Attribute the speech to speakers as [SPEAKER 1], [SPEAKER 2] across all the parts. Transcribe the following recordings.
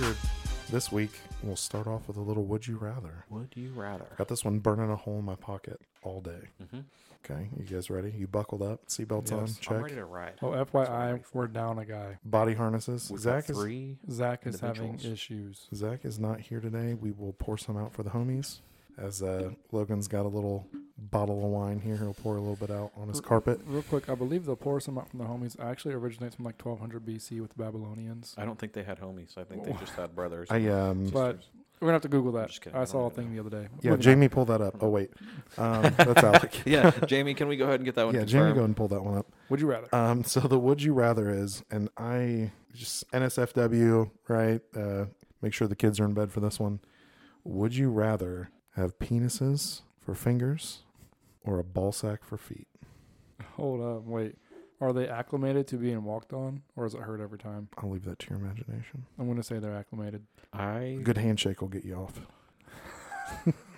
[SPEAKER 1] uh, this week, we'll start off with a little Would You Rather.
[SPEAKER 2] Would you rather?
[SPEAKER 1] Got this one burning a hole in my pocket all day.
[SPEAKER 2] Mhm.
[SPEAKER 1] Okay, you guys ready? You buckled up, seatbelts on,
[SPEAKER 3] Yes.
[SPEAKER 2] I'm
[SPEAKER 1] check.
[SPEAKER 2] ready to ride.
[SPEAKER 3] Oh, FYI, we're down a guy.
[SPEAKER 1] Body harnesses.
[SPEAKER 2] We've got
[SPEAKER 1] Zach is
[SPEAKER 2] three.
[SPEAKER 3] Zach is having
[SPEAKER 2] Individuals.
[SPEAKER 3] issues.
[SPEAKER 1] Zach is not here today. We will pour some out for the homies. As uh, Logan's got a little bottle of wine here, he'll pour a little bit out on his
[SPEAKER 3] R-
[SPEAKER 1] carpet.
[SPEAKER 3] Real quick, I believe the pour some out from the homies actually originates from like 1200 BC with the Babylonians.
[SPEAKER 2] I don't think they had homies. I think they just had brothers.
[SPEAKER 1] I um
[SPEAKER 3] But we're gonna have to Google that.
[SPEAKER 2] just kidding, I
[SPEAKER 3] I
[SPEAKER 2] don't
[SPEAKER 3] saw a
[SPEAKER 2] even
[SPEAKER 3] thing the other day.
[SPEAKER 1] yeah,
[SPEAKER 3] Moving
[SPEAKER 1] Jamie pull that up. Oh wait, um, that's Alec.
[SPEAKER 2] yeah, Jamie, can we go ahead and get that one?
[SPEAKER 1] yeah, Jamie, go
[SPEAKER 2] confirmed?
[SPEAKER 1] and pull that one up.
[SPEAKER 3] on. Would you rather?
[SPEAKER 1] Um, so the would you rather is, and I just NSFW right. Uh, make sure the kids are in bed for this one. Would you rather have penises for fingers or a ball sack for feet?
[SPEAKER 3] Hold up, wait. Are they acclimated to being walked on, or is it hurt every time?
[SPEAKER 1] I'll leave that to your imagination.
[SPEAKER 3] I'm gonna say they're acclimated.
[SPEAKER 2] I.
[SPEAKER 1] A good handshake will get you off.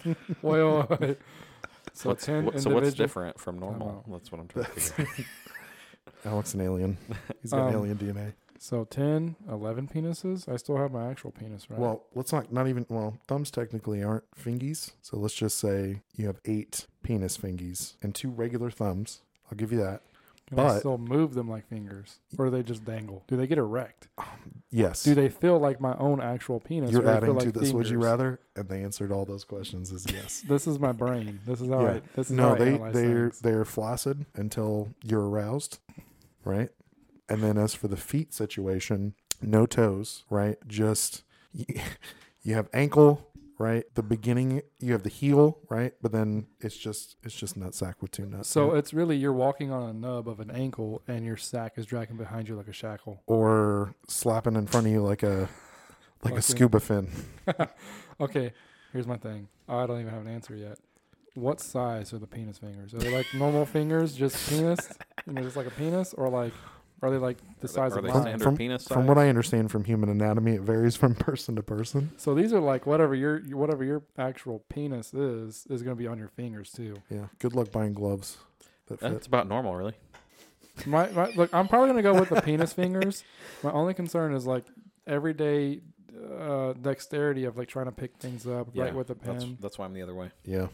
[SPEAKER 3] wait, wait, wait. So
[SPEAKER 2] what's,
[SPEAKER 3] ten
[SPEAKER 2] what- so what's
[SPEAKER 3] individual-
[SPEAKER 2] different from normal?
[SPEAKER 3] out.
[SPEAKER 2] That's what I'm trying to figure out.
[SPEAKER 1] Alex an alien. He's got
[SPEAKER 3] Um,
[SPEAKER 1] alien DNA.
[SPEAKER 3] So 10, 11 penises. I still have my actual penis, right?
[SPEAKER 1] Well, let's not not even well, thumbs technically aren't fingies. So let's just say you have eight penis fingies and two regular thumbs. I'll give you that.
[SPEAKER 3] Can
[SPEAKER 1] but-
[SPEAKER 3] I still move them like fingers, or do they just dangle? Do they get erect?
[SPEAKER 1] Yes.
[SPEAKER 3] Do they feel like my own actual penis? or
[SPEAKER 1] You're
[SPEAKER 3] do they
[SPEAKER 1] adding
[SPEAKER 3] feel
[SPEAKER 1] to
[SPEAKER 3] like
[SPEAKER 1] this would you
[SPEAKER 3] fingers?
[SPEAKER 1] rather? And they answered all those questions as yes.
[SPEAKER 3] This is my brain. This is how
[SPEAKER 1] Yeah.
[SPEAKER 3] I. This is how
[SPEAKER 1] no,
[SPEAKER 3] I
[SPEAKER 1] they
[SPEAKER 3] analyze
[SPEAKER 1] they're
[SPEAKER 3] things.
[SPEAKER 1] they're flaccid until you're aroused, right? And then as for the feet situation, no toes, right? Just you, you have ankle, right? The beginning, you have the heel, right? But then it's just it's just nut sack with two nuts.
[SPEAKER 3] So uh,
[SPEAKER 1] in it.
[SPEAKER 3] it's really you're walking on a nub of an ankle, and your sack is dragging behind you like a shackle.
[SPEAKER 1] or slapping in front of you like a like
[SPEAKER 3] Fucking-
[SPEAKER 1] a scuba fin.
[SPEAKER 3] Okay, here's my thing. Oh, I don't even have an answer yet. What size are the penis fingers? Are they like normal fingers, just penis, you know, just like a penis, or like are they like the size
[SPEAKER 2] are
[SPEAKER 3] of
[SPEAKER 2] they
[SPEAKER 3] mine?
[SPEAKER 2] standard
[SPEAKER 1] From-
[SPEAKER 2] penis size?
[SPEAKER 1] From what I understand from human anatomy, it varies from person to person.
[SPEAKER 3] So these are like whatever your your- whatever your actual penis is is going to be on your fingers too.
[SPEAKER 1] Yeah. Good luck buying gloves that fit.
[SPEAKER 2] That's about normal, really.
[SPEAKER 3] My, my look, I'm probably going to go with the penis fingers. My only concern is like everyday uh, dexterity of like trying to pick things up right with a
[SPEAKER 2] That's,
[SPEAKER 3] pen.
[SPEAKER 2] that's why I'm the other way.
[SPEAKER 1] Yeah.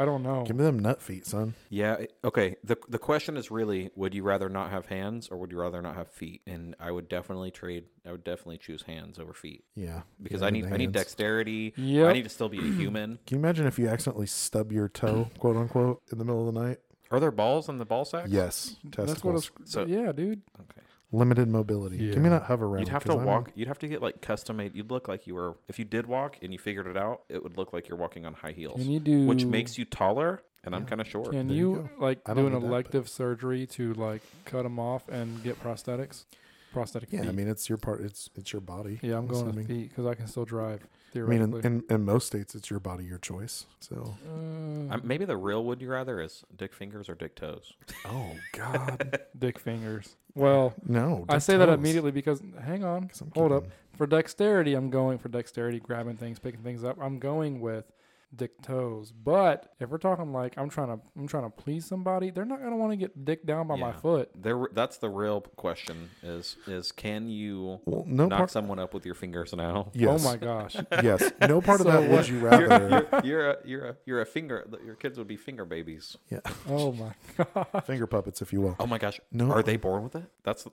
[SPEAKER 3] I don't know.
[SPEAKER 1] Give me them nut feet, son.
[SPEAKER 2] Yeah. it- Okay. the The question is really: Would you rather not have hands, or would you rather not have feet? And I would definitely trade. I would definitely choose hands over feet
[SPEAKER 1] Yeah.
[SPEAKER 2] because
[SPEAKER 1] Yeah,
[SPEAKER 2] I
[SPEAKER 1] good
[SPEAKER 2] need I need
[SPEAKER 1] hands.
[SPEAKER 2] dexterity. I
[SPEAKER 3] Yep.
[SPEAKER 2] need to still be a human.
[SPEAKER 1] Can you imagine if you accidentally stub your toe, quote unquote, in the middle of the night?
[SPEAKER 2] Are there balls in the ball sack?
[SPEAKER 1] Yes. Testicles.
[SPEAKER 3] That's what it's,
[SPEAKER 2] So-
[SPEAKER 3] yeah, dude.
[SPEAKER 2] Okay.
[SPEAKER 1] Limited mobility.
[SPEAKER 3] Yeah.
[SPEAKER 1] Give me that hover around.
[SPEAKER 2] You'd have
[SPEAKER 1] 'cause
[SPEAKER 2] to
[SPEAKER 1] I'm-
[SPEAKER 2] walk. You'd have to get like custom made. You'd look like you were. If you did walk and you figured it out, it would look like you're walking on high heels,
[SPEAKER 3] Can you do
[SPEAKER 2] which makes you taller. And I'm kind of short.
[SPEAKER 3] Can
[SPEAKER 1] There
[SPEAKER 3] you,
[SPEAKER 1] you
[SPEAKER 3] like
[SPEAKER 1] I
[SPEAKER 3] do
[SPEAKER 1] don't
[SPEAKER 3] an
[SPEAKER 1] need that, but-
[SPEAKER 3] elective surgery to like cut them off and get prosthetics? Prosthetic
[SPEAKER 1] Yeah,
[SPEAKER 3] feet.
[SPEAKER 1] I mean it's your part. It's it's your body.
[SPEAKER 3] yeah, I'm going
[SPEAKER 1] assuming.
[SPEAKER 3] with feet because I can still drive
[SPEAKER 1] I mean, in,
[SPEAKER 3] theoretically.
[SPEAKER 1] in, in most states, it's your body, your choice. So,
[SPEAKER 3] Uh,
[SPEAKER 2] Um, maybe the real would you rather is dick fingers or dick toes.
[SPEAKER 1] oh god,
[SPEAKER 3] dick fingers. Well,
[SPEAKER 1] no!
[SPEAKER 3] I
[SPEAKER 1] dick
[SPEAKER 3] say that
[SPEAKER 1] toes.
[SPEAKER 3] immediately because hang on,
[SPEAKER 1] 'Cause I'm
[SPEAKER 3] hold up.
[SPEAKER 1] keeping-
[SPEAKER 3] For dexterity, I'm going for dexterity, grabbing things, picking things up. I'm going with dick toes. But if we're talking like I'm trying to, I'm trying to please somebody, they're not gonna want to get dick down by my
[SPEAKER 2] Yeah.
[SPEAKER 3] foot.
[SPEAKER 2] There, that's the real question: is is can you
[SPEAKER 1] Well, no
[SPEAKER 2] knock
[SPEAKER 1] part.
[SPEAKER 2] someone up with your fingers now?
[SPEAKER 1] Yes.
[SPEAKER 3] Oh my gosh.
[SPEAKER 1] Yes. No part of
[SPEAKER 3] So
[SPEAKER 1] that would
[SPEAKER 3] what-
[SPEAKER 1] you
[SPEAKER 2] You're,
[SPEAKER 1] rather.
[SPEAKER 2] you're, you're a you're a you're a finger. Your kids would be finger babies.
[SPEAKER 1] yeah.
[SPEAKER 3] Oh my god.
[SPEAKER 1] Finger puppets, if you will.
[SPEAKER 2] Oh my gosh!
[SPEAKER 1] No.
[SPEAKER 2] Are they born with it? That's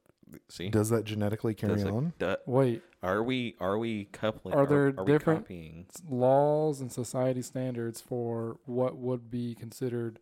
[SPEAKER 2] see.
[SPEAKER 1] Does that genetically carry
[SPEAKER 2] That's a
[SPEAKER 1] on?
[SPEAKER 2] du-
[SPEAKER 3] Wait,
[SPEAKER 2] are we are we coupling?
[SPEAKER 3] Are there
[SPEAKER 2] are
[SPEAKER 3] different-
[SPEAKER 2] We copying?
[SPEAKER 3] laws and society standards for what would be considered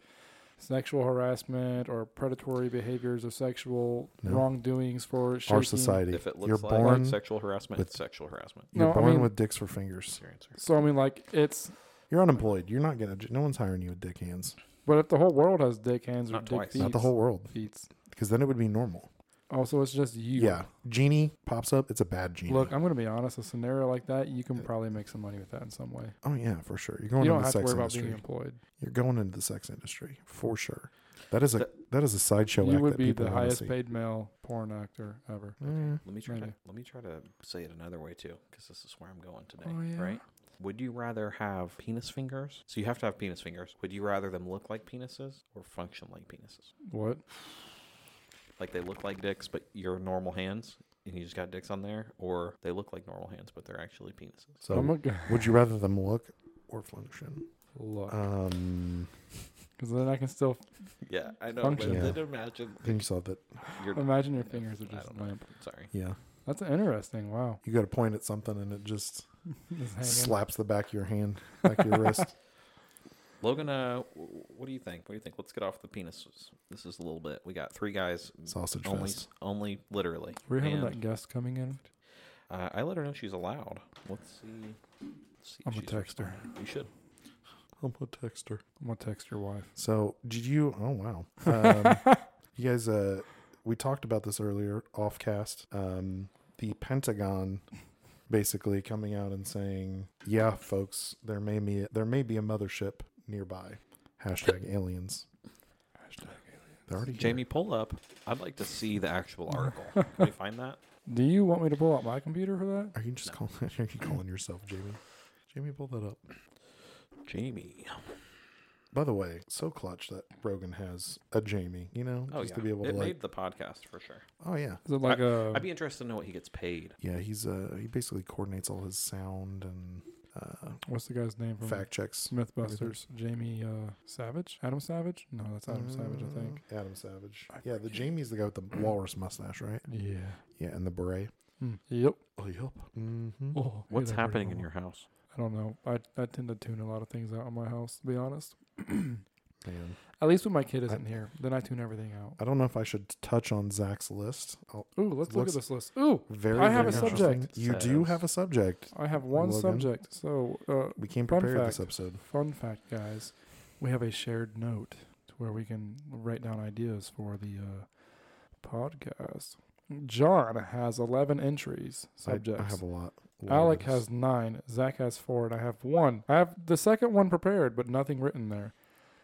[SPEAKER 3] sexual harassment or predatory behaviors or sexual
[SPEAKER 1] No.
[SPEAKER 3] wrongdoings for shaking.
[SPEAKER 1] Our society.
[SPEAKER 2] If it looks
[SPEAKER 1] You're
[SPEAKER 2] like
[SPEAKER 1] born.
[SPEAKER 2] sexual harassment,
[SPEAKER 1] with-
[SPEAKER 2] it's sexual harassment.
[SPEAKER 1] You're
[SPEAKER 3] No, I
[SPEAKER 1] born
[SPEAKER 3] mean-
[SPEAKER 1] with dicks for fingers.
[SPEAKER 2] That's your answer.
[SPEAKER 3] So I mean, like it's.
[SPEAKER 1] You're unemployed. You're not gonna. No one's hiring you with dick hands.
[SPEAKER 3] But if the whole world has dick hands or
[SPEAKER 2] Not
[SPEAKER 3] dick
[SPEAKER 2] twice.
[SPEAKER 3] feet,
[SPEAKER 1] Not the whole world,
[SPEAKER 3] feet.
[SPEAKER 1] because then it would be normal.
[SPEAKER 3] Also, it's just you.
[SPEAKER 1] Yeah. Genie pops up. It's a bad genie.
[SPEAKER 3] Look, I'm going to be honest. A scenario like that, you can probably make some money with that in some way.
[SPEAKER 1] Oh yeah, for sure. You're going
[SPEAKER 3] you
[SPEAKER 1] into
[SPEAKER 3] don't
[SPEAKER 1] the
[SPEAKER 3] have to
[SPEAKER 1] sex
[SPEAKER 3] worry about
[SPEAKER 1] industry.
[SPEAKER 3] being employed.
[SPEAKER 1] You're going into the sex industry for sure. That is a that is a sideshow
[SPEAKER 3] you
[SPEAKER 1] act
[SPEAKER 3] would
[SPEAKER 1] that
[SPEAKER 3] be
[SPEAKER 1] people
[SPEAKER 3] the
[SPEAKER 1] wanna
[SPEAKER 3] highest
[SPEAKER 1] see.
[SPEAKER 3] paid male porn actor ever.
[SPEAKER 1] Eh,
[SPEAKER 2] Let me try. To,
[SPEAKER 3] Maybe.
[SPEAKER 2] let me try to say it another way too, because this is where I'm going today,
[SPEAKER 3] Oh, yeah.
[SPEAKER 2] right? Would you rather have penis fingers? So you have to have penis fingers. Would you rather them look like penises or function like penises?
[SPEAKER 3] What?
[SPEAKER 2] Like they look like dicks, but your normal hands. and you just got dicks on there, or they look like normal hands but they're actually penises.
[SPEAKER 1] So,
[SPEAKER 3] I'm gonna
[SPEAKER 1] would you rather them look or function?
[SPEAKER 3] look
[SPEAKER 1] Um,
[SPEAKER 3] because then I can still
[SPEAKER 2] Yeah, I know.
[SPEAKER 3] Function.
[SPEAKER 2] But
[SPEAKER 1] Yeah.
[SPEAKER 2] then imagine
[SPEAKER 1] I think you saw that.
[SPEAKER 2] your
[SPEAKER 3] imagine your fingers are
[SPEAKER 2] I
[SPEAKER 3] just
[SPEAKER 2] don't know.
[SPEAKER 3] limp.
[SPEAKER 2] sorry.
[SPEAKER 1] Yeah,
[SPEAKER 3] That's interesting. Wow.
[SPEAKER 1] you got to point at something and it just
[SPEAKER 3] Just hanging.
[SPEAKER 1] slaps the back of your hand, back of your wrist.
[SPEAKER 2] Logan, uh, w- w- what do you think? What do you think? Let's get off the penises. This is a little bit. We got three guys.
[SPEAKER 1] Sausage
[SPEAKER 2] Only,
[SPEAKER 1] fest.
[SPEAKER 2] only literally.
[SPEAKER 3] We're having
[SPEAKER 2] And,
[SPEAKER 3] that guest coming in.
[SPEAKER 2] Uh, I let her know she's allowed. Let's see. Let's see if
[SPEAKER 3] I'm gonna
[SPEAKER 2] she's
[SPEAKER 3] text her.
[SPEAKER 2] responding. You should.
[SPEAKER 1] I'm gonna text her.
[SPEAKER 3] I'm gonna text your wife.
[SPEAKER 1] So did you? Oh wow. Um, you guys, uh, we talked about this earlier off cast. Um, the Pentagon basically coming out and saying, "Yeah, folks, there may be there may be a mothership nearby." Hashtag aliens. They're already here.
[SPEAKER 2] Jamie, pull up. I'd like to see the actual article. Can we find that?
[SPEAKER 3] Do you want me to pull out my computer for that?
[SPEAKER 1] Are you just calling? Are you calling yourself Jamie? Jamie, pull that up.
[SPEAKER 2] Jamie.
[SPEAKER 1] By the way, so clutch that Rogan has a Jamie. You know,
[SPEAKER 2] Oh,
[SPEAKER 1] just
[SPEAKER 2] yeah.
[SPEAKER 1] to be able to
[SPEAKER 2] it
[SPEAKER 1] like.
[SPEAKER 2] made the podcast for sure.
[SPEAKER 1] oh yeah,
[SPEAKER 3] Is it like uh, a
[SPEAKER 2] I'd be interested to know what he gets paid.
[SPEAKER 1] yeah. He's uh he basically coordinates all his sound and uh,
[SPEAKER 3] what's the guy's name from
[SPEAKER 1] fact checks.
[SPEAKER 3] Mythbusters? Jamie uh, Savage? Adam Savage? No, that's Adam Savage, I think.
[SPEAKER 1] Mm, Adam Savage.
[SPEAKER 3] I
[SPEAKER 1] yeah, the
[SPEAKER 3] forget.
[SPEAKER 1] Jamie's the guy with the walrus mustache, right?
[SPEAKER 3] Yeah.
[SPEAKER 1] Yeah, and the beret.
[SPEAKER 3] Hmm. Yep.
[SPEAKER 1] Oh, yep. Mm-hmm.
[SPEAKER 3] Oh,
[SPEAKER 2] What's
[SPEAKER 3] hey there,
[SPEAKER 2] happening in
[SPEAKER 3] Bruno.
[SPEAKER 2] your house?
[SPEAKER 3] I don't know. I I tend to tune a lot of things out in my house. To be honest.
[SPEAKER 1] Man,
[SPEAKER 3] At least when my kid isn't here, then I tune everything out.
[SPEAKER 1] I don't know if I should touch on Zach's list. I'll,
[SPEAKER 3] Ooh, let's look
[SPEAKER 1] Looks-
[SPEAKER 3] at this list. Ooh,
[SPEAKER 1] very,
[SPEAKER 3] I have
[SPEAKER 1] very
[SPEAKER 3] a subject.
[SPEAKER 1] interesting. You do
[SPEAKER 2] Says-
[SPEAKER 1] have a subject.
[SPEAKER 3] I have one
[SPEAKER 1] Logan.
[SPEAKER 3] subject. So, uh,
[SPEAKER 1] We came
[SPEAKER 3] Fun
[SPEAKER 1] prepared this
[SPEAKER 3] fact.
[SPEAKER 1] episode.
[SPEAKER 3] fun fact, guys, we have a shared note to where we can write down ideas for the uh, podcast. John has eleven entries
[SPEAKER 1] I,
[SPEAKER 3] subjects.
[SPEAKER 1] I have a lot. A lot of
[SPEAKER 3] Alec
[SPEAKER 1] this.
[SPEAKER 3] has nine. Zach has four, and I have one. I have the second one prepared, but nothing written there.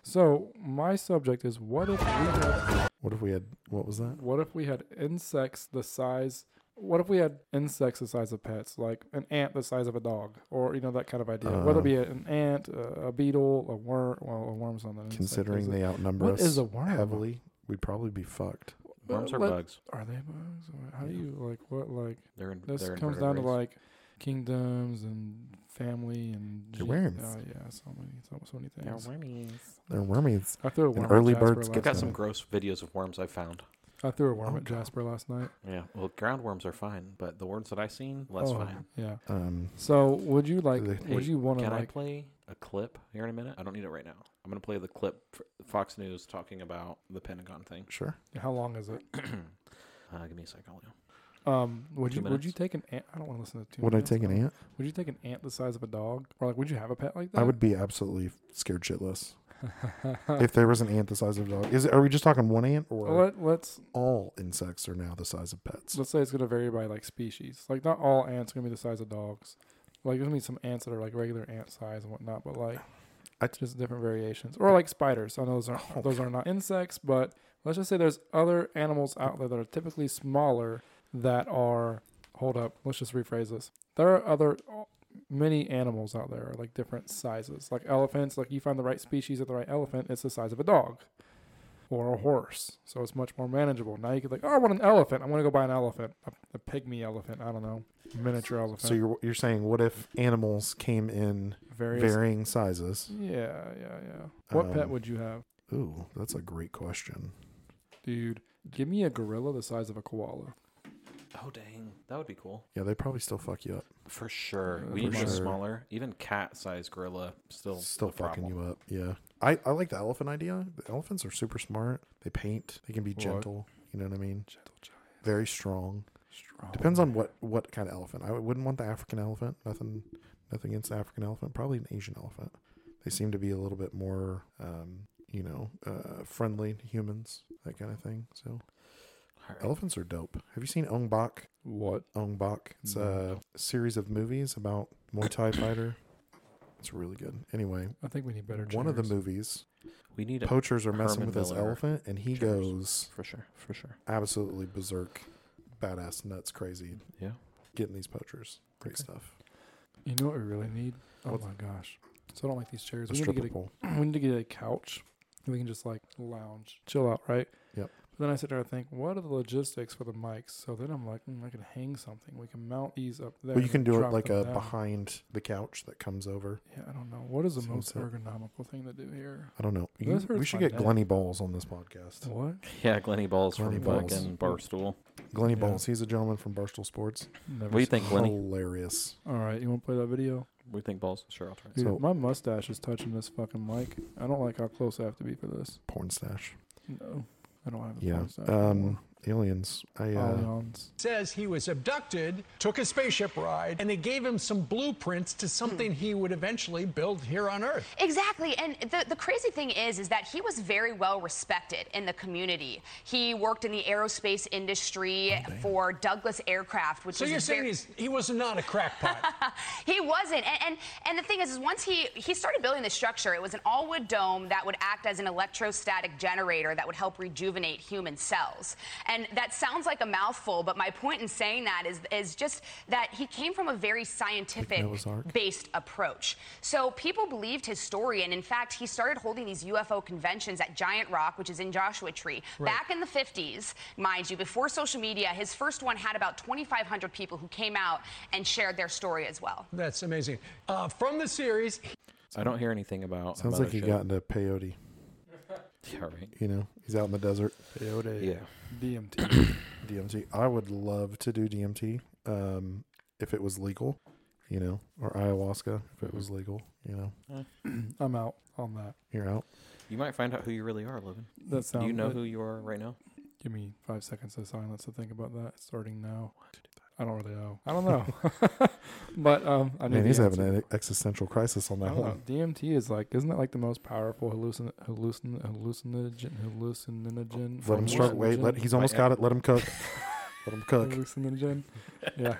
[SPEAKER 3] So my subject is what if we had
[SPEAKER 1] What if we had? What was that?
[SPEAKER 3] what if we had insects the size what if we had insects the size of pets, like an ant the size of a dog, or you know that kind of idea? Whether
[SPEAKER 1] Uh.
[SPEAKER 3] it be an ant, a, a beetle, a worm. Well, a worm's not an insect. is
[SPEAKER 1] Considering
[SPEAKER 3] it?
[SPEAKER 1] they outnumber
[SPEAKER 3] what
[SPEAKER 1] us
[SPEAKER 3] is a worm?
[SPEAKER 1] heavily, we'd probably be fucked.
[SPEAKER 2] Worms
[SPEAKER 3] Uh,
[SPEAKER 2] or
[SPEAKER 3] let-
[SPEAKER 2] bugs?
[SPEAKER 3] Are they bugs? Or How do you like what like?
[SPEAKER 2] They're in.
[SPEAKER 3] This
[SPEAKER 2] they're
[SPEAKER 3] comes down to
[SPEAKER 2] invertebrates.
[SPEAKER 3] like kingdoms and family and
[SPEAKER 1] They're
[SPEAKER 3] ge-
[SPEAKER 1] worms.
[SPEAKER 3] Oh yeah, so many, so, so many things.
[SPEAKER 1] They're wormies.
[SPEAKER 3] I threw a worm.
[SPEAKER 1] And early
[SPEAKER 3] at Jasper
[SPEAKER 1] birds
[SPEAKER 3] last
[SPEAKER 1] get
[SPEAKER 2] I've got some
[SPEAKER 1] Sorry.
[SPEAKER 2] gross videos of worms I found.
[SPEAKER 3] night. I threw a worm
[SPEAKER 1] Oh,
[SPEAKER 3] at
[SPEAKER 1] God.
[SPEAKER 3] Jasper last night.
[SPEAKER 2] Yeah. Well, groundworms are fine, but the worms that I seen, less
[SPEAKER 3] oh,
[SPEAKER 2] fine.
[SPEAKER 3] Yeah.
[SPEAKER 1] Um,
[SPEAKER 3] So would you like?
[SPEAKER 1] They-
[SPEAKER 3] would
[SPEAKER 2] Hey,
[SPEAKER 3] you want to
[SPEAKER 2] Can I
[SPEAKER 3] like?
[SPEAKER 2] play a clip here in a minute? I don't need it right now. I'm gonna play the clip for Fox News talking about the Pentagon thing.
[SPEAKER 1] sure.
[SPEAKER 3] How long is it?
[SPEAKER 2] uh, give me a second. I'll go.
[SPEAKER 3] Um, would
[SPEAKER 2] Two
[SPEAKER 3] you would
[SPEAKER 2] minutes.
[SPEAKER 3] you take an ant? I don't want to listen to two.
[SPEAKER 1] Would I
[SPEAKER 3] minutes.
[SPEAKER 1] take an ant?
[SPEAKER 3] Would you take an ant the size of a dog, or like would you have a pet like that?
[SPEAKER 1] I would be absolutely scared shitless if there was an ant the size of a dog. Is it, are we just talking one ant or
[SPEAKER 3] Let, let's
[SPEAKER 1] all insects are now the size of pets?
[SPEAKER 3] let's say it's gonna vary by like species. Like not all ants are gonna be the size of dogs. Like there's gonna be some ants that are like regular ant size and whatnot, but like
[SPEAKER 1] I-
[SPEAKER 3] just different variations. Or like spiders. I know those aren't
[SPEAKER 1] Oh.
[SPEAKER 3] those are not insects, but let's just say there's other animals out there that are typically smaller that are. Hold up. Let's just rephrase this. There are other many animals out there, like different sizes. Like elephants, like you find the right species of the right elephant, it's the size of a dog or a horse. So it's much more manageable. Now you could like, oh, I want an elephant. I'm gonna go buy an elephant, a, a pygmy elephant. I don't know, miniature elephant.
[SPEAKER 1] So you're you're saying what if animals came in
[SPEAKER 3] various.
[SPEAKER 1] varying sizes?
[SPEAKER 3] Yeah, yeah, yeah. What pet
[SPEAKER 1] Um,
[SPEAKER 3] would you have,
[SPEAKER 1] Ooh, that's a great question.
[SPEAKER 3] dude? Give me a gorilla the size of a koala.
[SPEAKER 2] Oh dang, that would be cool
[SPEAKER 1] Yeah, they probably still fuck you up.
[SPEAKER 2] for sure.
[SPEAKER 3] Uh,
[SPEAKER 2] we
[SPEAKER 3] for
[SPEAKER 2] need one
[SPEAKER 1] sure.
[SPEAKER 2] smaller, even cat-sized gorilla. Still,
[SPEAKER 1] Still
[SPEAKER 2] a
[SPEAKER 1] fucking
[SPEAKER 2] problem.
[SPEAKER 1] you up. Yeah. I, I like the elephant idea. The elephants are super smart. They paint. They can be
[SPEAKER 3] What?
[SPEAKER 1] gentle. You know what I mean?
[SPEAKER 3] Gentle giant.
[SPEAKER 1] Very strong.
[SPEAKER 3] Strong.
[SPEAKER 1] Depends on what what kind of elephant. I wouldn't want the African elephant. Nothing, nothing against the African elephant. Probably an Asian elephant. They seem to be a little bit more, um, you know, uh, friendly to humans, that kind of thing. So
[SPEAKER 2] All right.
[SPEAKER 1] elephants are dope. Have you seen Ong Bak?
[SPEAKER 3] what.
[SPEAKER 1] Ong Bak. It's
[SPEAKER 3] No.
[SPEAKER 1] a series of movies about Muay Thai fighter. It's really good. Anyway,
[SPEAKER 3] I think we need better.
[SPEAKER 1] one of the
[SPEAKER 3] chairs.
[SPEAKER 1] movies,
[SPEAKER 2] We need a
[SPEAKER 1] poachers are messing
[SPEAKER 2] Herman
[SPEAKER 1] with this
[SPEAKER 2] Miller
[SPEAKER 1] elephant, and he
[SPEAKER 2] chairs.
[SPEAKER 1] goes
[SPEAKER 2] for sure, for sure.
[SPEAKER 1] absolutely berserk, badass, nuts, crazy,
[SPEAKER 2] Yeah.
[SPEAKER 1] getting these poachers. Great
[SPEAKER 2] Okay.
[SPEAKER 1] stuff.
[SPEAKER 3] You know what we really need? Oh
[SPEAKER 1] What's-
[SPEAKER 3] my gosh. So I don't like these chairs.
[SPEAKER 1] The
[SPEAKER 3] We need, to
[SPEAKER 1] stripper
[SPEAKER 3] get
[SPEAKER 1] pole.
[SPEAKER 3] a, we need to get a couch. and We can just like lounge, chill out, right?
[SPEAKER 1] Yep.
[SPEAKER 3] But Then I sit there and think, what are the logistics for the mics? So then I'm like, mm, I can hang something. We can mount these up there.
[SPEAKER 1] Well, you
[SPEAKER 3] and
[SPEAKER 1] can do it
[SPEAKER 3] drop
[SPEAKER 1] like
[SPEAKER 3] them
[SPEAKER 1] a
[SPEAKER 3] down.
[SPEAKER 1] behind the couch that comes over.
[SPEAKER 3] Yeah, I don't know. What is the
[SPEAKER 1] Some
[SPEAKER 3] most
[SPEAKER 1] sort-
[SPEAKER 3] ergonomical thing to do here?
[SPEAKER 1] I don't know. You-
[SPEAKER 3] Those hurts
[SPEAKER 1] we should
[SPEAKER 3] my
[SPEAKER 1] get
[SPEAKER 3] neck.
[SPEAKER 1] Glenny Balls on this podcast.
[SPEAKER 3] What?
[SPEAKER 2] Yeah, Glenny Balls
[SPEAKER 1] Glenny
[SPEAKER 2] from
[SPEAKER 1] Balls.
[SPEAKER 2] fucking Barstool.
[SPEAKER 1] Glenny
[SPEAKER 3] Yeah.
[SPEAKER 1] Balls, he's a gentleman from Barstool Sports.
[SPEAKER 3] Never
[SPEAKER 2] What do you
[SPEAKER 3] seen-
[SPEAKER 2] think, Glenny?
[SPEAKER 1] Hilarious.
[SPEAKER 3] All right, you want to play that video?
[SPEAKER 2] What do you think, Balls? Sure, I'll try.
[SPEAKER 3] Dude,
[SPEAKER 1] So-
[SPEAKER 3] my mustache is touching this fucking mic. I don't like how close I have to be for this.
[SPEAKER 1] Porn stash.
[SPEAKER 3] No, I don't have a
[SPEAKER 1] Yeah.
[SPEAKER 3] mustache.
[SPEAKER 1] Um, aliens.
[SPEAKER 3] Oh,
[SPEAKER 1] I uh,
[SPEAKER 3] Allianz.
[SPEAKER 4] says he was abducted, took a spaceship ride, and they gave him some blueprints to something he would eventually build here on Earth.
[SPEAKER 5] Exactly. And the, the crazy thing is, is that he was very well respected in the community. He worked in the aerospace industry for Douglas Aircraft, which
[SPEAKER 4] Oh, So
[SPEAKER 5] is
[SPEAKER 4] you're
[SPEAKER 5] a
[SPEAKER 4] saying
[SPEAKER 5] ver-
[SPEAKER 4] he's, he was not a crackpot.
[SPEAKER 5] he wasn't. And, and and the thing is, is once he he started building the structure, it was an all wood dome that would act as an electrostatic generator that would help rejuvenate human cells. And that sounds like a mouthful, but my point in saying that is is just that he came from a very scientific
[SPEAKER 1] Noah's Ark.
[SPEAKER 5] based approach. So people believed his story, and in fact, he started holding these UFO conventions at Giant Rock, which is in Joshua Tree, back in the 50s, mind you, before social media. His first one had about 2,500 people who came out and shared their story as well.
[SPEAKER 4] That's amazing. Uh, from the series,
[SPEAKER 2] I don't hear anything about.
[SPEAKER 1] sounds
[SPEAKER 2] about
[SPEAKER 1] like he
[SPEAKER 2] it.
[SPEAKER 1] got into peyote.
[SPEAKER 2] Yeah, right.
[SPEAKER 1] You know, he's out in the desert.
[SPEAKER 3] Peyote.
[SPEAKER 2] Yeah.
[SPEAKER 3] DMT.
[SPEAKER 1] DMT. I would love to do DMT um, if it was legal, you know, or ayahuasca if it was legal, you know.
[SPEAKER 3] I'm out on that.
[SPEAKER 1] You're out.
[SPEAKER 2] You might find out who you really are, Logan.
[SPEAKER 3] That sounds.
[SPEAKER 2] Do you know
[SPEAKER 3] that-
[SPEAKER 2] who you are right now?
[SPEAKER 3] Give me five seconds of silence to think about that. Starting now. I don't really know. I don't know. but um, I
[SPEAKER 1] Man,
[SPEAKER 3] mean,
[SPEAKER 1] he's having an existential crisis on
[SPEAKER 3] I
[SPEAKER 1] that
[SPEAKER 3] don't know.
[SPEAKER 1] one.
[SPEAKER 3] DMT is like, isn't that like the most powerful hallucin- hallucin- hallucinogen? Hallucinogen.
[SPEAKER 1] Let him start. Wait, let,
[SPEAKER 3] hallucinogen?
[SPEAKER 1] he's almost got it. Let him cook. let him cook.
[SPEAKER 3] hallucinogen. Yeah.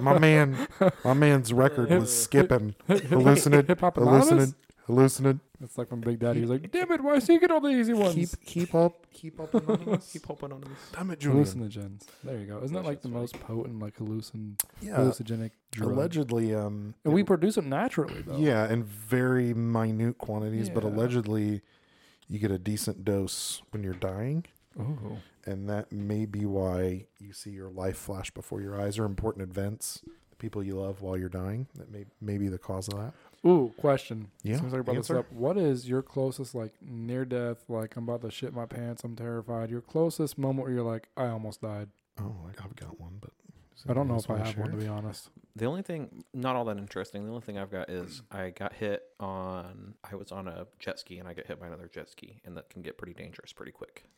[SPEAKER 1] My man, my man's record was skipping. Hallucinate.
[SPEAKER 3] Hip Hop
[SPEAKER 1] Hallucinate.
[SPEAKER 3] Anonymous?
[SPEAKER 1] Hallucinate.
[SPEAKER 3] It's like from Big Daddy. He's like, damn it, why is he get all the easy ones?
[SPEAKER 1] Keep, keep up. Keep up. Anonymous.
[SPEAKER 2] Keep hoping on this.
[SPEAKER 1] Damn it, Julian.
[SPEAKER 3] hallucinogens. There you go. Isn't that like the most potent, like hallucin-
[SPEAKER 1] Yeah.
[SPEAKER 3] hallucinogenic drug?
[SPEAKER 1] Allegedly, um,
[SPEAKER 3] And we produce them naturally, though.
[SPEAKER 1] Yeah, in very minute quantities, but
[SPEAKER 3] Yeah.
[SPEAKER 1] allegedly you get a decent dose when you're dying,
[SPEAKER 3] Oh.
[SPEAKER 1] and that may be why you see your life flash before your eyes or important events, the people you love while you're dying. That may, may be the cause of that.
[SPEAKER 3] Ooh, question.
[SPEAKER 1] Yeah,
[SPEAKER 3] Seems like I brought this
[SPEAKER 1] answer.
[SPEAKER 3] up. What is your closest, like, near death, like, I'm about to shit my pants, I'm terrified, your closest moment where you're like, I almost died?
[SPEAKER 1] Oh, I- I've got one, but does
[SPEAKER 3] I don't
[SPEAKER 1] anybody
[SPEAKER 3] know
[SPEAKER 1] else
[SPEAKER 3] if I
[SPEAKER 1] wanna
[SPEAKER 3] have one, to
[SPEAKER 1] share?
[SPEAKER 3] be honest.
[SPEAKER 2] The only thing, not all that interesting. The only thing I've got is I got hit on. I was on a jet ski and I got hit by another jet ski, and that can get pretty dangerous pretty quick.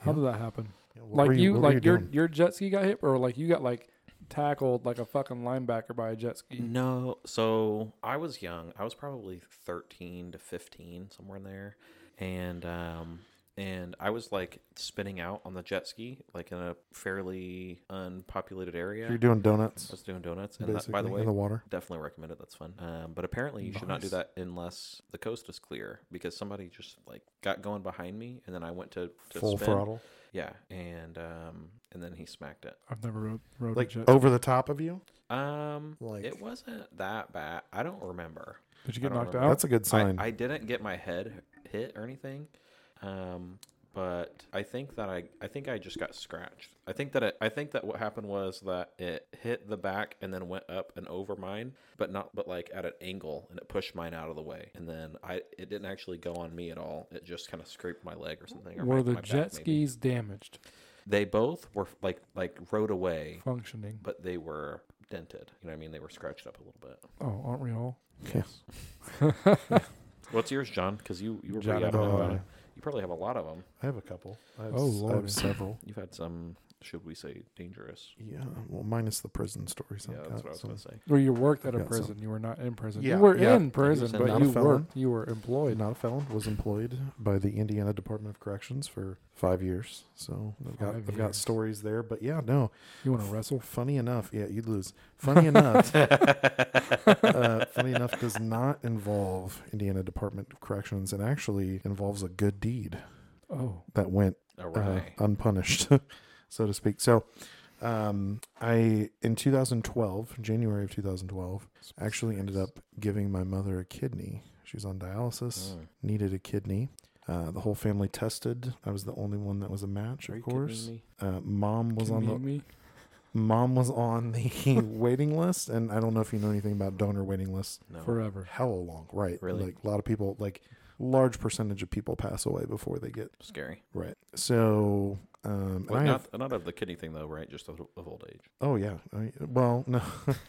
[SPEAKER 3] How did that happen?
[SPEAKER 1] Yeah, what were
[SPEAKER 3] Like, you,
[SPEAKER 1] what were
[SPEAKER 3] like, your,
[SPEAKER 1] doing?
[SPEAKER 3] your jet ski got hit, or like, you got, like, tackled like a fucking linebacker by a jet ski?
[SPEAKER 1] Mm.
[SPEAKER 2] No, so I was young. I was probably thirteen to fifteen, somewhere in there, and um, and I was like spinning out on the jet ski, like in a fairly unpopulated area.
[SPEAKER 1] you're doing
[SPEAKER 2] I
[SPEAKER 1] donuts
[SPEAKER 2] was doing donuts, and that,
[SPEAKER 1] basically
[SPEAKER 2] by the way,
[SPEAKER 1] in the water.
[SPEAKER 2] Definitely recommend it. That's fun. Um, but apparently, you should not do that unless the coast is clear because somebody just like got going behind me, and then I went to, to
[SPEAKER 1] Full
[SPEAKER 2] spin.
[SPEAKER 1] throttle.
[SPEAKER 2] Yeah, and um, and then he smacked it.
[SPEAKER 3] I've never rode, rode
[SPEAKER 1] Like
[SPEAKER 3] a jet
[SPEAKER 1] over the top of you?
[SPEAKER 2] Um,
[SPEAKER 1] Like-
[SPEAKER 2] it wasn't that bad. I don't remember.
[SPEAKER 3] Did you
[SPEAKER 2] I
[SPEAKER 3] get
[SPEAKER 2] don't
[SPEAKER 3] knocked
[SPEAKER 2] remember.
[SPEAKER 3] out?
[SPEAKER 1] That's a good sign.
[SPEAKER 2] I, I didn't get my head hit or anything. Um, but I think that I I think I just got scratched. I think that it, I think that what happened was that it hit the back and then went up and over mine, but not but like at an angle and it pushed mine out of the way. And then I it didn't actually go on me at all. It just kind of scraped my leg or something. Or
[SPEAKER 3] Were
[SPEAKER 2] my-
[SPEAKER 3] the
[SPEAKER 2] my back
[SPEAKER 3] jet
[SPEAKER 2] maybe.
[SPEAKER 3] skis damaged?
[SPEAKER 2] They both were like like rode away,
[SPEAKER 3] Functioning.
[SPEAKER 2] but they were dented. You know what I mean? They were scratched up a little bit.
[SPEAKER 3] Oh, aren't we all?
[SPEAKER 2] Yes. What's yours, John? Because you you were
[SPEAKER 3] John,
[SPEAKER 2] pretty
[SPEAKER 3] I don't
[SPEAKER 2] adamant about
[SPEAKER 1] know.
[SPEAKER 2] it. You probably have a lot of them.
[SPEAKER 1] I have a couple. I have,
[SPEAKER 3] Oh,
[SPEAKER 1] s- I
[SPEAKER 3] Lord.
[SPEAKER 1] have several.
[SPEAKER 2] You've had some, should we say, dangerous.
[SPEAKER 1] Yeah, well, minus the prison stories.
[SPEAKER 2] Yeah,
[SPEAKER 1] I've
[SPEAKER 2] that's
[SPEAKER 1] got,
[SPEAKER 2] what I was
[SPEAKER 1] so-
[SPEAKER 2] going to say.
[SPEAKER 3] Or you worked at a
[SPEAKER 1] Yeah, so-
[SPEAKER 3] prison. You were not in prison.
[SPEAKER 1] Yeah,
[SPEAKER 3] you were
[SPEAKER 1] yeah.
[SPEAKER 3] in prison,
[SPEAKER 2] He was in-
[SPEAKER 3] but
[SPEAKER 1] Not a
[SPEAKER 3] you
[SPEAKER 1] felon.
[SPEAKER 3] worked. You were employed.
[SPEAKER 1] not a felon, was employed by the Indiana Department of Corrections for five years. So I've got,
[SPEAKER 3] Five
[SPEAKER 1] I've got
[SPEAKER 3] years.
[SPEAKER 1] stories there. But yeah, no.
[SPEAKER 3] You want to wrestle?
[SPEAKER 1] Funny enough, yeah, you'd lose. Funny enough, uh, funny enough does not involve Indiana Department of Corrections and actually involves a good deed
[SPEAKER 3] Oh,
[SPEAKER 1] that went
[SPEAKER 2] All
[SPEAKER 1] uh,
[SPEAKER 2] right.
[SPEAKER 1] unpunished, so to speak. So, um, I in 2012, January of 2012,
[SPEAKER 3] Hmm.
[SPEAKER 1] actually ended up giving my mother a kidney. She was on dialysis, needed a kidney. Uh, the whole family tested. I was the only one that was a match, of
[SPEAKER 3] Are you kidding
[SPEAKER 1] course.
[SPEAKER 3] me?
[SPEAKER 1] Uh, mom was on the
[SPEAKER 3] Meet me?
[SPEAKER 1] mom was on the waiting list, and I don't know if you know anything about donor waiting lists.
[SPEAKER 2] No.
[SPEAKER 3] forever.
[SPEAKER 1] Hella long, right?
[SPEAKER 2] Really?
[SPEAKER 1] Like a lot of people, like large percentage of people pass away before they get
[SPEAKER 2] Scary.
[SPEAKER 1] right. So, um, and
[SPEAKER 2] Like
[SPEAKER 1] I
[SPEAKER 2] not,
[SPEAKER 1] have-
[SPEAKER 2] not of the kidney thing though, right? Just of, of old age.
[SPEAKER 1] Oh yeah. I, well, no,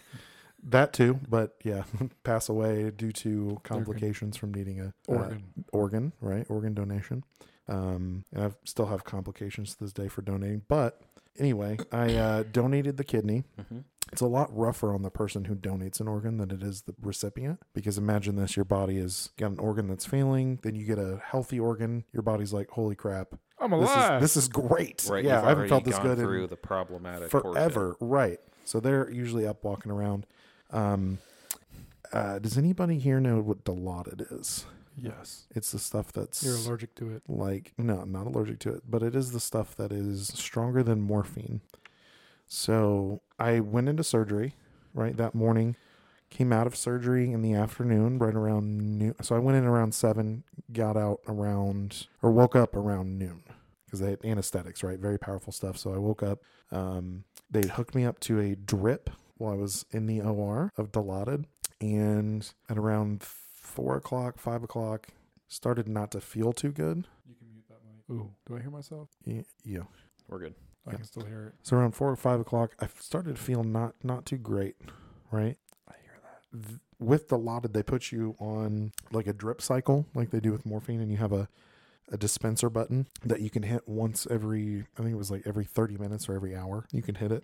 [SPEAKER 1] that too. But yeah, pass away due to complications from needing a uh,
[SPEAKER 3] Organ.
[SPEAKER 1] organ, right? Organ donation. Um, and I still have complications to this day for donating. But anyway, I uh, donated the kidney.
[SPEAKER 2] Mm-hmm.
[SPEAKER 1] It's a lot rougher on the person who donates an organ than it is the recipient. Because imagine this: your body has got an organ that's failing, then you get a healthy organ. Your body's like, "Holy crap,
[SPEAKER 3] I'm
[SPEAKER 1] this is
[SPEAKER 3] alive.
[SPEAKER 1] this is great!"
[SPEAKER 2] Right.
[SPEAKER 1] Yeah,
[SPEAKER 2] you've
[SPEAKER 1] I haven't felt
[SPEAKER 2] already
[SPEAKER 1] this
[SPEAKER 2] gone
[SPEAKER 1] good
[SPEAKER 2] through
[SPEAKER 1] in
[SPEAKER 2] the problematic course of-
[SPEAKER 1] forever right so they're usually up walking around um uh does anybody here know what dilaudid is
[SPEAKER 3] yes.
[SPEAKER 1] it's the stuff that's
[SPEAKER 3] You're allergic to it.
[SPEAKER 1] like no i'm not allergic to it but it is the stuff that is stronger than morphine so i went into surgery right that morning came out of surgery in the afternoon right around noon so i went in around seven got out around or woke up around noon because they had anesthetics right very powerful stuff so i woke up um, they'd hooked me up to a drip while i was in the or of dilaudid and at around four o'clock five o'clock started not to feel too good.
[SPEAKER 3] Ooh, do I hear myself?
[SPEAKER 1] Y- Yeah.
[SPEAKER 2] We're good.
[SPEAKER 3] I can still hear
[SPEAKER 1] So around four or five o'clock, I started to feel not not too great, right? I hear that. Th- with Dilaudid, they put you on like a drip cycle, like they do with morphine, and you have a a dispenser button that you can hit once every, I think it was like every 30 minutes or every hour. You can hit it.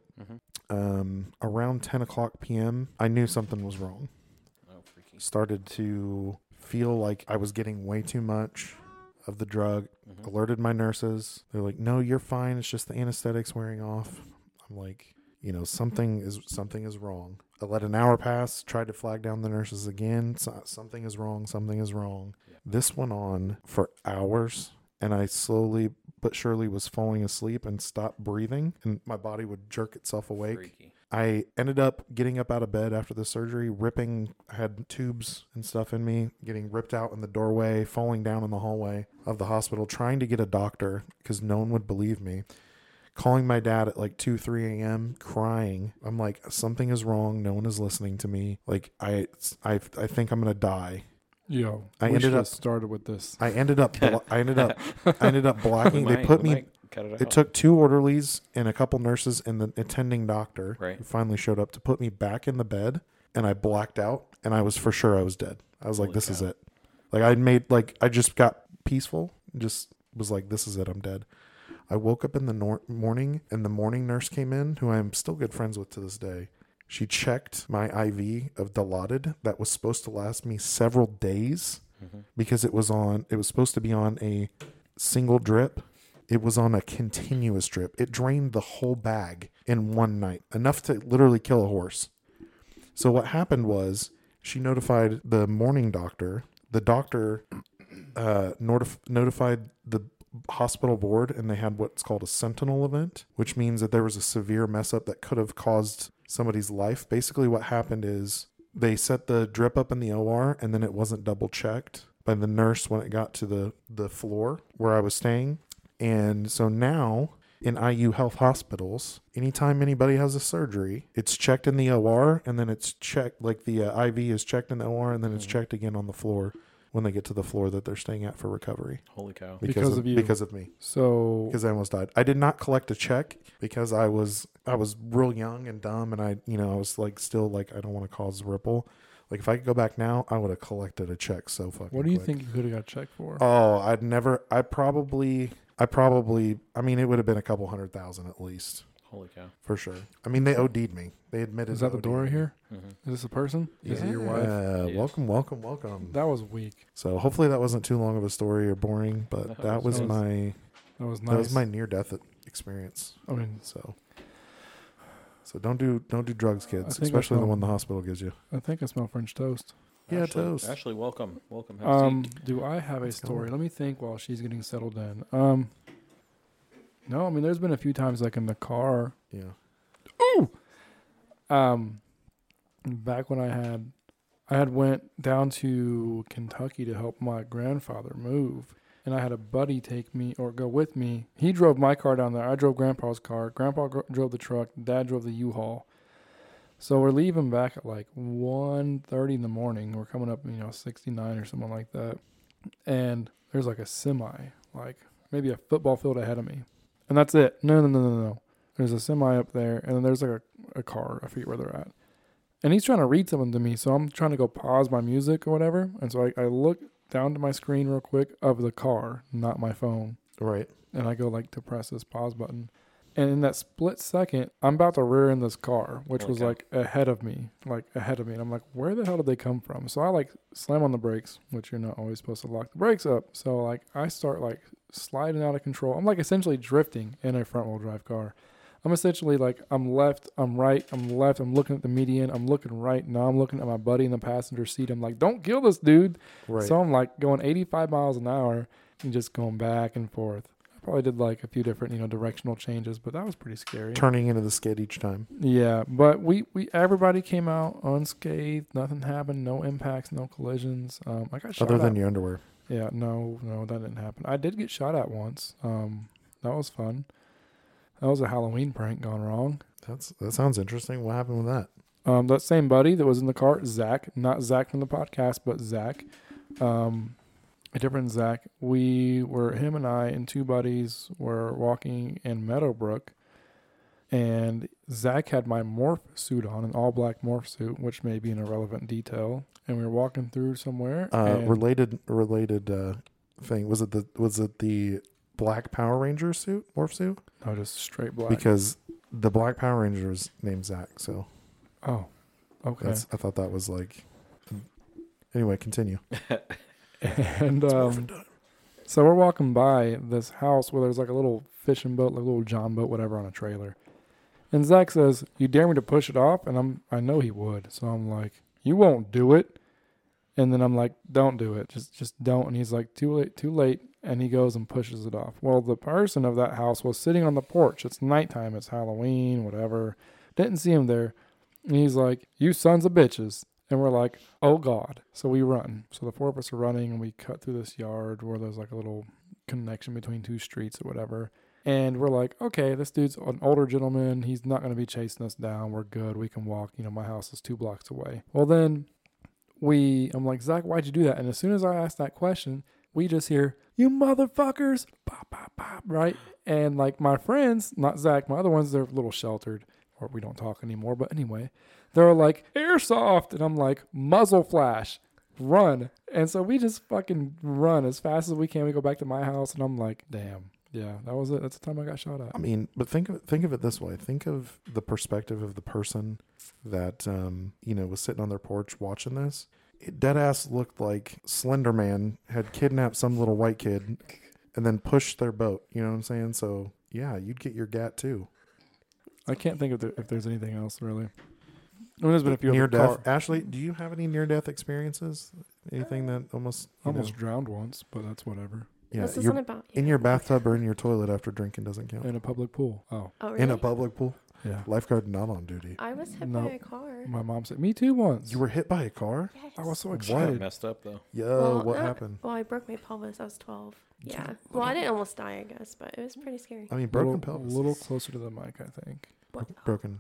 [SPEAKER 1] Um, around 10 o'clock p.m., I knew something was wrong.
[SPEAKER 2] Oh, freaky.
[SPEAKER 1] started to feel like I was getting way too much of the drug. Alerted my nurses. They're like, "No, you're fine. It's just the anesthetics wearing off." I'm like, you know, something is something is wrong. I let an hour pass. Tried to flag down the nurses again. So- Something is wrong. Something is wrong. This went on for hours, and I slowly but surely was falling asleep and stopped breathing, and my body would jerk itself awake.
[SPEAKER 2] Freaky.
[SPEAKER 1] I ended up getting up out of bed after the surgery, ripping, I had tubes and stuff in me, getting ripped out in the doorway, falling down in the hallway of the hospital, trying to get a doctor because no one would believe me. Calling my dad at like 2, 3 a.m., crying. I'm like, something is wrong. No one is listening to me. Like, I, I, I think I'm going to die.
[SPEAKER 3] it. Yo,
[SPEAKER 1] I
[SPEAKER 3] we
[SPEAKER 1] ended
[SPEAKER 3] should've
[SPEAKER 1] up-
[SPEAKER 3] started with this.
[SPEAKER 1] I ended up, blo- I ended up, I ended up blocking.
[SPEAKER 2] We
[SPEAKER 1] they
[SPEAKER 2] might-
[SPEAKER 1] put
[SPEAKER 2] we
[SPEAKER 1] me,
[SPEAKER 2] might cut it out.
[SPEAKER 1] it took two orderlies and a couple nurses and the attending doctor
[SPEAKER 2] Right.
[SPEAKER 1] who finally showed up to put me back in the bed and I blacked out and I was for sure I was dead. I was like, this is it. Like I made like I just got peaceful, just was like, this is it, I'm dead. I woke up in the nor- morning and the morning nurse came in, who I'm still good friends with to this day. She checked my IV of Dilaudid that was supposed to last me several days because it was on it was supposed to be on a single drip. It was on a continuous drip. It drained the whole bag in one night, enough to literally kill a horse. So what happened was she notified the morning doctor. The doctor uh, notif- notified the hospital board, and they had what's called a sentinel event, which means that there was a severe mess up that could have caused somebody's life. Basically, what happened is they set the drip up in the OR, and then it wasn't double checked by the nurse when it got to the the floor where I was staying, and so now. In IU health hospitals, anytime anybody has a surgery, it's checked in the OR and then it's checked, like the uh, IV is checked in the OR and then it's checked again on the floor when they get to the floor that they're staying at for recovery
[SPEAKER 2] Holy cow.
[SPEAKER 1] because,
[SPEAKER 3] Because
[SPEAKER 1] of,
[SPEAKER 3] of you.
[SPEAKER 1] because of me
[SPEAKER 3] So
[SPEAKER 1] because I almost died. I did not collect a check because I was I was real young and dumb and I you know I was like still like I don't want to cause ripple. Like if I could go back now, I would have collected a check so fucking.
[SPEAKER 3] what do you
[SPEAKER 1] quick.
[SPEAKER 3] think you could have got checked for?
[SPEAKER 1] Oh, I'd never. I probably. I probably. I mean, it would have been a couple hundred thousand at least
[SPEAKER 2] Holy cow.
[SPEAKER 1] for sure. I mean, they OD'd me. They admitted.
[SPEAKER 3] Is that the
[SPEAKER 1] OD'd
[SPEAKER 3] door
[SPEAKER 1] me.
[SPEAKER 3] here? Is this a person? Is it your wife?
[SPEAKER 1] oh, Yeah.
[SPEAKER 2] Yes.
[SPEAKER 1] Welcome, welcome, welcome.
[SPEAKER 3] That was weak.
[SPEAKER 1] So hopefully that wasn't too long of a story or boring, but that was
[SPEAKER 3] sounds
[SPEAKER 1] my
[SPEAKER 3] That was nice.
[SPEAKER 1] that was my near death experience.
[SPEAKER 3] I mean,
[SPEAKER 1] So, so don't do don't do drugs, kids,
[SPEAKER 3] think I
[SPEAKER 1] especially the
[SPEAKER 3] smell-
[SPEAKER 1] one the hospital gives you.
[SPEAKER 3] I think I smell French toast.
[SPEAKER 1] Yeah,
[SPEAKER 2] Ashley,
[SPEAKER 1] toast.
[SPEAKER 2] Ashley, welcome. Welcome. Have
[SPEAKER 3] Um,
[SPEAKER 2] a seat.
[SPEAKER 3] do I have a story? Let me think while she's getting settled in. Um, no, I mean, there's been a few times like in the car
[SPEAKER 1] Yeah,
[SPEAKER 3] um back when i had i had went down to kentucky to help my grandfather move and I had a buddy take me or go with me. He drove my car down there. I drove Grandpa's car. Grandpa gr- drove the truck. Dad drove the U-Haul. So we're leaving back at like 1.30 in the morning. We're coming up, you know, 69 or something like that. And there's like a semi, like maybe a football field ahead of me. And that's it. No, no, no, no, no. There's a semi up there, and then there's like a, a car. I forget where they're at. And he's trying to read something to me, so I'm trying to go pause my music or whatever. And so I, I look down to my screen real quick of the car, not my phone
[SPEAKER 1] Right.
[SPEAKER 3] and I go like to press this pause button. And in that split second, I'm about to rear in this car, which was
[SPEAKER 2] Okay.
[SPEAKER 3] like ahead of me, like ahead of me. And I'm like, where the hell did they come from? So I like slam on the brakes, which you're not always supposed to lock the brakes up. So like I start like sliding out of control. I'm like essentially drifting in a front wheel drive car. I'm essentially like I'm left, I'm right, I'm left, I'm looking at the median, I'm looking right. Now I'm looking at my buddy in the passenger seat. I'm like, don't kill this dude.
[SPEAKER 1] Right.
[SPEAKER 3] So I'm like going 85 miles an hour and just going back and forth. I probably did like a few different, you know, directional changes, but that was pretty scary.
[SPEAKER 1] Turning into the skid each time.
[SPEAKER 3] Yeah, but we we everybody came out unscathed. Nothing happened. No impacts. No collisions. Um, I got shot.
[SPEAKER 1] Other
[SPEAKER 3] at.
[SPEAKER 1] than your underwear.
[SPEAKER 3] Yeah, no, no, that didn't happen. I did get shot at once. Um, that was fun. That was a Halloween prank gone wrong.
[SPEAKER 1] That's that sounds interesting. What happened with that?
[SPEAKER 3] Um, that same buddy that was in the car, Zach, not Zach from the podcast, but Zach, um, a different Zach. We were him and I and two buddies were walking in Meadowbrook, and Zach had my morph suit on, an all black morph suit, which may be an irrelevant detail. And we were walking through somewhere.
[SPEAKER 1] Uh,
[SPEAKER 3] and-
[SPEAKER 1] related related uh, thing was it the was it the black Power Ranger suit morph suit
[SPEAKER 3] no, just straight black.
[SPEAKER 1] because the black Power Ranger was named Zach. So
[SPEAKER 3] oh, okay.
[SPEAKER 1] that's I thought that was like. Anyway, continue.
[SPEAKER 3] and um, so we're walking by this house where there's like a little fishing boat, like a little john boat, whatever, on a trailer. And Zach says, "You dare me to push it off?" And I'm, I know he would, so I'm like, "You won't do it." And then I'm like, "Don't do it, just, just don't." And he's like, "Too late, too late." And he goes and pushes it off. Well, the person of that house was sitting on the porch. It's nighttime. It's Halloween, whatever. Didn't see him there. And he's like, You sons of bitches. And we're like, Oh God. So we run. So the four of us are running and we cut through this yard where there's like a little connection between two streets or whatever. And we're like, Okay, this dude's an older gentleman. He's not going to be chasing us down. We're good. We can walk. You know, my house is two blocks away. Well, then we, I'm like, Zach, why'd you do that? And as soon as I asked that question, we just hear, you motherfuckers, pop, pop, pop, right? And like my friends, not Zach, my other ones, they're a little sheltered, or we don't talk anymore. But anyway, they're like, airsoft. And I'm like, muzzle flash, run. And so we just fucking run as fast as we can. We go back to my house, and I'm like, damn, yeah, that was it. That's the time I got shot at.
[SPEAKER 1] I mean, but think of think of it this way. Think of the perspective of the person that um, you know was sitting on their porch watching this. It dead ass looked like Slender Man had kidnapped some little white kid and then pushed their boat. You know what I'm saying? So yeah, you'd get your gat too.
[SPEAKER 3] I can't think of there, if there's anything else really. I mean, there's been a few
[SPEAKER 1] near
[SPEAKER 3] other
[SPEAKER 1] death.
[SPEAKER 3] car-
[SPEAKER 1] Ashley, do you have any near death experiences? Anything that almost you
[SPEAKER 3] almost
[SPEAKER 1] know,
[SPEAKER 3] drowned once, but that's whatever.
[SPEAKER 1] yeah,
[SPEAKER 6] this
[SPEAKER 1] you're
[SPEAKER 6] isn't about you.
[SPEAKER 1] in your bathtub or in your toilet after drinking doesn't count.
[SPEAKER 3] In a public pool. Oh,
[SPEAKER 6] oh, really?
[SPEAKER 1] In a public pool,
[SPEAKER 3] yeah.
[SPEAKER 1] lifeguard not on duty.
[SPEAKER 6] I was hit
[SPEAKER 3] No.
[SPEAKER 6] by a car.
[SPEAKER 3] My mom said, "Me too." Once
[SPEAKER 1] You were hit by a car.
[SPEAKER 6] Yes.
[SPEAKER 3] I was so
[SPEAKER 2] Kinda
[SPEAKER 3] excited.
[SPEAKER 2] messed up though.
[SPEAKER 1] Yo,
[SPEAKER 6] Well,
[SPEAKER 1] uh, what
[SPEAKER 3] uh,
[SPEAKER 6] not-
[SPEAKER 1] happened?
[SPEAKER 3] oh,
[SPEAKER 6] Well, I broke my pelvis. I was 12. Yeah. Well, I didn't almost die, I guess, but it was pretty scary.
[SPEAKER 1] I mean, broken
[SPEAKER 3] little,
[SPEAKER 1] pelvis.
[SPEAKER 3] little closer to the mic, I think.
[SPEAKER 6] What?
[SPEAKER 1] broken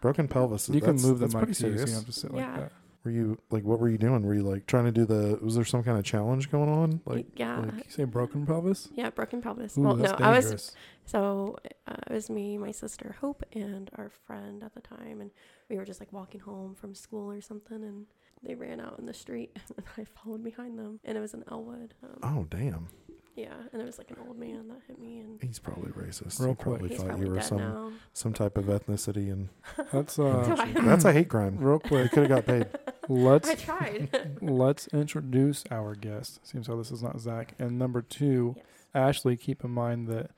[SPEAKER 1] broken pelvis.
[SPEAKER 3] you can
[SPEAKER 1] that's-
[SPEAKER 3] move the
[SPEAKER 1] that's
[SPEAKER 3] mic
[SPEAKER 1] pretty
[SPEAKER 3] too, so you
[SPEAKER 1] serious.
[SPEAKER 3] don't have to sit like
[SPEAKER 6] Yeah.
[SPEAKER 3] that.
[SPEAKER 1] Were you like what were you doing? Were you like trying to do the was there some kind of challenge going on? Like
[SPEAKER 6] yeah.
[SPEAKER 1] like-
[SPEAKER 3] You say broken pelvis?
[SPEAKER 6] yeah, broken pelvis.
[SPEAKER 3] Ooh,
[SPEAKER 6] well, no,
[SPEAKER 3] that's
[SPEAKER 6] I was
[SPEAKER 3] dangerous.
[SPEAKER 6] So uh, it was me, my sister Hope, and our friend at the time, and we were just like walking home from school or something, and they ran out in the street, and I followed behind them, and it was in Elwood. Um,
[SPEAKER 1] Oh damn.
[SPEAKER 6] yeah, and it was like an old man that hit me, and
[SPEAKER 1] He's probably racist.
[SPEAKER 3] Real
[SPEAKER 1] he probably
[SPEAKER 3] quick.
[SPEAKER 6] he's
[SPEAKER 1] thought
[SPEAKER 6] probably
[SPEAKER 1] you were
[SPEAKER 6] dead
[SPEAKER 1] some Oh,
[SPEAKER 6] now.
[SPEAKER 1] some type of ethnicity and
[SPEAKER 3] That's uh,
[SPEAKER 6] I-
[SPEAKER 1] that's a hate crime.
[SPEAKER 3] real
[SPEAKER 1] You
[SPEAKER 3] quick.
[SPEAKER 1] could have got paid.
[SPEAKER 3] Let's
[SPEAKER 6] I tried.
[SPEAKER 3] let's introduce our guest. Seems how this is not Zach. And number two,
[SPEAKER 6] Yes.
[SPEAKER 3] Ashley, keep in mind that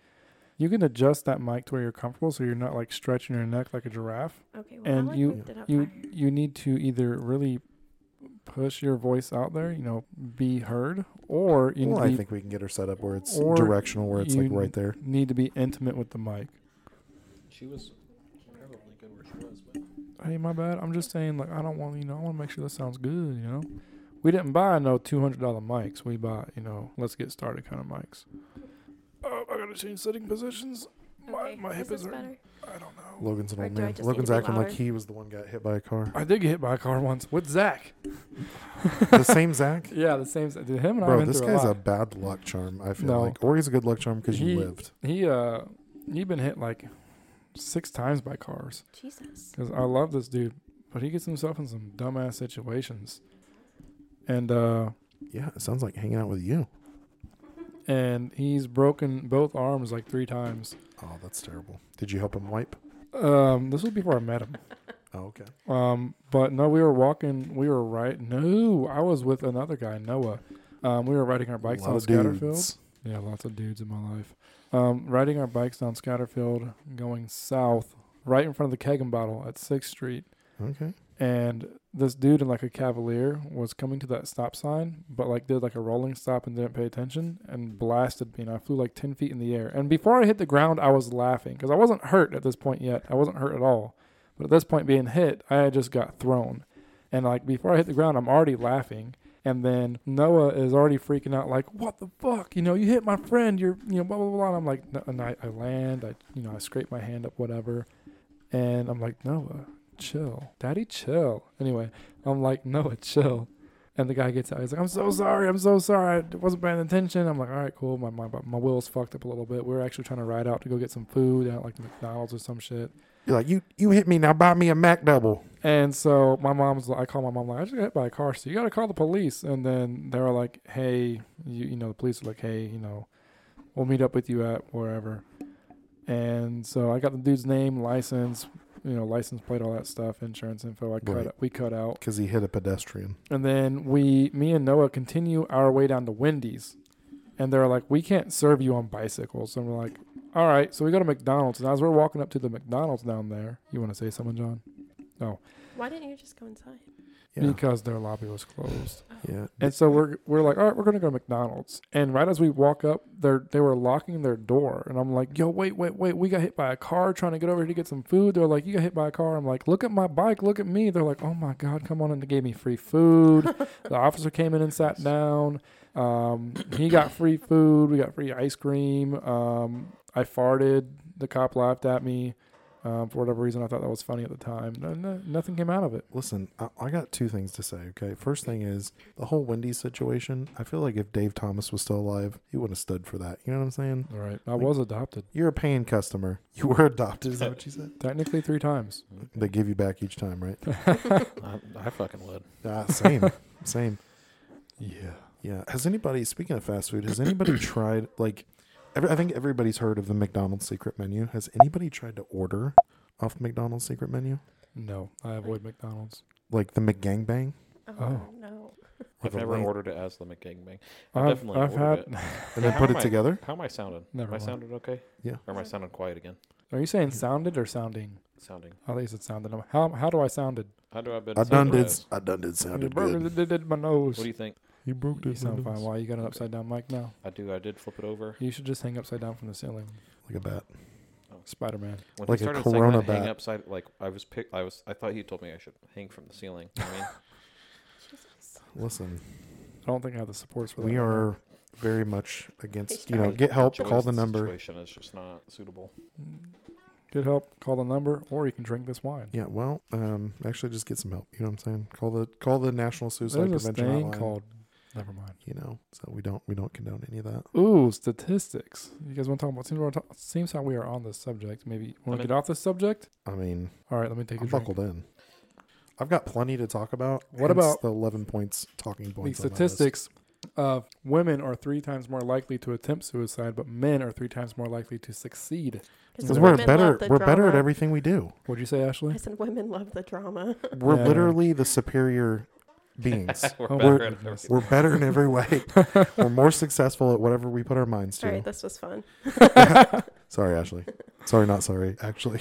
[SPEAKER 3] you can adjust that mic to where you're comfortable, so you're not like stretching your neck like a giraffe.
[SPEAKER 6] Okay, well,
[SPEAKER 3] and
[SPEAKER 6] I like
[SPEAKER 3] you-
[SPEAKER 6] looked it up
[SPEAKER 3] you
[SPEAKER 6] higher.
[SPEAKER 3] you need to either really push your voice out there, you know, be heard, or you
[SPEAKER 1] Well,
[SPEAKER 3] need
[SPEAKER 1] I
[SPEAKER 3] to be
[SPEAKER 1] think we can get her set up where it's
[SPEAKER 3] or
[SPEAKER 1] directional, where it's like
[SPEAKER 3] you-
[SPEAKER 1] right there.
[SPEAKER 3] need to be intimate with the mic.
[SPEAKER 2] She was probably good where she was, but
[SPEAKER 3] Hey, my bad. I'm just saying, like, I don't want you know, I want to make sure that sounds good, you know. We didn't buy no two hundred dollar mics. We bought you know let's get started kind of mics. Oh, I gotta change sitting positions. My,
[SPEAKER 6] Okay,
[SPEAKER 3] my hip
[SPEAKER 6] this
[SPEAKER 3] is
[SPEAKER 6] is
[SPEAKER 3] hurting.
[SPEAKER 6] better.
[SPEAKER 3] I don't know.
[SPEAKER 1] Logan's an
[SPEAKER 6] Or
[SPEAKER 1] old
[SPEAKER 6] do I
[SPEAKER 1] man.
[SPEAKER 6] just need
[SPEAKER 1] Logan's
[SPEAKER 6] to be
[SPEAKER 1] acting like
[SPEAKER 6] louder?
[SPEAKER 1] he was the one got hit by a car.
[SPEAKER 3] I did get hit by a car once with Zach.
[SPEAKER 1] the same Zach.
[SPEAKER 3] Yeah, the same. Dude, him and I.
[SPEAKER 1] Bro,
[SPEAKER 3] went
[SPEAKER 1] this
[SPEAKER 3] through a
[SPEAKER 1] guy's a,
[SPEAKER 3] lot.
[SPEAKER 1] bad luck charm. I feel
[SPEAKER 3] No.
[SPEAKER 1] like, or he's a good luck charm because
[SPEAKER 3] He-
[SPEAKER 1] you lived.
[SPEAKER 3] He uh, he been hit like six times by cars.
[SPEAKER 6] Jesus.
[SPEAKER 3] Because I love this dude, but he gets himself in some dumbass situations. And uh,
[SPEAKER 1] Yeah, it sounds like hanging out with you.
[SPEAKER 3] and he's broken both arms like three times.
[SPEAKER 1] Oh, that's terrible. Did you help him wipe?
[SPEAKER 3] Um, this was before I met him.
[SPEAKER 1] Oh, okay.
[SPEAKER 3] Um, but no, we were walking. We were right. No, I was with another guy, Noah. Um, we were riding our bikes
[SPEAKER 1] Lot
[SPEAKER 3] on
[SPEAKER 1] of
[SPEAKER 3] Scatterfield.
[SPEAKER 1] dudes.
[SPEAKER 3] Yeah, lots of dudes in my life. Um, riding our bikes down Scatterfield, going south, right in front of the Keg and Bottle at Sixth Street.
[SPEAKER 1] Okay.
[SPEAKER 3] and this dude in like a cavalier was coming to that stop sign but like did like a rolling stop and didn't pay attention and blasted me and i flew like 10 feet in the air and before i hit the ground i was laughing because i wasn't hurt at this point yet i wasn't hurt at all but at this point being hit i had just got thrown and like before i hit the ground i'm already laughing and then noah is already freaking out like what the fuck you know you hit my friend you're you know blah blah blah and i'm like no, and I, I land i you know i scrape my hand up whatever and I'm like, Noah, chill. Daddy, chill. Anyway, I'm like, Noah, chill. And the guy gets out. He's like, I'm so sorry. I'm so sorry. I wasn't paying attention. I'm like, all right, cool. My, my, my will's fucked up a little bit. We are actually trying to ride out to go get some food at like McDonald's or some shit.
[SPEAKER 1] You're like, you you hit me now. Buy me a Mac double.
[SPEAKER 3] And so my mom's like, I call my mom, like, I just got hit by a car. So you got to call the police. And then they're like, hey, you, you know, the police are like, hey, you know, we'll meet up with you at wherever. And so I got the dude's name, license, you know, license plate, all that stuff, insurance info. I cut,
[SPEAKER 1] Right.
[SPEAKER 3] we cut out.
[SPEAKER 1] Because he hit a pedestrian.
[SPEAKER 3] And then we, me and Noah continue our way down to Wendy's. And they're like, we can't serve you on bicycles. And we're like, all right. So we go to McDonald's. And as we're walking up to the McDonald's down there, you want to say something, John?
[SPEAKER 6] Why didn't you just go inside?
[SPEAKER 1] Yeah.
[SPEAKER 3] Because their lobby was closed.
[SPEAKER 1] Yeah.
[SPEAKER 3] And so we're we're like, all right, we're gonna go to McDonald's. And right as we walk up, they're they were locking their door, and I'm like, yo, wait, wait, wait, we got hit by a car trying to get over here to get some food. They're like, you got hit by a car. I'm like, look at my bike, look at me. They're like, oh my god, come on, and they gave me free food. the officer came in and sat down. Um, he got free food. We got free ice cream. Um, I farted. The cop laughed at me. Um, for whatever reason, I thought that was funny at the time. No, no, nothing came out of it.
[SPEAKER 1] Listen, I, I got two things to say. Okay. First thing is the whole Wendy's situation. I feel like if Dave Thomas was still alive, he wouldn't have stood for that. You know what I'm saying?
[SPEAKER 3] All right, I was adopted
[SPEAKER 1] You're a paying customer. You were adopted. Is that what you said?
[SPEAKER 3] technically three times.
[SPEAKER 1] They give you back each time, right?
[SPEAKER 2] I, I fucking would.
[SPEAKER 1] Ah, same, same. Yeah, yeah. Has anybody? Speaking of fast food, has anybody tried like? Every, I think everybody's heard of the McDonald's secret menu. Has anybody tried to order off McDonald's secret menu,
[SPEAKER 3] No, I avoid McDonald's.
[SPEAKER 1] like the McGangbang?
[SPEAKER 6] Oh,
[SPEAKER 3] Oh.
[SPEAKER 6] no.
[SPEAKER 1] Or
[SPEAKER 2] I've
[SPEAKER 1] the
[SPEAKER 2] never
[SPEAKER 1] link?
[SPEAKER 2] ordered it as the McGangbang. I
[SPEAKER 3] I've,
[SPEAKER 2] definitely
[SPEAKER 3] I've had.
[SPEAKER 2] ordered it.
[SPEAKER 1] and then
[SPEAKER 2] How
[SPEAKER 1] put
[SPEAKER 2] am
[SPEAKER 1] it
[SPEAKER 2] I-
[SPEAKER 1] together.
[SPEAKER 2] How am I sounding?
[SPEAKER 3] Never
[SPEAKER 2] am I
[SPEAKER 3] mind.
[SPEAKER 2] sounding okay?
[SPEAKER 1] Yeah.
[SPEAKER 2] Or am I sounding quiet again?
[SPEAKER 3] Are you saying sounded or sounding?
[SPEAKER 2] Sounding.
[SPEAKER 3] I think you said sounded. I'm- How how do I sounded?
[SPEAKER 2] How do I been?
[SPEAKER 1] I done
[SPEAKER 2] sounding
[SPEAKER 1] did.
[SPEAKER 2] as-
[SPEAKER 1] I done did.
[SPEAKER 3] You
[SPEAKER 1] Sounded
[SPEAKER 3] broke
[SPEAKER 1] good.
[SPEAKER 3] it, did, did my nose.
[SPEAKER 2] What do you think?
[SPEAKER 1] He broke
[SPEAKER 3] You sound fine. Why you got an upside down mic now?
[SPEAKER 2] I do. I did flip it over.
[SPEAKER 3] You should just hang upside down from the ceiling,
[SPEAKER 1] Like a bat.
[SPEAKER 3] Spider Man.
[SPEAKER 1] Like
[SPEAKER 2] When
[SPEAKER 1] a
[SPEAKER 2] he started
[SPEAKER 1] Corona
[SPEAKER 2] saying that, hang
[SPEAKER 1] bat.
[SPEAKER 2] upside. Like I was pick. I was. I thought he told me I should hang from the ceiling. I mean,
[SPEAKER 6] Jesus.
[SPEAKER 1] Listen,
[SPEAKER 3] I don't think I have the supports for that.
[SPEAKER 1] we
[SPEAKER 3] right
[SPEAKER 1] are very much against. You
[SPEAKER 6] Sorry.
[SPEAKER 1] know, get help. Call
[SPEAKER 2] Joey's
[SPEAKER 1] the number.
[SPEAKER 2] Situation is just not suitable.
[SPEAKER 3] now. Get help. Call the number, or you can drink this wine.
[SPEAKER 1] Yeah, well, um, actually, just get some help. You know what I'm saying? Call the call the National Suicide
[SPEAKER 3] There's this
[SPEAKER 1] Prevention
[SPEAKER 3] thing
[SPEAKER 1] Hotline.
[SPEAKER 3] called. Never mind.
[SPEAKER 1] you know so we don't we don't condone any of that
[SPEAKER 3] Ooh, statistics. You guys want to talk about? Seems, we're talk, seems how we are on this subject. Maybe want
[SPEAKER 2] I'm
[SPEAKER 3] to
[SPEAKER 2] in.
[SPEAKER 3] get off this subject.
[SPEAKER 1] i mean
[SPEAKER 3] All right, let me take a
[SPEAKER 1] i'm
[SPEAKER 3] drink.
[SPEAKER 1] buckled in i've got plenty to talk about
[SPEAKER 3] What
[SPEAKER 1] hence
[SPEAKER 3] about-
[SPEAKER 1] the 11 points talking
[SPEAKER 3] the
[SPEAKER 1] points on my list.
[SPEAKER 3] statistics of women are three times more likely to attempt suicide, but men are three times more likely to succeed.
[SPEAKER 1] because we're
[SPEAKER 6] women
[SPEAKER 1] better
[SPEAKER 6] love the
[SPEAKER 1] we're better at
[SPEAKER 6] drama.
[SPEAKER 1] everything we do
[SPEAKER 3] What'd you say,
[SPEAKER 6] I
[SPEAKER 3] Ashley?
[SPEAKER 6] said women love the drama.
[SPEAKER 1] we're
[SPEAKER 3] Yeah.
[SPEAKER 1] literally the superior beings
[SPEAKER 2] We're
[SPEAKER 3] Oh,
[SPEAKER 2] better
[SPEAKER 3] we're-
[SPEAKER 2] at everything.
[SPEAKER 1] we're better in every way we're more successful at whatever we put our minds to
[SPEAKER 6] All right, this was fun.
[SPEAKER 1] sorry ashley sorry not sorry actually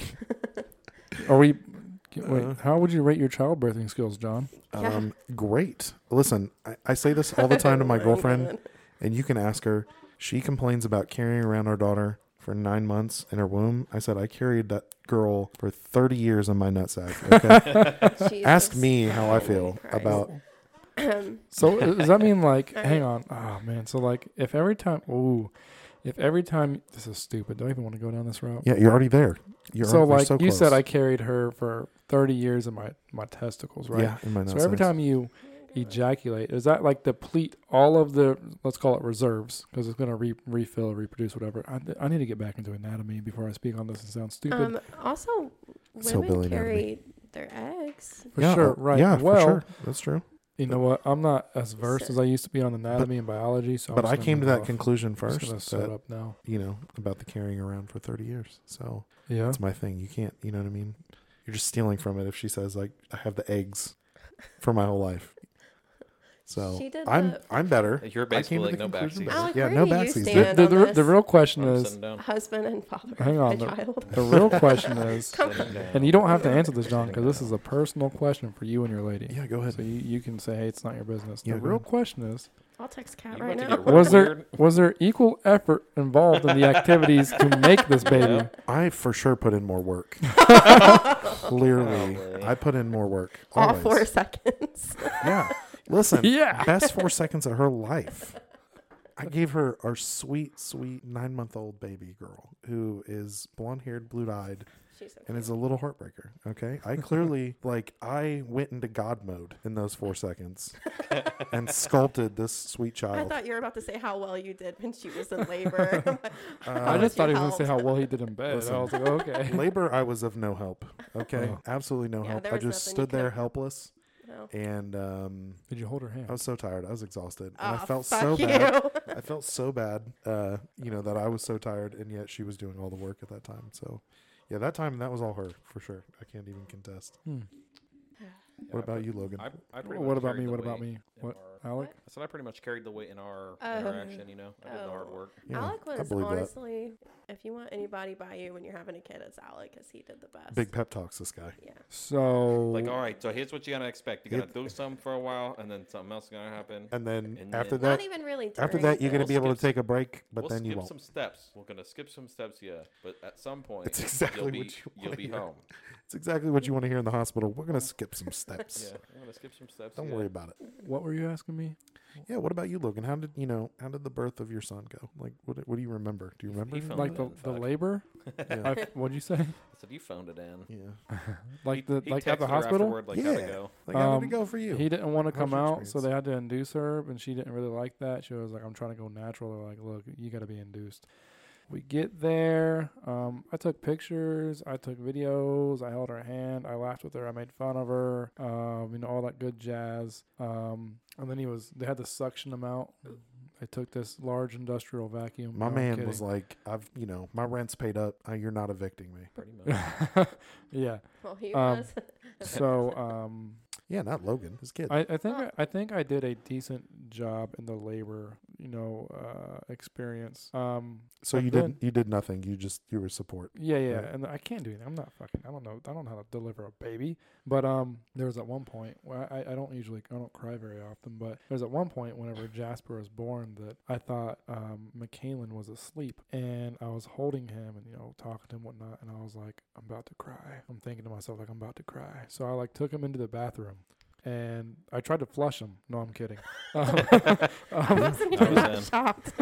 [SPEAKER 3] Are we?
[SPEAKER 1] Uh-huh.
[SPEAKER 3] Wait, how would you rate your childbirthing skills, John?
[SPEAKER 6] Yeah.
[SPEAKER 1] um great listen I, I say this all the time to my girlfriend and you can ask her. She complains about carrying around our daughter for nine months in her womb. I said I carried that girl for thirty years in my nutsack. Okay?
[SPEAKER 6] Jesus Oh,
[SPEAKER 1] ask me how I
[SPEAKER 6] Christ.
[SPEAKER 1] feel about
[SPEAKER 3] So does that mean like, hang on, oh man, so like if every time, ooh, if every time, this is stupid. Don't even want to go down this route.
[SPEAKER 1] Yeah, you're already there. You're
[SPEAKER 3] so
[SPEAKER 1] we're
[SPEAKER 3] like you said, I
[SPEAKER 1] close.
[SPEAKER 3] carried her for thirty years in my my testicles, right?
[SPEAKER 1] Yeah, in my
[SPEAKER 3] So every
[SPEAKER 1] nonsense.
[SPEAKER 3] time you ejaculate, does that like deplete all of the let's call it reserves because it's gonna re- refill, reproduce, whatever. I, I need to get back into anatomy before I speak on this and sound stupid.
[SPEAKER 6] Um, also,
[SPEAKER 1] So
[SPEAKER 6] women
[SPEAKER 1] Billy Nutty.
[SPEAKER 6] carry their eggs.
[SPEAKER 3] for
[SPEAKER 1] yeah,
[SPEAKER 3] sure,
[SPEAKER 1] uh,
[SPEAKER 3] right?
[SPEAKER 1] Yeah,
[SPEAKER 3] well,
[SPEAKER 1] for sure. That's true.
[SPEAKER 3] you know what? I'm not as versed as I used to be on anatomy and biology, so.
[SPEAKER 1] But
[SPEAKER 3] I'm
[SPEAKER 1] I
[SPEAKER 3] just gonna
[SPEAKER 1] came to
[SPEAKER 3] move
[SPEAKER 1] that
[SPEAKER 3] off.
[SPEAKER 1] conclusion
[SPEAKER 3] I'm just
[SPEAKER 1] first.
[SPEAKER 3] gonna
[SPEAKER 1] that,
[SPEAKER 3] set up now.
[SPEAKER 1] You know about the carrying around for 30 years. So
[SPEAKER 3] Yeah.
[SPEAKER 1] that's my thing. You can't. You know what I mean? You're just stealing from it. If she says like, I have the eggs for my whole life. So
[SPEAKER 6] She did
[SPEAKER 1] I'm
[SPEAKER 6] the-
[SPEAKER 1] I'm better.
[SPEAKER 2] You're
[SPEAKER 1] I came
[SPEAKER 2] basically
[SPEAKER 1] to
[SPEAKER 2] like,
[SPEAKER 1] the
[SPEAKER 2] no
[SPEAKER 1] conclusion
[SPEAKER 2] backseat.
[SPEAKER 1] better.
[SPEAKER 6] Alec,
[SPEAKER 1] yeah,
[SPEAKER 6] where
[SPEAKER 1] no
[SPEAKER 6] do you
[SPEAKER 1] backseat.
[SPEAKER 6] stand?
[SPEAKER 3] The,
[SPEAKER 6] And
[SPEAKER 3] the,
[SPEAKER 6] on
[SPEAKER 3] re- the
[SPEAKER 6] this-
[SPEAKER 3] real question
[SPEAKER 2] I'm
[SPEAKER 3] is
[SPEAKER 2] sitting down.
[SPEAKER 6] Husband and father
[SPEAKER 3] Hang
[SPEAKER 6] of
[SPEAKER 3] on,
[SPEAKER 6] a
[SPEAKER 3] the-
[SPEAKER 6] child.
[SPEAKER 3] the real question is
[SPEAKER 2] Sitting down.
[SPEAKER 3] And you don't have to answer this, John, because this is a personal question for you and your lady.
[SPEAKER 1] Yeah, go ahead.
[SPEAKER 3] So you, you can say, hey, it's not your business.
[SPEAKER 1] Yeah,
[SPEAKER 3] the
[SPEAKER 1] go
[SPEAKER 3] real
[SPEAKER 1] ahead.
[SPEAKER 3] question is
[SPEAKER 6] I'll text Kat
[SPEAKER 2] You
[SPEAKER 6] right
[SPEAKER 2] want to
[SPEAKER 6] now.
[SPEAKER 2] get
[SPEAKER 3] was there
[SPEAKER 2] Weird.
[SPEAKER 3] was there equal effort involved in the activities to make this baby?
[SPEAKER 1] I for sure put in more work. Clearly, I put in more work.
[SPEAKER 6] All
[SPEAKER 1] always.
[SPEAKER 6] four seconds.
[SPEAKER 1] Yeah. Listen.
[SPEAKER 3] Yeah.
[SPEAKER 1] Best four seconds of her life. I gave her our sweet, sweet nine month old baby girl who is blonde haired, blue eyed,
[SPEAKER 6] She's so
[SPEAKER 1] and is a little heartbreaker. Okay. I clearly, like, I went into God mode in those four seconds and sculpted this sweet
[SPEAKER 6] I
[SPEAKER 1] child.
[SPEAKER 6] thought you were about to say how well you did when she was in labor.
[SPEAKER 1] Uh,
[SPEAKER 3] I just thought he
[SPEAKER 6] oh,
[SPEAKER 3] was going to say how well he did in bed.
[SPEAKER 1] Listen.
[SPEAKER 3] I was like, okay.
[SPEAKER 1] Labor, I was of no help. Okay. Absolutely no
[SPEAKER 6] Yeah,
[SPEAKER 1] help.
[SPEAKER 6] there
[SPEAKER 1] I
[SPEAKER 6] was
[SPEAKER 1] just
[SPEAKER 6] nothing you
[SPEAKER 1] stood
[SPEAKER 6] could
[SPEAKER 1] there
[SPEAKER 6] have done.
[SPEAKER 1] helpless.
[SPEAKER 6] No.
[SPEAKER 1] And um,
[SPEAKER 3] Did you hold her hand?
[SPEAKER 1] I was so tired. I was exhausted. And I
[SPEAKER 6] Aw,
[SPEAKER 1] felt
[SPEAKER 6] Ah, Oh,
[SPEAKER 1] so
[SPEAKER 6] fuck you.
[SPEAKER 1] bad. I felt so bad, uh, you know, that I was so tired, and yet she was doing all the work at that time. So, yeah, that time that was all her for sure. I can't even contest. What about you, Logan?
[SPEAKER 2] I, I pretty
[SPEAKER 3] what
[SPEAKER 2] much
[SPEAKER 3] about
[SPEAKER 2] carried
[SPEAKER 3] me?
[SPEAKER 2] the
[SPEAKER 3] What about
[SPEAKER 2] weight
[SPEAKER 3] me?
[SPEAKER 2] in
[SPEAKER 3] What,
[SPEAKER 2] our-
[SPEAKER 3] Alec?
[SPEAKER 2] I said I pretty much carried the weight in our
[SPEAKER 6] Oh.
[SPEAKER 2] interaction. You know, I did the hard
[SPEAKER 6] Oh.
[SPEAKER 2] work.
[SPEAKER 1] Yeah,
[SPEAKER 6] Alec
[SPEAKER 1] I
[SPEAKER 6] was
[SPEAKER 1] believe that.
[SPEAKER 6] honestly, if you want anybody by you when you're having a kid, it's Alec because he did the best.
[SPEAKER 1] Big pep talks, this guy.
[SPEAKER 6] Yeah.
[SPEAKER 3] So,
[SPEAKER 2] Like, all right, so here's what you gotta expect. You gotta do something for a while, and then something else is gonna happen.
[SPEAKER 1] And then
[SPEAKER 2] And
[SPEAKER 1] after
[SPEAKER 2] then-
[SPEAKER 6] Not
[SPEAKER 1] that,
[SPEAKER 6] even really.
[SPEAKER 1] after
[SPEAKER 6] during
[SPEAKER 1] that, you're
[SPEAKER 6] the-
[SPEAKER 1] gonna be
[SPEAKER 2] We'll
[SPEAKER 1] able to
[SPEAKER 2] skip-
[SPEAKER 1] take a break, but
[SPEAKER 2] we'll
[SPEAKER 1] then
[SPEAKER 2] skip
[SPEAKER 1] you won't.
[SPEAKER 2] some steps. We're gonna skip some steps, yeah. But at some point,
[SPEAKER 1] It's exactly
[SPEAKER 2] you'll
[SPEAKER 1] what
[SPEAKER 2] be,
[SPEAKER 1] you
[SPEAKER 2] will
[SPEAKER 1] wanna
[SPEAKER 2] be
[SPEAKER 1] hear.
[SPEAKER 2] home.
[SPEAKER 1] It's exactly what you want to hear in the hospital. We're gonna skip some
[SPEAKER 2] Yeah,
[SPEAKER 1] steps.
[SPEAKER 2] we're gonna skip some steps.
[SPEAKER 1] Don't
[SPEAKER 2] yeah.
[SPEAKER 1] worry about it.
[SPEAKER 3] what were you asking me?
[SPEAKER 1] Yeah. What about you, Logan? How did you know? How did the birth of your son go? Like, what? What do you remember? Do you remember?
[SPEAKER 2] he
[SPEAKER 1] any of
[SPEAKER 2] felt-
[SPEAKER 1] that?
[SPEAKER 3] Like the,
[SPEAKER 2] then,
[SPEAKER 3] the
[SPEAKER 2] fuck.
[SPEAKER 3] labor?
[SPEAKER 1] Yeah.
[SPEAKER 3] I- what'd you say?
[SPEAKER 2] I said you phoned it in.
[SPEAKER 1] yeah.
[SPEAKER 3] Like the
[SPEAKER 2] He
[SPEAKER 3] like at
[SPEAKER 2] texted
[SPEAKER 3] the
[SPEAKER 2] her
[SPEAKER 3] hospital?
[SPEAKER 2] afterward, Like,
[SPEAKER 1] yeah.
[SPEAKER 2] gotta go.
[SPEAKER 1] Like, how did
[SPEAKER 3] Um,
[SPEAKER 1] it go for you?
[SPEAKER 3] He didn't want to
[SPEAKER 1] How was
[SPEAKER 3] come
[SPEAKER 1] your
[SPEAKER 3] out, so
[SPEAKER 1] experience?
[SPEAKER 3] they had to induce her, and she didn't really like that. She was like, "I'm trying to go natural." They're like, "Look, you got to be induced." We get there. Um, I took pictures. I took videos. I held her hand. I laughed with her. I made fun of her. Um, you know all that good jazz. Um, and then he was. They had to suction him out. They took this large industrial vacuum.
[SPEAKER 1] My
[SPEAKER 3] No, I'm
[SPEAKER 1] man
[SPEAKER 3] kidding.
[SPEAKER 1] was like, I've, you know, my rent's paid up. Uh, you're not evicting me.
[SPEAKER 2] Pretty much.
[SPEAKER 3] yeah.
[SPEAKER 6] Well, he
[SPEAKER 3] Um,
[SPEAKER 6] was.
[SPEAKER 3] So um,
[SPEAKER 1] Yeah, not Logan. His kid.
[SPEAKER 3] I, I think I, I think I did a decent job in the labor, you know, uh, experience. Um,
[SPEAKER 1] so
[SPEAKER 3] and
[SPEAKER 1] you
[SPEAKER 3] then-
[SPEAKER 1] didn't. You did nothing. You just you were support.
[SPEAKER 3] Yeah, yeah,
[SPEAKER 1] Right.
[SPEAKER 3] and I can't do anything. I'm not fucking. I don't know. I don't know how to deliver a baby. But um, there was at one point where I, I don't usually I don't cry very often, but there's at one point whenever Jasper was born that I thought um McCain was asleep, and I was holding him and you know talking to him and whatnot, and I was like I'm about to cry. I'm thinking to myself like I'm about to cry. So I like took him into the bathroom. And I tried to flush him. No, I'm kidding. Um,
[SPEAKER 6] I wasn't
[SPEAKER 2] I was
[SPEAKER 6] even that
[SPEAKER 2] in.
[SPEAKER 6] shocked.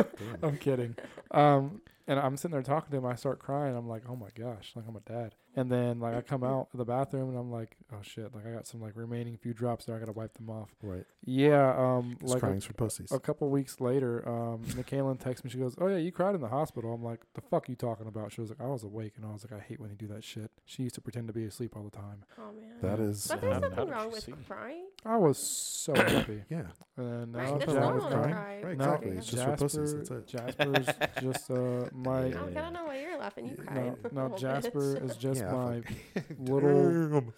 [SPEAKER 3] I'm kidding. Um, and I'm sitting there talking to him. I start crying. I'm like, oh my gosh, like I'm a dad. And then like I come out of the bathroom and I'm like, oh shit, like I got some like remaining few drops there. I gotta wipe them off.
[SPEAKER 1] Right.
[SPEAKER 3] Yeah. Um,
[SPEAKER 1] He's
[SPEAKER 3] like
[SPEAKER 1] crying
[SPEAKER 3] a,
[SPEAKER 1] for pussies.
[SPEAKER 3] a couple weeks later, um, Michaelin texts me. She goes, oh yeah, you cried in the hospital. I'm like, the fuck you talking about? She was like, I was awake, and I was like, I hate when you do that shit. She used to pretend to be asleep all the time.
[SPEAKER 6] Oh man.
[SPEAKER 1] That
[SPEAKER 3] Mm.
[SPEAKER 1] is.
[SPEAKER 6] but there's
[SPEAKER 1] um,
[SPEAKER 6] nothing
[SPEAKER 2] did
[SPEAKER 6] wrong
[SPEAKER 2] she
[SPEAKER 6] with
[SPEAKER 2] see?
[SPEAKER 6] crying.
[SPEAKER 3] I was so happy.
[SPEAKER 1] yeah.
[SPEAKER 3] And now
[SPEAKER 6] Right,
[SPEAKER 3] I'm
[SPEAKER 6] that's
[SPEAKER 3] telling
[SPEAKER 6] normal
[SPEAKER 3] her
[SPEAKER 6] to
[SPEAKER 3] crying.
[SPEAKER 6] cry.
[SPEAKER 1] Right.
[SPEAKER 6] No,
[SPEAKER 1] Exactly. It's just for pussies. That's it.
[SPEAKER 3] Jasper's just uh, my
[SPEAKER 6] Alec, I don't know why you're laughing. You cried.
[SPEAKER 3] No, no,
[SPEAKER 6] little
[SPEAKER 3] Jasper
[SPEAKER 6] bitch.
[SPEAKER 3] is just
[SPEAKER 1] Yeah,
[SPEAKER 3] my little,
[SPEAKER 1] Damn.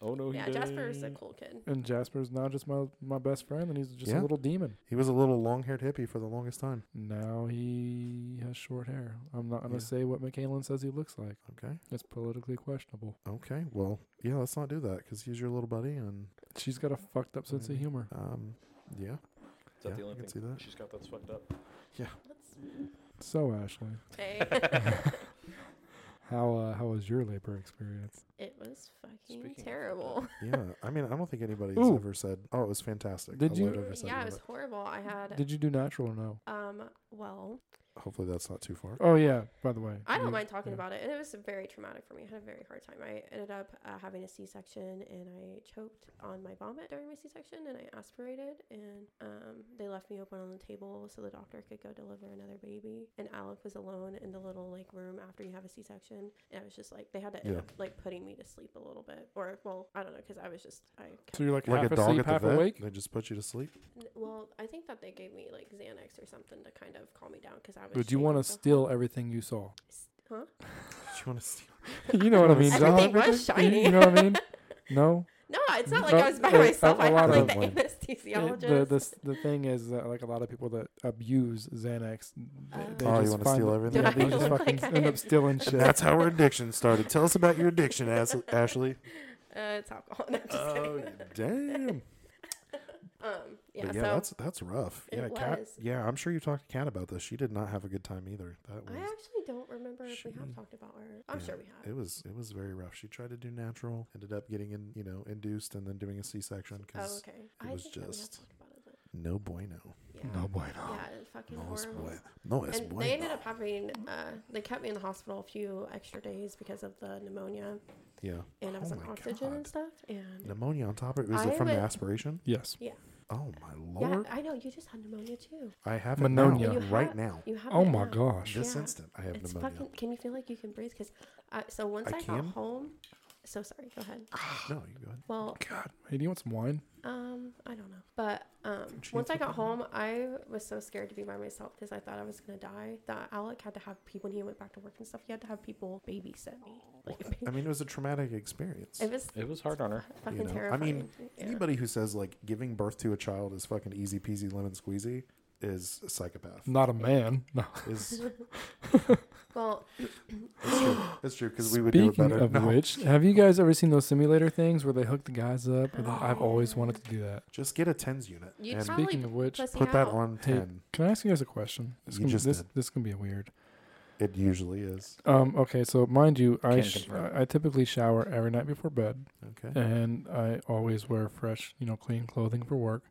[SPEAKER 2] Oh no, he
[SPEAKER 6] Yeah,
[SPEAKER 2] did.
[SPEAKER 6] Jasper is a cool kid.
[SPEAKER 3] and Jasper's now just my my best friend, and he's just
[SPEAKER 1] Yeah.
[SPEAKER 3] a little demon.
[SPEAKER 1] He was a little long-haired hippie for the longest time.
[SPEAKER 3] Now he has short hair. I'm not gonna
[SPEAKER 1] Yeah.
[SPEAKER 3] say what McCain says he looks like.
[SPEAKER 1] Okay. Oh.
[SPEAKER 3] It's politically questionable.
[SPEAKER 1] Okay. Well, yeah. Let's not do that because he's your little buddy, and
[SPEAKER 3] She's got a fucked up sense of
[SPEAKER 1] Mhm.
[SPEAKER 3] humor.
[SPEAKER 1] um, yeah.
[SPEAKER 2] Is that
[SPEAKER 1] Yeah,
[SPEAKER 2] the only
[SPEAKER 1] I
[SPEAKER 2] thing?
[SPEAKER 1] can see that.
[SPEAKER 2] She's got that's fucked up.
[SPEAKER 3] So Ashley,
[SPEAKER 6] Hey.
[SPEAKER 3] how uh, how was your labor experience?
[SPEAKER 6] it was was fucking
[SPEAKER 2] Speaking of
[SPEAKER 6] terrible.
[SPEAKER 1] Yeah, I mean, I don't think anybody's
[SPEAKER 3] Ooh.
[SPEAKER 1] ever said, "Oh, it was fantastic."
[SPEAKER 3] Did
[SPEAKER 1] I
[SPEAKER 3] you-
[SPEAKER 1] loved every second
[SPEAKER 6] yeah, it
[SPEAKER 1] of
[SPEAKER 6] was horrible. I had
[SPEAKER 3] Did you do natural or no?
[SPEAKER 6] um well,
[SPEAKER 1] Hopefully, that's not too far.
[SPEAKER 3] Oh yeah. By the way,
[SPEAKER 6] I don't
[SPEAKER 3] You-
[SPEAKER 6] mind talking
[SPEAKER 3] Mm, yeah.
[SPEAKER 6] about it. And it was very traumatic for me. I had a very hard time. I ended up uh, having a C-section, and I choked on my vomit during my C-section, and I aspirated, and um, they left me open on the table so the doctor could go deliver another baby. And Alec was alone in the little like room after you have a C-section, and I was just like, they had to end
[SPEAKER 1] Yeah.
[SPEAKER 6] up like putting me to sleep a little bit, or well, I don't know, because I was just I. Kept
[SPEAKER 3] So you're like,
[SPEAKER 1] Like
[SPEAKER 3] half
[SPEAKER 1] a dog
[SPEAKER 3] asleep,
[SPEAKER 1] at the
[SPEAKER 3] half
[SPEAKER 1] vet,
[SPEAKER 3] awake.
[SPEAKER 1] they just put you to sleep.
[SPEAKER 6] N- Well, I think that they gave me like Xanax or something to kind of calm me down because I was.
[SPEAKER 3] Would you
[SPEAKER 6] shaking
[SPEAKER 3] want to
[SPEAKER 6] so-
[SPEAKER 3] steal everything you saw?
[SPEAKER 6] Huh?
[SPEAKER 1] Do you want to see?
[SPEAKER 3] you know what I mean,
[SPEAKER 6] I
[SPEAKER 3] John?
[SPEAKER 6] think it was
[SPEAKER 3] You-
[SPEAKER 6] shiny.
[SPEAKER 3] You know what I mean? No.
[SPEAKER 6] No, it's not
[SPEAKER 3] Mm,
[SPEAKER 6] like
[SPEAKER 3] uh,
[SPEAKER 6] I was by
[SPEAKER 3] uh, uh,
[SPEAKER 6] myself.
[SPEAKER 3] a
[SPEAKER 6] I
[SPEAKER 3] lot
[SPEAKER 6] had
[SPEAKER 1] of
[SPEAKER 6] like the
[SPEAKER 1] them.
[SPEAKER 3] It-
[SPEAKER 6] anesthesiologist.
[SPEAKER 3] the, the s- the thing is that like a lot of people that abuse Xanax, th- they,
[SPEAKER 1] Oh, you
[SPEAKER 3] just
[SPEAKER 1] wanna
[SPEAKER 3] find
[SPEAKER 1] steal
[SPEAKER 3] it-
[SPEAKER 1] everything?
[SPEAKER 3] yeah,
[SPEAKER 1] Did
[SPEAKER 3] they
[SPEAKER 1] I
[SPEAKER 3] just
[SPEAKER 6] look
[SPEAKER 3] fucking
[SPEAKER 6] like I
[SPEAKER 3] end up
[SPEAKER 6] did?
[SPEAKER 3] stealing shit.
[SPEAKER 1] That's how our addiction started. Tell us about your addiction, Ash- Ashley.
[SPEAKER 6] uh, it's alcohol. No, I'm just
[SPEAKER 2] Oh,
[SPEAKER 6] kidding.
[SPEAKER 1] damn.
[SPEAKER 6] Um, yeah,
[SPEAKER 1] Yeah, Oh, but yeah
[SPEAKER 6] so
[SPEAKER 1] that's that's rough.
[SPEAKER 6] It
[SPEAKER 1] yeah, Kat,
[SPEAKER 6] was.
[SPEAKER 1] yeah, I'm sure you talked to Kat about this. She did not have a good time either. That was
[SPEAKER 6] I actually don't remember if we
[SPEAKER 1] Shouldn't-
[SPEAKER 6] have talked about her. I'm
[SPEAKER 1] yeah,
[SPEAKER 6] sure we have.
[SPEAKER 1] It was it was very rough. She tried to do natural, ended up getting in, you know, induced and then doing a C-section because
[SPEAKER 6] Oh, okay. I
[SPEAKER 1] was
[SPEAKER 6] think that we have
[SPEAKER 1] just-
[SPEAKER 6] talked about it. but-
[SPEAKER 1] no bueno.
[SPEAKER 6] Yeah.
[SPEAKER 1] bueno.
[SPEAKER 6] Yeah, it's fucking
[SPEAKER 1] No es
[SPEAKER 6] horrible.
[SPEAKER 1] bueno. No es
[SPEAKER 6] and
[SPEAKER 1] bueno.
[SPEAKER 6] they ended up having, uh, they kept me in the hospital a few extra days because of the pneumonia,
[SPEAKER 1] yeah.
[SPEAKER 6] and I was
[SPEAKER 1] Oh
[SPEAKER 6] on
[SPEAKER 1] my
[SPEAKER 6] oxygen and
[SPEAKER 1] God.
[SPEAKER 6] stuff. And
[SPEAKER 1] Pneumonia on top of it. Was it
[SPEAKER 6] I
[SPEAKER 1] from the
[SPEAKER 6] would-
[SPEAKER 1] aspiration?
[SPEAKER 3] Yes.
[SPEAKER 6] yeah,
[SPEAKER 1] Oh my lord!
[SPEAKER 6] yeah, I know you just had pneumonia too.
[SPEAKER 1] I have
[SPEAKER 3] Pneumonia.
[SPEAKER 1] pneumonia
[SPEAKER 6] You
[SPEAKER 1] now, right
[SPEAKER 6] have-
[SPEAKER 1] now.
[SPEAKER 6] You have
[SPEAKER 3] Oh
[SPEAKER 6] it
[SPEAKER 3] my
[SPEAKER 6] now.
[SPEAKER 3] gosh.
[SPEAKER 1] This
[SPEAKER 6] Yeah.
[SPEAKER 1] instant, I have
[SPEAKER 6] It's
[SPEAKER 1] pneumonia.
[SPEAKER 6] fucking. Can you feel like you can breathe? Because, uh, so once
[SPEAKER 1] I
[SPEAKER 6] I, got
[SPEAKER 1] can?
[SPEAKER 6] home, so sorry. Go ahead.
[SPEAKER 1] No, you go ahead.
[SPEAKER 6] Well,
[SPEAKER 3] God. Hey, do you want some wine?
[SPEAKER 6] um, I don't know, but um, once I got home, I was so scared to be by myself because I thought I was gonna die. That Alec had to have people when he went back to work and stuff. He had to have people babysit me. Like,
[SPEAKER 1] I mean, it was a traumatic experience.
[SPEAKER 6] it was
[SPEAKER 2] It was hard on her.
[SPEAKER 6] fucking
[SPEAKER 1] you know? I
[SPEAKER 6] terrifying.
[SPEAKER 1] mean,
[SPEAKER 6] Yeah.
[SPEAKER 1] anybody who says like giving birth to a child is fucking easy peasy lemon squeezy is a psychopath.
[SPEAKER 3] Not a man. No.
[SPEAKER 1] Is
[SPEAKER 6] Well,
[SPEAKER 1] it's true? It's true because we would do it
[SPEAKER 3] Speaking
[SPEAKER 1] better.
[SPEAKER 3] of
[SPEAKER 1] No,
[SPEAKER 3] which, have you guys ever seen those simulator things where they hook the guys up? And I've always wanted to do that.
[SPEAKER 1] just get a tens unit
[SPEAKER 6] you
[SPEAKER 1] and
[SPEAKER 6] probably
[SPEAKER 3] Speaking of which,
[SPEAKER 6] pussy
[SPEAKER 1] put that
[SPEAKER 6] out.
[SPEAKER 1] on
[SPEAKER 3] Hey,
[SPEAKER 1] ten.
[SPEAKER 3] can I ask you guys a question? This
[SPEAKER 1] You
[SPEAKER 3] can,
[SPEAKER 1] just
[SPEAKER 3] this,
[SPEAKER 1] did.
[SPEAKER 3] this can be weird.
[SPEAKER 1] It usually is.
[SPEAKER 3] Um, okay, so mind you, I
[SPEAKER 2] Can't
[SPEAKER 3] sh-
[SPEAKER 2] confirm.
[SPEAKER 3] I I typically shower every night before bed.
[SPEAKER 1] Okay.
[SPEAKER 3] and I always wear fresh, you know, clean clothing for work.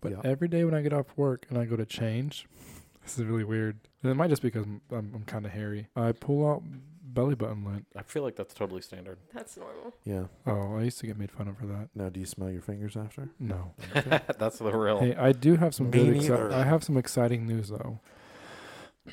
[SPEAKER 3] But
[SPEAKER 1] Yeah.
[SPEAKER 3] every day when I get off work and I go to change, this is really weird. And it might just be because I'm, I'm, I'm kind of hairy. I pull out belly button lint.
[SPEAKER 2] I feel like that's totally standard.
[SPEAKER 6] That's normal.
[SPEAKER 1] Yeah.
[SPEAKER 3] Oh, I used to get made fun of for that.
[SPEAKER 1] Now, do you smell your fingers after?
[SPEAKER 3] No.
[SPEAKER 2] that's the real.
[SPEAKER 3] Hey, I do have some
[SPEAKER 1] Oh. Me
[SPEAKER 3] good.
[SPEAKER 1] neither.
[SPEAKER 3] Exci- I have some exciting news though.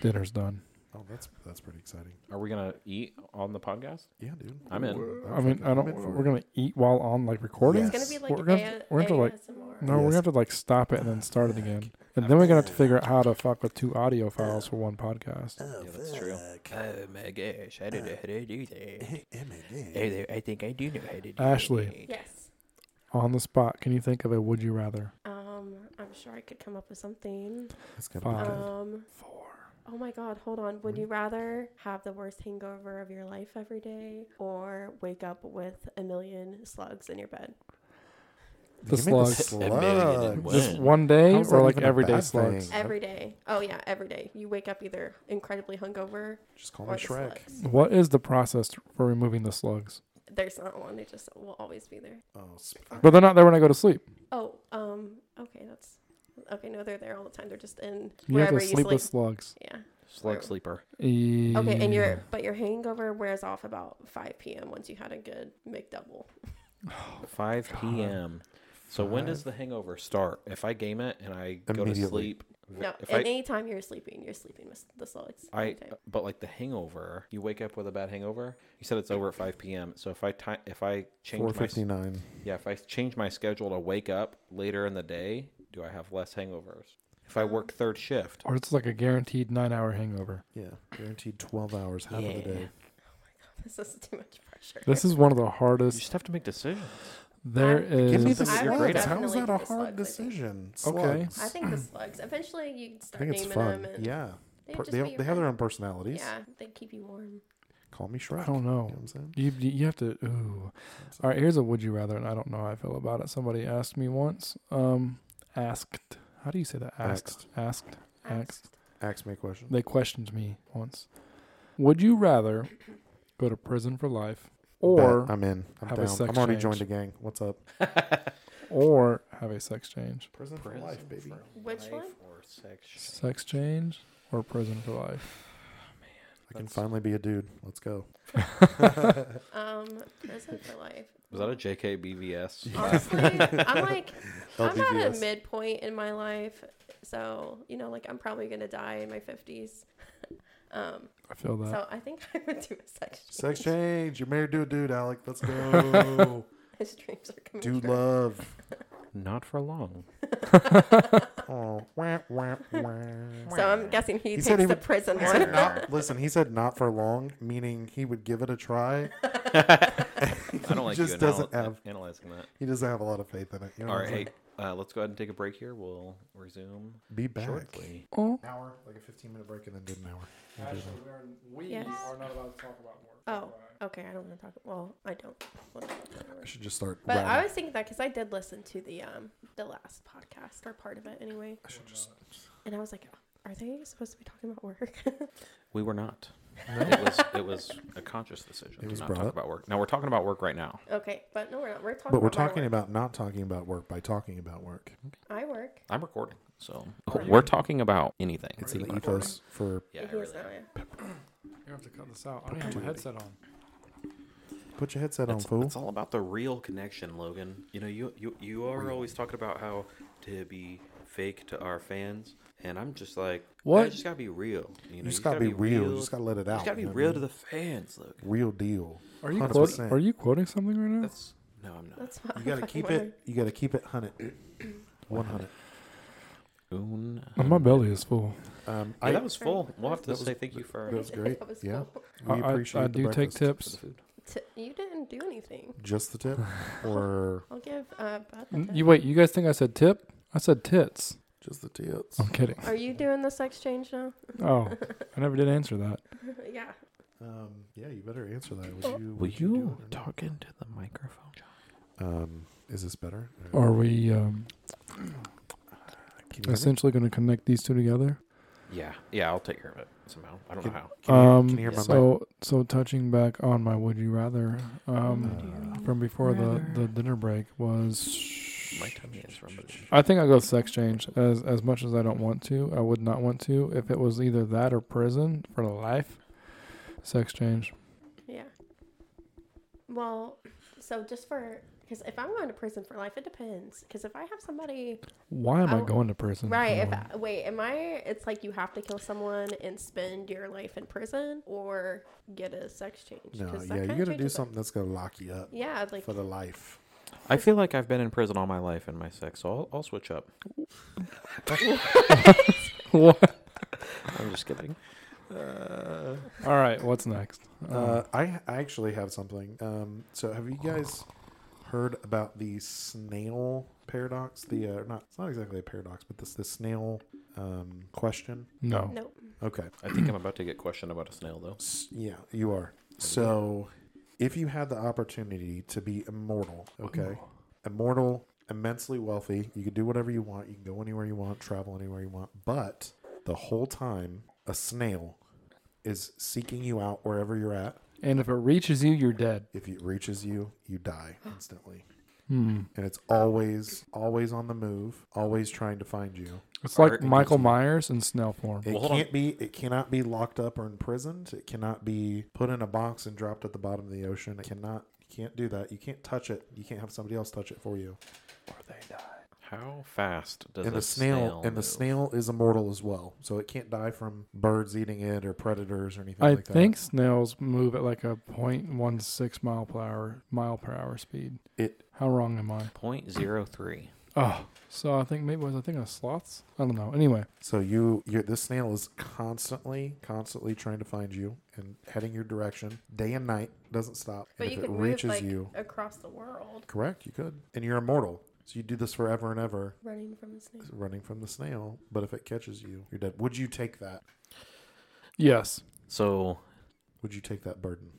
[SPEAKER 3] Dinner's done.
[SPEAKER 1] Oh, that's that's pretty exciting.
[SPEAKER 2] Are we gonna eat on the podcast?
[SPEAKER 1] Yeah, dude.
[SPEAKER 2] I'm in.
[SPEAKER 3] I mean, I don't. We're gonna eat while on like recording.
[SPEAKER 6] It's gonna be like
[SPEAKER 3] We're gonna have to- we're gonna have to, like,
[SPEAKER 6] ASMR.
[SPEAKER 3] No, we're gonna
[SPEAKER 1] Yes.
[SPEAKER 3] have to like stop it and then start it again, and then we're gonna have to figure out how to fuck with two audio files for one podcast.
[SPEAKER 2] yeah, that's true. Oh my gosh, I don't know how to do that.
[SPEAKER 1] gonna.
[SPEAKER 2] I think I do know how to do
[SPEAKER 3] Ashley.
[SPEAKER 6] Yes.
[SPEAKER 3] On the spot, can you think of a would you rather?
[SPEAKER 6] Um, I'm sure I could come up with something.
[SPEAKER 1] It's gonna
[SPEAKER 3] Fine.
[SPEAKER 1] be good.
[SPEAKER 6] Um,
[SPEAKER 3] Four.
[SPEAKER 6] oh my God, hold on. Would you rather have the worst hangover of your life every day, or wake up with a million slugs in your bed?
[SPEAKER 3] The
[SPEAKER 1] Give me the
[SPEAKER 3] slugs.
[SPEAKER 2] A million and
[SPEAKER 1] slugs.
[SPEAKER 2] one.
[SPEAKER 3] Just
[SPEAKER 2] When?
[SPEAKER 3] one day
[SPEAKER 1] How's
[SPEAKER 3] or
[SPEAKER 1] that
[SPEAKER 3] like
[SPEAKER 1] even a
[SPEAKER 3] everyday
[SPEAKER 1] bad
[SPEAKER 3] slugs?
[SPEAKER 1] thing?
[SPEAKER 6] Every day. Oh yeah, every day. You wake up either incredibly hungover
[SPEAKER 1] Just call me
[SPEAKER 6] or the
[SPEAKER 1] Shrek.
[SPEAKER 6] slugs.
[SPEAKER 3] What is the process for removing the slugs?
[SPEAKER 6] There's not one. They just will always be there.
[SPEAKER 1] Oh, sp-
[SPEAKER 3] But they're not there when I go to sleep.
[SPEAKER 6] Oh, um, okay, that's okay. No, they're there all the time. They're just in
[SPEAKER 3] You
[SPEAKER 6] wherever
[SPEAKER 3] have to
[SPEAKER 6] you
[SPEAKER 3] sleep
[SPEAKER 6] sleep.
[SPEAKER 3] with slugs. E,
[SPEAKER 6] Yeah.
[SPEAKER 2] Slug sleeper.
[SPEAKER 6] Okay, and
[SPEAKER 3] you're.
[SPEAKER 6] your but your hangover wears off about 5 p.m. once you had a good McDouble.
[SPEAKER 2] 5 p.m. So when does the hangover start? If I game it and I go to
[SPEAKER 1] Immediately.
[SPEAKER 2] sleep,
[SPEAKER 6] No,
[SPEAKER 2] if
[SPEAKER 6] at
[SPEAKER 2] I,
[SPEAKER 6] any time you're sleeping, you're sleeping with the slugs.
[SPEAKER 2] I
[SPEAKER 6] Anytime.
[SPEAKER 2] but like the hangover, you wake up with a bad hangover. You said it's over at 5 p.m. So if I ti if I
[SPEAKER 1] Four
[SPEAKER 2] change my
[SPEAKER 1] fifty nine.
[SPEAKER 2] yeah, if I change my schedule to wake up later in the day, do I have less hangovers? If I work third shift,
[SPEAKER 3] Or it's like a guaranteed nine-hour hangover.
[SPEAKER 1] Yeah, guaranteed twelve hours half of the day.
[SPEAKER 6] this is too much pressure.
[SPEAKER 3] This is one of the
[SPEAKER 2] you
[SPEAKER 3] hardest.
[SPEAKER 2] just have to make decisions.
[SPEAKER 3] There
[SPEAKER 1] Give me
[SPEAKER 3] is.
[SPEAKER 1] the
[SPEAKER 2] Something that you're great
[SPEAKER 1] slugs.
[SPEAKER 2] at.
[SPEAKER 1] How is
[SPEAKER 6] Definitely
[SPEAKER 1] that a
[SPEAKER 6] give the slugs, I
[SPEAKER 1] hard
[SPEAKER 6] think.
[SPEAKER 1] decision?
[SPEAKER 3] Okay.
[SPEAKER 1] Slugs.
[SPEAKER 6] I think the slugs. Eventually, you
[SPEAKER 1] I
[SPEAKER 6] start
[SPEAKER 1] think it's
[SPEAKER 6] naming
[SPEAKER 1] fun.
[SPEAKER 6] them. And
[SPEAKER 1] Yeah.
[SPEAKER 6] they
[SPEAKER 1] Per-
[SPEAKER 6] just
[SPEAKER 1] They,
[SPEAKER 6] be
[SPEAKER 1] they have their
[SPEAKER 6] fun.
[SPEAKER 1] own personalities.
[SPEAKER 6] Yeah, they keep you warm.
[SPEAKER 1] Call me Shrek.
[SPEAKER 3] I don't
[SPEAKER 1] You know
[SPEAKER 3] know.
[SPEAKER 1] what I'm saying?
[SPEAKER 3] You, you you have to. Ooh. All right. Here's a would you rather, and I don't know how I feel about it. Somebody asked me once. Um, asked. How do you say that? Asked. Asked. Asked.
[SPEAKER 1] Ask me a question.
[SPEAKER 3] They questioned me once. Would you rather go to prison for life or
[SPEAKER 1] Bet. I'm in. I'm
[SPEAKER 3] have a
[SPEAKER 1] down.
[SPEAKER 3] sex
[SPEAKER 1] I'm already
[SPEAKER 3] change.
[SPEAKER 1] joined a gang. What's up?
[SPEAKER 3] or have a sex change.
[SPEAKER 1] Prison for life, baby.
[SPEAKER 6] Which one?
[SPEAKER 2] Or sex.
[SPEAKER 3] Sex change or prison for life.
[SPEAKER 1] I can finally be a dude. Let's go.
[SPEAKER 6] Um, prison for life.
[SPEAKER 2] Was that a JKBVS?
[SPEAKER 6] Honestly, I'm like, I'm at a
[SPEAKER 1] LBVS.
[SPEAKER 6] midpoint in my life, so you know, like I'm probably gonna die in my 50s. um,
[SPEAKER 3] I feel that.
[SPEAKER 6] so I think I would do a sex change.
[SPEAKER 1] Sex change. You're married to a dude, Alec. Let's go.
[SPEAKER 6] His dreams are coming
[SPEAKER 1] dude
[SPEAKER 6] true.
[SPEAKER 1] love.
[SPEAKER 2] Not for long.
[SPEAKER 1] Oh, wah, wah, wah.
[SPEAKER 6] So I'm guessing he,
[SPEAKER 1] He
[SPEAKER 6] takes
[SPEAKER 1] said he
[SPEAKER 6] the
[SPEAKER 1] would-
[SPEAKER 6] prison
[SPEAKER 1] He said
[SPEAKER 6] one.
[SPEAKER 1] not, listen, he said not for long, meaning he would give it a try.
[SPEAKER 2] I don't like
[SPEAKER 1] Just
[SPEAKER 2] you
[SPEAKER 1] doesn't
[SPEAKER 2] anal-
[SPEAKER 1] have-
[SPEAKER 2] analyzing that.
[SPEAKER 1] He doesn't have a lot of faith in it. You know
[SPEAKER 2] All
[SPEAKER 1] what
[SPEAKER 2] right,
[SPEAKER 1] I'm
[SPEAKER 2] hey,
[SPEAKER 1] saying?
[SPEAKER 2] uh, let's go ahead and take a break here. We'll resume
[SPEAKER 1] be back.
[SPEAKER 2] shortly.
[SPEAKER 3] Oh,
[SPEAKER 1] An hour, like a 15 minute break, and then did an hour.
[SPEAKER 3] we
[SPEAKER 6] Yes. are
[SPEAKER 3] not allowed to talk about more.
[SPEAKER 6] Oh, okay. I don't want to talk. Well, I don't. wanna talk about
[SPEAKER 1] I
[SPEAKER 6] it.
[SPEAKER 1] should just start.
[SPEAKER 6] But I
[SPEAKER 1] rhyming.
[SPEAKER 6] was thinking that because I did listen to the um the last podcast or part of it anyway,
[SPEAKER 1] I should just.
[SPEAKER 6] and I was like, are they supposed to be talking about work?
[SPEAKER 2] We were not. It was it was a conscious decision to
[SPEAKER 1] was
[SPEAKER 2] not
[SPEAKER 1] brought
[SPEAKER 2] talk
[SPEAKER 1] up.
[SPEAKER 2] about work. Now we're talking about work right now.
[SPEAKER 6] okay, but no, we're not. We're talking.
[SPEAKER 1] But we're
[SPEAKER 6] about my
[SPEAKER 1] talking
[SPEAKER 6] work.
[SPEAKER 1] about not talking about work by talking about work.
[SPEAKER 6] I work.
[SPEAKER 2] I'm recording, so we're talking about anything.
[SPEAKER 1] It's
[SPEAKER 2] pretty
[SPEAKER 1] the
[SPEAKER 2] much.
[SPEAKER 1] ethos for
[SPEAKER 2] Yeah,
[SPEAKER 6] He
[SPEAKER 2] I really
[SPEAKER 6] is not,
[SPEAKER 2] am.
[SPEAKER 6] yeah.
[SPEAKER 3] You have to cut this out. I don't have my headset on.
[SPEAKER 1] put your headset on,
[SPEAKER 2] It's,
[SPEAKER 1] fool.
[SPEAKER 2] it's all about the real connection, Logan. You know, you you you are always talking about how to be fake to our fans, and I'm just like,
[SPEAKER 3] What?
[SPEAKER 2] You just gotta be real. You know,
[SPEAKER 1] just gotta be real. You just gotta let it
[SPEAKER 2] You
[SPEAKER 1] out,
[SPEAKER 2] just gotta
[SPEAKER 1] you know
[SPEAKER 2] be
[SPEAKER 1] what I
[SPEAKER 2] real
[SPEAKER 1] mean?
[SPEAKER 2] to the fans, Logan.
[SPEAKER 1] Real deal.
[SPEAKER 3] Are you
[SPEAKER 1] 100%.
[SPEAKER 3] quote, Are you quoting something right now?
[SPEAKER 2] That's no, I'm not.
[SPEAKER 6] That's what
[SPEAKER 1] You
[SPEAKER 6] I'm
[SPEAKER 1] gotta
[SPEAKER 6] fucking
[SPEAKER 1] keep
[SPEAKER 6] wondering.
[SPEAKER 1] it. You gotta keep it hunted. One hundred.
[SPEAKER 2] Oon.
[SPEAKER 3] Oh, my belly is full.
[SPEAKER 1] Um,
[SPEAKER 2] Yeah,
[SPEAKER 1] I
[SPEAKER 2] that was full. We'll have to
[SPEAKER 1] That was-
[SPEAKER 2] say thank you for
[SPEAKER 1] that was great.
[SPEAKER 6] That was
[SPEAKER 1] yeah,
[SPEAKER 6] cool.
[SPEAKER 1] we
[SPEAKER 3] I- I-
[SPEAKER 1] appreciate.
[SPEAKER 3] I,
[SPEAKER 1] the
[SPEAKER 3] do take
[SPEAKER 1] breakfast.
[SPEAKER 3] tips.
[SPEAKER 2] food.
[SPEAKER 6] T- you didn't do anything.
[SPEAKER 1] Just the tip, or
[SPEAKER 6] I'll give uh, Beth a
[SPEAKER 1] Mm,
[SPEAKER 3] N-
[SPEAKER 6] tip.
[SPEAKER 3] You wait. You guys think I said tip? I said tits.
[SPEAKER 1] just the tips.
[SPEAKER 3] I'm kidding.
[SPEAKER 6] Are you doing the sex change now?
[SPEAKER 3] Oh, I never did answer that.
[SPEAKER 6] yeah.
[SPEAKER 1] Um, yeah, you better answer that.
[SPEAKER 3] Oh.
[SPEAKER 1] Would you?
[SPEAKER 2] Will
[SPEAKER 1] would you do
[SPEAKER 2] you
[SPEAKER 1] it or
[SPEAKER 2] talk into the microphone, John?
[SPEAKER 1] not? Um, is this better? Or-
[SPEAKER 3] Are we um,
[SPEAKER 1] Can you, hear me?
[SPEAKER 3] essentially going to connect these two together?
[SPEAKER 2] Yeah, yeah, I'll take care of it somehow. I don't know how.
[SPEAKER 1] Can you hear- can
[SPEAKER 3] Um,
[SPEAKER 1] you hear my mic?
[SPEAKER 3] so so touching back on my would you rather um, from before the the dinner break was.
[SPEAKER 2] My tummy is rumbling.
[SPEAKER 3] I think I go sex change as as much as I don't want to. I would not want to if it was either that or prison for life. Sex change.
[SPEAKER 6] Yeah. Well, so just for because if I'm going to prison for life, it depends. Because if I have somebody,
[SPEAKER 3] Why am I,
[SPEAKER 6] Oh,
[SPEAKER 3] going to prison?
[SPEAKER 6] right? If
[SPEAKER 3] for?
[SPEAKER 6] I, wait, am I? It's like you have to kill someone and spend your life in prison, or get a sex change.
[SPEAKER 1] No,
[SPEAKER 6] 'cause that
[SPEAKER 1] yeah, you
[SPEAKER 6] kinda
[SPEAKER 1] gotta do
[SPEAKER 6] changes it.
[SPEAKER 1] something that's gonna lock you up
[SPEAKER 6] Yeah, it's like
[SPEAKER 1] for the life.
[SPEAKER 2] I feel like I've been in prison all my life in my sex, so I'll, I'll switch up.
[SPEAKER 3] What?
[SPEAKER 2] I'm just kidding.
[SPEAKER 3] All right. What's next? Um,
[SPEAKER 1] Uh, I I actually have something. Um, so have you guys heard about the snail paradox? The uh, not it's not exactly a paradox, but this the snail um, question.
[SPEAKER 3] no.
[SPEAKER 6] nope.
[SPEAKER 1] Okay,
[SPEAKER 2] I think I'm about to get questioned about a snail, though.
[SPEAKER 1] S- yeah, you are. So if you had the opportunity to be immortal, okay, immortal, immensely wealthy, you could do whatever you want, you can go anywhere you want, travel anywhere you want, but the whole time a snail is seeking you out wherever you're at.
[SPEAKER 3] And if it reaches you, you're dead.
[SPEAKER 1] If it reaches you, you die instantly. And it's always, always on the move, always trying to find you.
[SPEAKER 3] It's like Michael Myers in snail form.
[SPEAKER 1] It
[SPEAKER 2] hold on.
[SPEAKER 1] can't be. It cannot be locked up or imprisoned. It cannot be put in a box and dropped at the bottom of the ocean. It cannot. You can't do that. You can't touch it. You can't have somebody else touch it for you.
[SPEAKER 2] How fast does
[SPEAKER 1] and
[SPEAKER 2] a
[SPEAKER 1] the snail,
[SPEAKER 2] snail
[SPEAKER 1] and the
[SPEAKER 2] move?
[SPEAKER 1] snail is immortal as well, so it can't die from birds eating it or predators or anything
[SPEAKER 3] I
[SPEAKER 1] like that.
[SPEAKER 3] think snails move at like a 0.16 mile per hour mile per hour speed.
[SPEAKER 1] it.
[SPEAKER 3] How wrong am I?
[SPEAKER 2] Point zero three.
[SPEAKER 3] Oh, so I think maybe was I thinking of sloths? I don't know. Anyway,
[SPEAKER 1] So you, you, this snail is constantly, constantly trying to find you and heading your direction, day and night, doesn't stop.
[SPEAKER 6] But
[SPEAKER 1] and
[SPEAKER 6] you
[SPEAKER 1] if it
[SPEAKER 6] could move
[SPEAKER 1] reaches
[SPEAKER 6] like
[SPEAKER 1] you,
[SPEAKER 6] across the world,
[SPEAKER 1] correct, you could, and you're immortal. So you do this forever and ever.
[SPEAKER 6] running from the snake.
[SPEAKER 1] running from the snail, but if it catches you, you're dead. Would you take that?
[SPEAKER 3] yes,
[SPEAKER 2] So
[SPEAKER 1] Would you take that burden?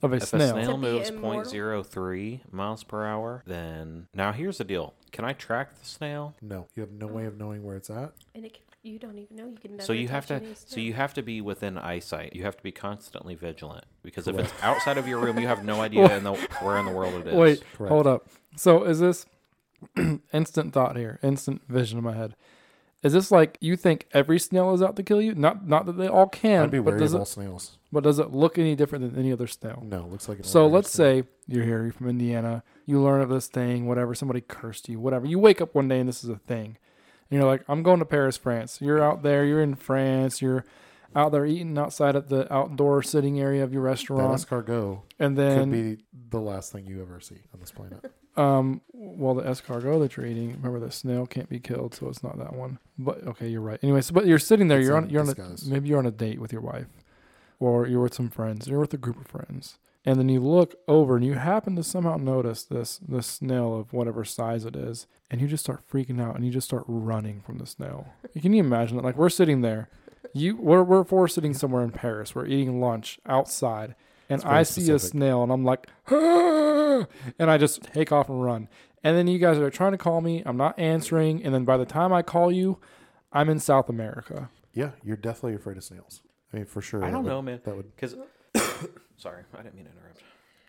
[SPEAKER 3] of a
[SPEAKER 2] if
[SPEAKER 3] snail.
[SPEAKER 2] a snail
[SPEAKER 6] To be
[SPEAKER 2] moves
[SPEAKER 6] immortal?
[SPEAKER 2] point zero three miles per hour, then now here's the deal: Can I track the snail?
[SPEAKER 1] No. You have no way of knowing where it's at.
[SPEAKER 6] And it can You don't even know. You can never.
[SPEAKER 2] so you have
[SPEAKER 6] touch
[SPEAKER 2] to
[SPEAKER 6] any
[SPEAKER 2] so you
[SPEAKER 6] snow.
[SPEAKER 2] have to be within eyesight. You have to be constantly vigilant because if it's outside of your room, you have no idea in the where in the world it is.
[SPEAKER 3] Wait,
[SPEAKER 1] Correct.
[SPEAKER 3] hold up. So is this instant thought here? Instant vision in my head. Is this like you think every snail is out to kill you? Not not that they all can,
[SPEAKER 1] I'd be
[SPEAKER 3] but
[SPEAKER 1] wary
[SPEAKER 3] does
[SPEAKER 1] of all
[SPEAKER 3] it
[SPEAKER 1] snails.
[SPEAKER 3] but does it look any different than any other snail?
[SPEAKER 1] No, it looks like an
[SPEAKER 3] So
[SPEAKER 1] ordinary
[SPEAKER 3] let's say you're here, you're from Indiana, you learn of this thing, whatever, somebody cursed you, whatever. You wake up one day and this is a thing. And you're like, I'm going to Paris, France. You're out there, you're in France, you're out there eating outside at the outdoor sitting area of your
[SPEAKER 1] snail. that
[SPEAKER 3] restaurant.
[SPEAKER 1] escargot
[SPEAKER 3] and
[SPEAKER 1] could
[SPEAKER 3] then
[SPEAKER 1] be the last thing you ever see on this planet.
[SPEAKER 3] Um, well, the escargot that you're eating. Remember, the snail can't be killed, so it's not that one. But okay, you're right. Anyway, so but you're sitting there.
[SPEAKER 1] It's
[SPEAKER 3] you're
[SPEAKER 1] in
[SPEAKER 3] on. You're on. A,
[SPEAKER 1] disguise.
[SPEAKER 3] maybe you're on a date with your wife, or you're with some friends. You're with a group of friends, and then you look over and you happen to somehow notice this this snail of whatever size it is, and you just start freaking out and you just start running from the snail. Can you imagine it? Like we're sitting there, you we're we're, we're sitting somewhere in Paris. We're eating lunch outside, and
[SPEAKER 1] very
[SPEAKER 3] I see a
[SPEAKER 1] specific.
[SPEAKER 3] snail, and I'm like, "Ah!" and I just take off and run. And then you guys are trying to call me. I'm not answering. And then by the time I call you, I'm in South America.
[SPEAKER 1] Yeah, you're deathly afraid of snails. I mean, for sure.
[SPEAKER 2] I
[SPEAKER 1] that
[SPEAKER 2] don't
[SPEAKER 1] would-
[SPEAKER 2] know, man.
[SPEAKER 1] That would
[SPEAKER 2] Because sorry, I didn't mean to interrupt.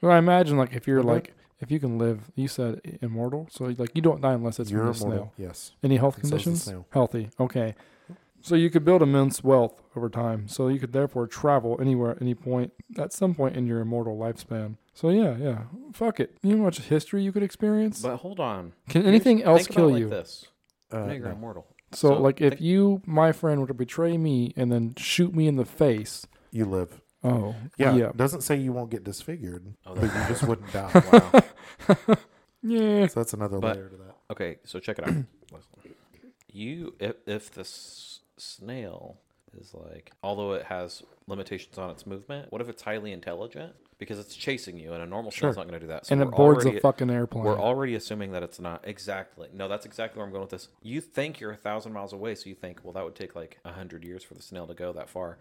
[SPEAKER 3] But I imagine like if you're like if you can live, you said immortal, so like you don't die unless it's
[SPEAKER 1] you're
[SPEAKER 3] from a
[SPEAKER 1] immortal.
[SPEAKER 3] snail.
[SPEAKER 1] Yes.
[SPEAKER 3] Any health
[SPEAKER 1] And so is the
[SPEAKER 3] conditions?
[SPEAKER 1] snail.
[SPEAKER 3] Healthy. Okay. So you could build immense wealth over time. So you could therefore travel anywhere at any point at some point in your immortal lifespan. So yeah, yeah. Fuck it. You know how much history you could experience?
[SPEAKER 2] But hold on.
[SPEAKER 3] Can
[SPEAKER 2] Here's-
[SPEAKER 3] anything else
[SPEAKER 2] think about
[SPEAKER 3] kill
[SPEAKER 2] it like
[SPEAKER 3] you?
[SPEAKER 2] This.
[SPEAKER 1] Uh,
[SPEAKER 2] no, you're
[SPEAKER 1] no.
[SPEAKER 2] immortal.
[SPEAKER 3] so, like if
[SPEAKER 2] think-
[SPEAKER 3] you my friend were to betray me and then shoot me in the face,
[SPEAKER 1] You live.
[SPEAKER 3] oh
[SPEAKER 1] Yeah.
[SPEAKER 3] yeah.
[SPEAKER 1] Doesn't say you won't get disfigured,
[SPEAKER 2] Oh,
[SPEAKER 1] but you
[SPEAKER 2] that's
[SPEAKER 1] just wouldn't die.
[SPEAKER 2] wow.
[SPEAKER 3] Yeah.
[SPEAKER 1] So that's another
[SPEAKER 2] But-
[SPEAKER 1] layer to that.
[SPEAKER 2] Okay, so check it out. Listen. you, if, if the s- snail is like, although it has limitations on its movement, what if it's highly intelligent? Because it's chasing you, and a normal snail's
[SPEAKER 3] Sure.
[SPEAKER 2] not going to do that. So
[SPEAKER 3] And it
[SPEAKER 2] we're
[SPEAKER 3] boards a
[SPEAKER 2] already-
[SPEAKER 3] fucking airplane.
[SPEAKER 2] We're already assuming that it's not exactly. No, that's exactly where I'm going with this. You think you're a thousand miles away, so you think, well, that would take like a hundred years for the snail to go that far.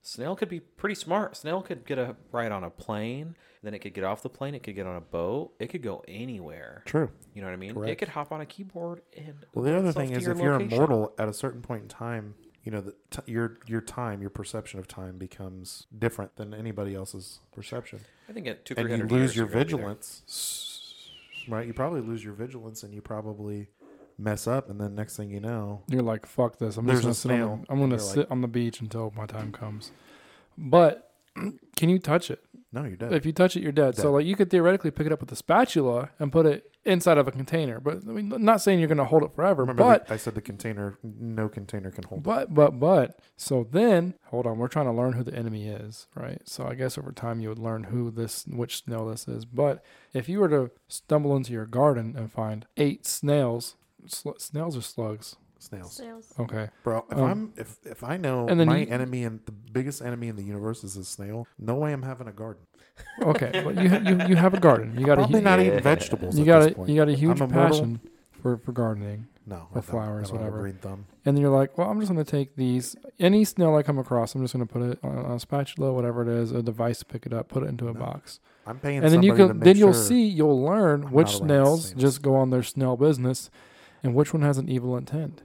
[SPEAKER 2] Snail could be pretty smart. Snail could get a ride on a plane, then it could get off the plane. It could get on a boat. It could go anywhere.
[SPEAKER 1] True.
[SPEAKER 2] You know what I mean? It
[SPEAKER 1] Correct.
[SPEAKER 2] could hop on a keyboard and.
[SPEAKER 1] Well, the
[SPEAKER 2] link
[SPEAKER 1] other
[SPEAKER 2] itself
[SPEAKER 1] thing
[SPEAKER 2] to
[SPEAKER 1] is,
[SPEAKER 2] your
[SPEAKER 1] if you're
[SPEAKER 2] location.
[SPEAKER 1] immortal, at a certain point in time, you know, the t- your your time, your perception of time becomes different than anybody else's perception,
[SPEAKER 2] I think at two
[SPEAKER 1] and you
[SPEAKER 2] 300
[SPEAKER 1] lose
[SPEAKER 2] years,
[SPEAKER 1] your
[SPEAKER 2] you're gonna be there.
[SPEAKER 1] vigilance. Right, you probably lose your vigilance, and you probably mess up, and then next thing you know,
[SPEAKER 3] You're like, fuck this. I'm
[SPEAKER 1] There's
[SPEAKER 3] just gonna
[SPEAKER 1] a
[SPEAKER 3] sit on the-
[SPEAKER 1] snail,
[SPEAKER 3] I'm gonna
[SPEAKER 1] and you're
[SPEAKER 3] sit
[SPEAKER 1] like-
[SPEAKER 3] on the beach until my time comes. But can you touch it?
[SPEAKER 1] no, you're dead.
[SPEAKER 3] If you touch it, you're dead. So
[SPEAKER 1] Dead.
[SPEAKER 3] like you could theoretically pick it up with a spatula and put it inside of a container. But I mean, I'm not saying you're gonna hold it forever.
[SPEAKER 1] Remember,
[SPEAKER 3] but
[SPEAKER 1] the, I said the container, no container can hold.
[SPEAKER 3] but but but so then hold on, we're trying to learn who the enemy is, right? So I guess over time you would learn who this which snail this is. But if you were to stumble into your garden and find eight snails, sl- snails or slugs,
[SPEAKER 1] snails.
[SPEAKER 6] Snails.
[SPEAKER 3] okay,
[SPEAKER 1] Bro, if
[SPEAKER 3] Um,
[SPEAKER 1] I'm if if I know
[SPEAKER 3] and then
[SPEAKER 1] my
[SPEAKER 3] you-
[SPEAKER 1] enemy and the biggest enemy in the universe is a snail, no way I'm having a garden.
[SPEAKER 3] okay, but you ha- you you have a garden. You got a
[SPEAKER 1] Probably
[SPEAKER 3] hu-
[SPEAKER 1] not eating vegetables.
[SPEAKER 3] you
[SPEAKER 1] at
[SPEAKER 3] got
[SPEAKER 1] this
[SPEAKER 3] a,
[SPEAKER 1] point.
[SPEAKER 3] you got a huge
[SPEAKER 1] immortal.
[SPEAKER 3] passion for, for gardening,
[SPEAKER 1] no
[SPEAKER 3] or
[SPEAKER 1] I don't- I
[SPEAKER 3] flowers,
[SPEAKER 1] don't have a
[SPEAKER 3] whatever.
[SPEAKER 1] Green thumb.
[SPEAKER 3] and then you're like, well, I'm just gonna take these any snail I come across. I'm just gonna put it on, on a spatula, whatever it is, a device to pick it up, put it into a box,
[SPEAKER 1] I'm paying.
[SPEAKER 3] and then you
[SPEAKER 1] somebody to
[SPEAKER 3] can
[SPEAKER 1] make
[SPEAKER 3] then you'll
[SPEAKER 1] sure-
[SPEAKER 3] see you'll learn
[SPEAKER 1] I'm
[SPEAKER 3] which
[SPEAKER 1] not allowed
[SPEAKER 3] snails
[SPEAKER 1] snails.
[SPEAKER 3] just go on their snail business, and which one has an evil intent.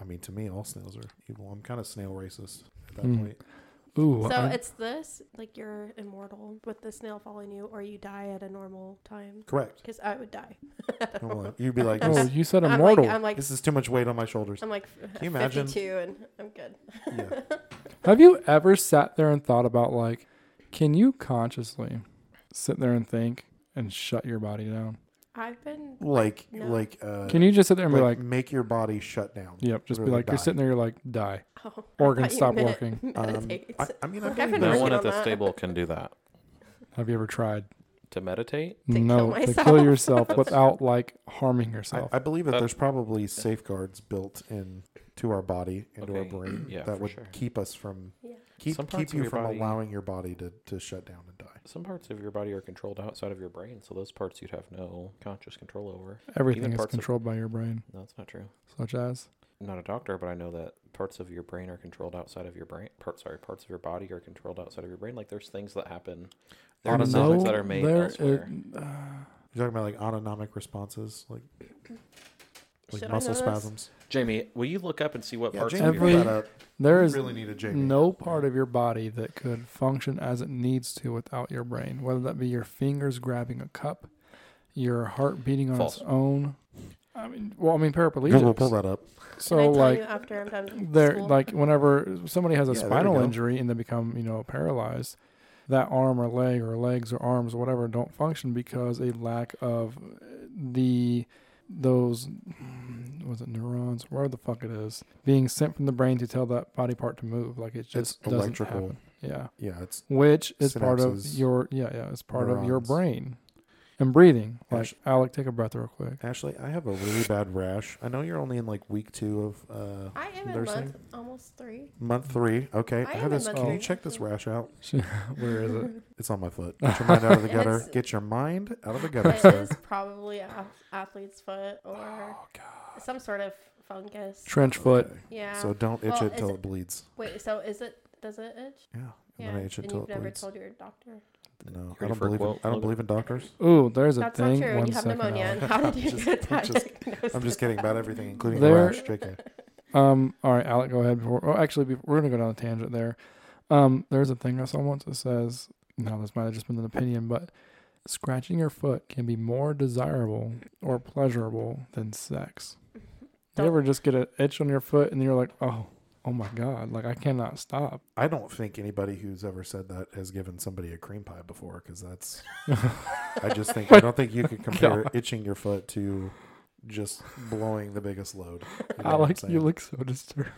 [SPEAKER 1] I mean, to me, all snails are evil. I'm kind of snail racist at that
[SPEAKER 3] Hmm.
[SPEAKER 1] point.
[SPEAKER 3] Ooh,
[SPEAKER 6] So
[SPEAKER 3] I-
[SPEAKER 6] it's this, like you're immortal with the snail following you, or you die at a normal time.
[SPEAKER 1] Correct.
[SPEAKER 6] Because I would die.
[SPEAKER 1] Come on. You'd be like,
[SPEAKER 3] oh,
[SPEAKER 1] this,
[SPEAKER 3] you said
[SPEAKER 6] I'm
[SPEAKER 3] immortal.
[SPEAKER 6] like, I'm like,
[SPEAKER 1] this is too much weight on my shoulders.
[SPEAKER 6] I'm like
[SPEAKER 1] you imagine?
[SPEAKER 6] 52, and I'm good.
[SPEAKER 1] Yeah.
[SPEAKER 3] Have you ever sat there and thought about like, can you consciously sit there and think and shut your body down?
[SPEAKER 6] I've been
[SPEAKER 1] Like
[SPEAKER 6] No.
[SPEAKER 1] like uh,
[SPEAKER 3] Can you just sit there and
[SPEAKER 1] like,
[SPEAKER 3] be like,
[SPEAKER 1] make your body shut down?
[SPEAKER 3] yep, just be
[SPEAKER 1] Literally
[SPEAKER 3] like, you're
[SPEAKER 1] die.
[SPEAKER 3] sitting there, you're like, die.
[SPEAKER 6] oh, I
[SPEAKER 3] Organs
[SPEAKER 6] thought you
[SPEAKER 3] stop
[SPEAKER 6] meant
[SPEAKER 3] working.
[SPEAKER 1] Um,
[SPEAKER 6] Meditate.
[SPEAKER 1] I, I mean, I
[SPEAKER 6] Like,
[SPEAKER 1] believe
[SPEAKER 6] I've been
[SPEAKER 2] No
[SPEAKER 1] that.
[SPEAKER 2] one
[SPEAKER 6] working
[SPEAKER 2] at
[SPEAKER 6] on
[SPEAKER 2] this
[SPEAKER 6] that.
[SPEAKER 2] table can do that.
[SPEAKER 3] Have you ever tried?
[SPEAKER 2] To meditate?
[SPEAKER 6] kill
[SPEAKER 3] no, to
[SPEAKER 6] myself.
[SPEAKER 3] kill yourself without like harming yourself.
[SPEAKER 1] I, I believe that
[SPEAKER 2] Uh,
[SPEAKER 1] there's probably safeguards built in to our body and to our
[SPEAKER 2] Okay,
[SPEAKER 1] brain
[SPEAKER 2] yeah,
[SPEAKER 1] that
[SPEAKER 2] for
[SPEAKER 1] would
[SPEAKER 2] sure.
[SPEAKER 1] keep us from
[SPEAKER 6] Yeah.
[SPEAKER 1] keep
[SPEAKER 2] Some
[SPEAKER 1] keep
[SPEAKER 2] parts of
[SPEAKER 1] you
[SPEAKER 2] your
[SPEAKER 1] from
[SPEAKER 2] body-
[SPEAKER 1] allowing your body to, to shut down and die.
[SPEAKER 2] Some parts of your body are controlled outside of your brain, so those parts you'd have no conscious control over.
[SPEAKER 3] Everything is
[SPEAKER 2] parts of-
[SPEAKER 3] controlled by your brain,
[SPEAKER 2] No, that's not true.
[SPEAKER 3] such as
[SPEAKER 2] I'm not a doctor, but I know that parts of your brain are controlled outside of your brain. Part, sorry, parts of your body are controlled outside of your brain. Like there's things that happen. There are
[SPEAKER 1] Um, no,
[SPEAKER 2] decisions that are made
[SPEAKER 3] there-
[SPEAKER 2] elsewhere.
[SPEAKER 1] You're talking about like autonomic responses, like Like
[SPEAKER 6] Should I
[SPEAKER 1] muscle
[SPEAKER 6] know this?
[SPEAKER 1] spasming.
[SPEAKER 2] Jamie, will you look up and see what
[SPEAKER 1] Yeah,
[SPEAKER 2] parts
[SPEAKER 1] Jamie,
[SPEAKER 2] of
[SPEAKER 1] brought
[SPEAKER 2] your
[SPEAKER 3] Every-
[SPEAKER 1] that up.
[SPEAKER 3] There
[SPEAKER 1] You
[SPEAKER 3] is
[SPEAKER 1] really need a Jamie.
[SPEAKER 3] no part of your body that could function as it needs to without your brain, whether that be your fingers grabbing a cup, your heart beating on
[SPEAKER 2] False.
[SPEAKER 3] its own. I mean, well, I mean
[SPEAKER 1] Google, pull
[SPEAKER 3] paraplegics.
[SPEAKER 1] that up.
[SPEAKER 6] Can I
[SPEAKER 3] So
[SPEAKER 6] tell
[SPEAKER 3] like
[SPEAKER 6] you after I'm done with
[SPEAKER 3] they're
[SPEAKER 6] school?
[SPEAKER 3] like whenever somebody has a
[SPEAKER 1] Yeah, there we
[SPEAKER 3] spinal
[SPEAKER 1] go.
[SPEAKER 3] injury and they become you know paralyzed that arm or leg or legs or arms or whatever don't function because a lack of the those mm, was it neurons where the fuck it is being sent from the brain to tell that body part to move like it just doesn't
[SPEAKER 1] electrical.
[SPEAKER 3] happen. yeah
[SPEAKER 1] Yeah, it's
[SPEAKER 3] which is part of
[SPEAKER 1] Synapses,
[SPEAKER 3] your yeah yeah it's part of your
[SPEAKER 1] neurons.
[SPEAKER 3] brain and breathing like
[SPEAKER 1] Ash-
[SPEAKER 3] alec take a breath real quick
[SPEAKER 1] Ashley. I have a really bad rash. I know you're only in like week two of uh,
[SPEAKER 6] I am in
[SPEAKER 1] nursing.
[SPEAKER 6] month almost three.
[SPEAKER 1] Month three. Okay, I,
[SPEAKER 6] I am
[SPEAKER 1] have
[SPEAKER 6] in
[SPEAKER 1] this.
[SPEAKER 6] month
[SPEAKER 1] Can you
[SPEAKER 6] three.
[SPEAKER 1] check this rash out?
[SPEAKER 3] where is it
[SPEAKER 1] It's on my foot. Get your mind out of the
[SPEAKER 6] And
[SPEAKER 1] gutter.
[SPEAKER 6] it's-
[SPEAKER 1] Get your mind out of the gutter,
[SPEAKER 6] It
[SPEAKER 1] sir.
[SPEAKER 6] is probably a- athlete's foot or
[SPEAKER 1] Oh,
[SPEAKER 6] some sort of fungus.
[SPEAKER 3] trench foot
[SPEAKER 6] Yeah.
[SPEAKER 1] So don't itch
[SPEAKER 6] Well,
[SPEAKER 1] it
[SPEAKER 6] is
[SPEAKER 1] till
[SPEAKER 6] it-
[SPEAKER 1] it bleeds.
[SPEAKER 6] Wait, so is it? Does it itch?
[SPEAKER 1] Yeah,
[SPEAKER 6] Yeah.
[SPEAKER 1] and then I itch it
[SPEAKER 6] and
[SPEAKER 1] till
[SPEAKER 6] you've
[SPEAKER 1] it
[SPEAKER 6] never
[SPEAKER 1] bleeds.
[SPEAKER 6] told your doctor.
[SPEAKER 1] No, I
[SPEAKER 2] Ready
[SPEAKER 1] don't
[SPEAKER 2] for a
[SPEAKER 1] believe in.
[SPEAKER 2] quote,
[SPEAKER 1] I don't
[SPEAKER 2] Logan?
[SPEAKER 1] believe in doctors.
[SPEAKER 3] Ooh, there's a
[SPEAKER 6] That's
[SPEAKER 3] thing.
[SPEAKER 6] not true.
[SPEAKER 3] One
[SPEAKER 6] You have
[SPEAKER 3] second,
[SPEAKER 6] pneumonia.
[SPEAKER 3] Alan.
[SPEAKER 6] And how did you
[SPEAKER 1] Just-
[SPEAKER 6] get that
[SPEAKER 1] I'm just-
[SPEAKER 6] diagnosis?
[SPEAKER 1] I'm just kidding about everything, including
[SPEAKER 3] There-
[SPEAKER 1] rash. JK.
[SPEAKER 3] Um, all right, Alec, go ahead. Before, oh, actually, before, we're gonna go down a tangent there. Um, there's a thing I saw once that says, now this might have just been an opinion, but scratching your foot can be more desirable or pleasurable than sex. You
[SPEAKER 6] Don't-
[SPEAKER 3] ever just get an itch on your foot and you're like, oh, oh my god, like I cannot stop.
[SPEAKER 1] I don't think anybody who's ever said that has given somebody a cream pie before, because that's. I just think I don't think you could compare itching your foot to just blowing the biggest load. You know what I'm
[SPEAKER 3] Alec, you
[SPEAKER 1] saying?
[SPEAKER 3] look so disturbed.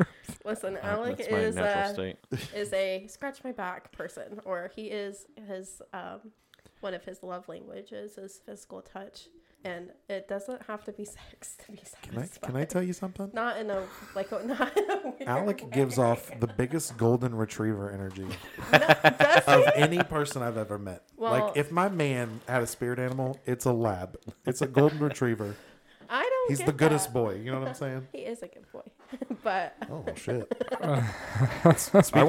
[SPEAKER 6] Listen,
[SPEAKER 2] Uh,
[SPEAKER 6] Alec
[SPEAKER 2] that's my
[SPEAKER 6] is
[SPEAKER 2] natural
[SPEAKER 6] a,
[SPEAKER 2] state.
[SPEAKER 6] is a scratch my back person, or he is his um, one of his love languages is physical touch, and it doesn't have to be sex to be satisfied.
[SPEAKER 1] Can I can I tell you something?
[SPEAKER 6] Not in a like not in a weird
[SPEAKER 1] Alec gives
[SPEAKER 6] way.
[SPEAKER 1] off the biggest golden retriever energy
[SPEAKER 6] Does
[SPEAKER 1] of any person I've ever met.
[SPEAKER 6] Well-
[SPEAKER 1] like if my man had a spirit animal, it's a lab. It's a golden retriever.
[SPEAKER 6] I don't.
[SPEAKER 1] He's
[SPEAKER 6] get
[SPEAKER 1] the goodest
[SPEAKER 6] that.
[SPEAKER 1] boy. You know what I'm saying?
[SPEAKER 6] He is a good boy, but
[SPEAKER 1] Oh shit!
[SPEAKER 2] I want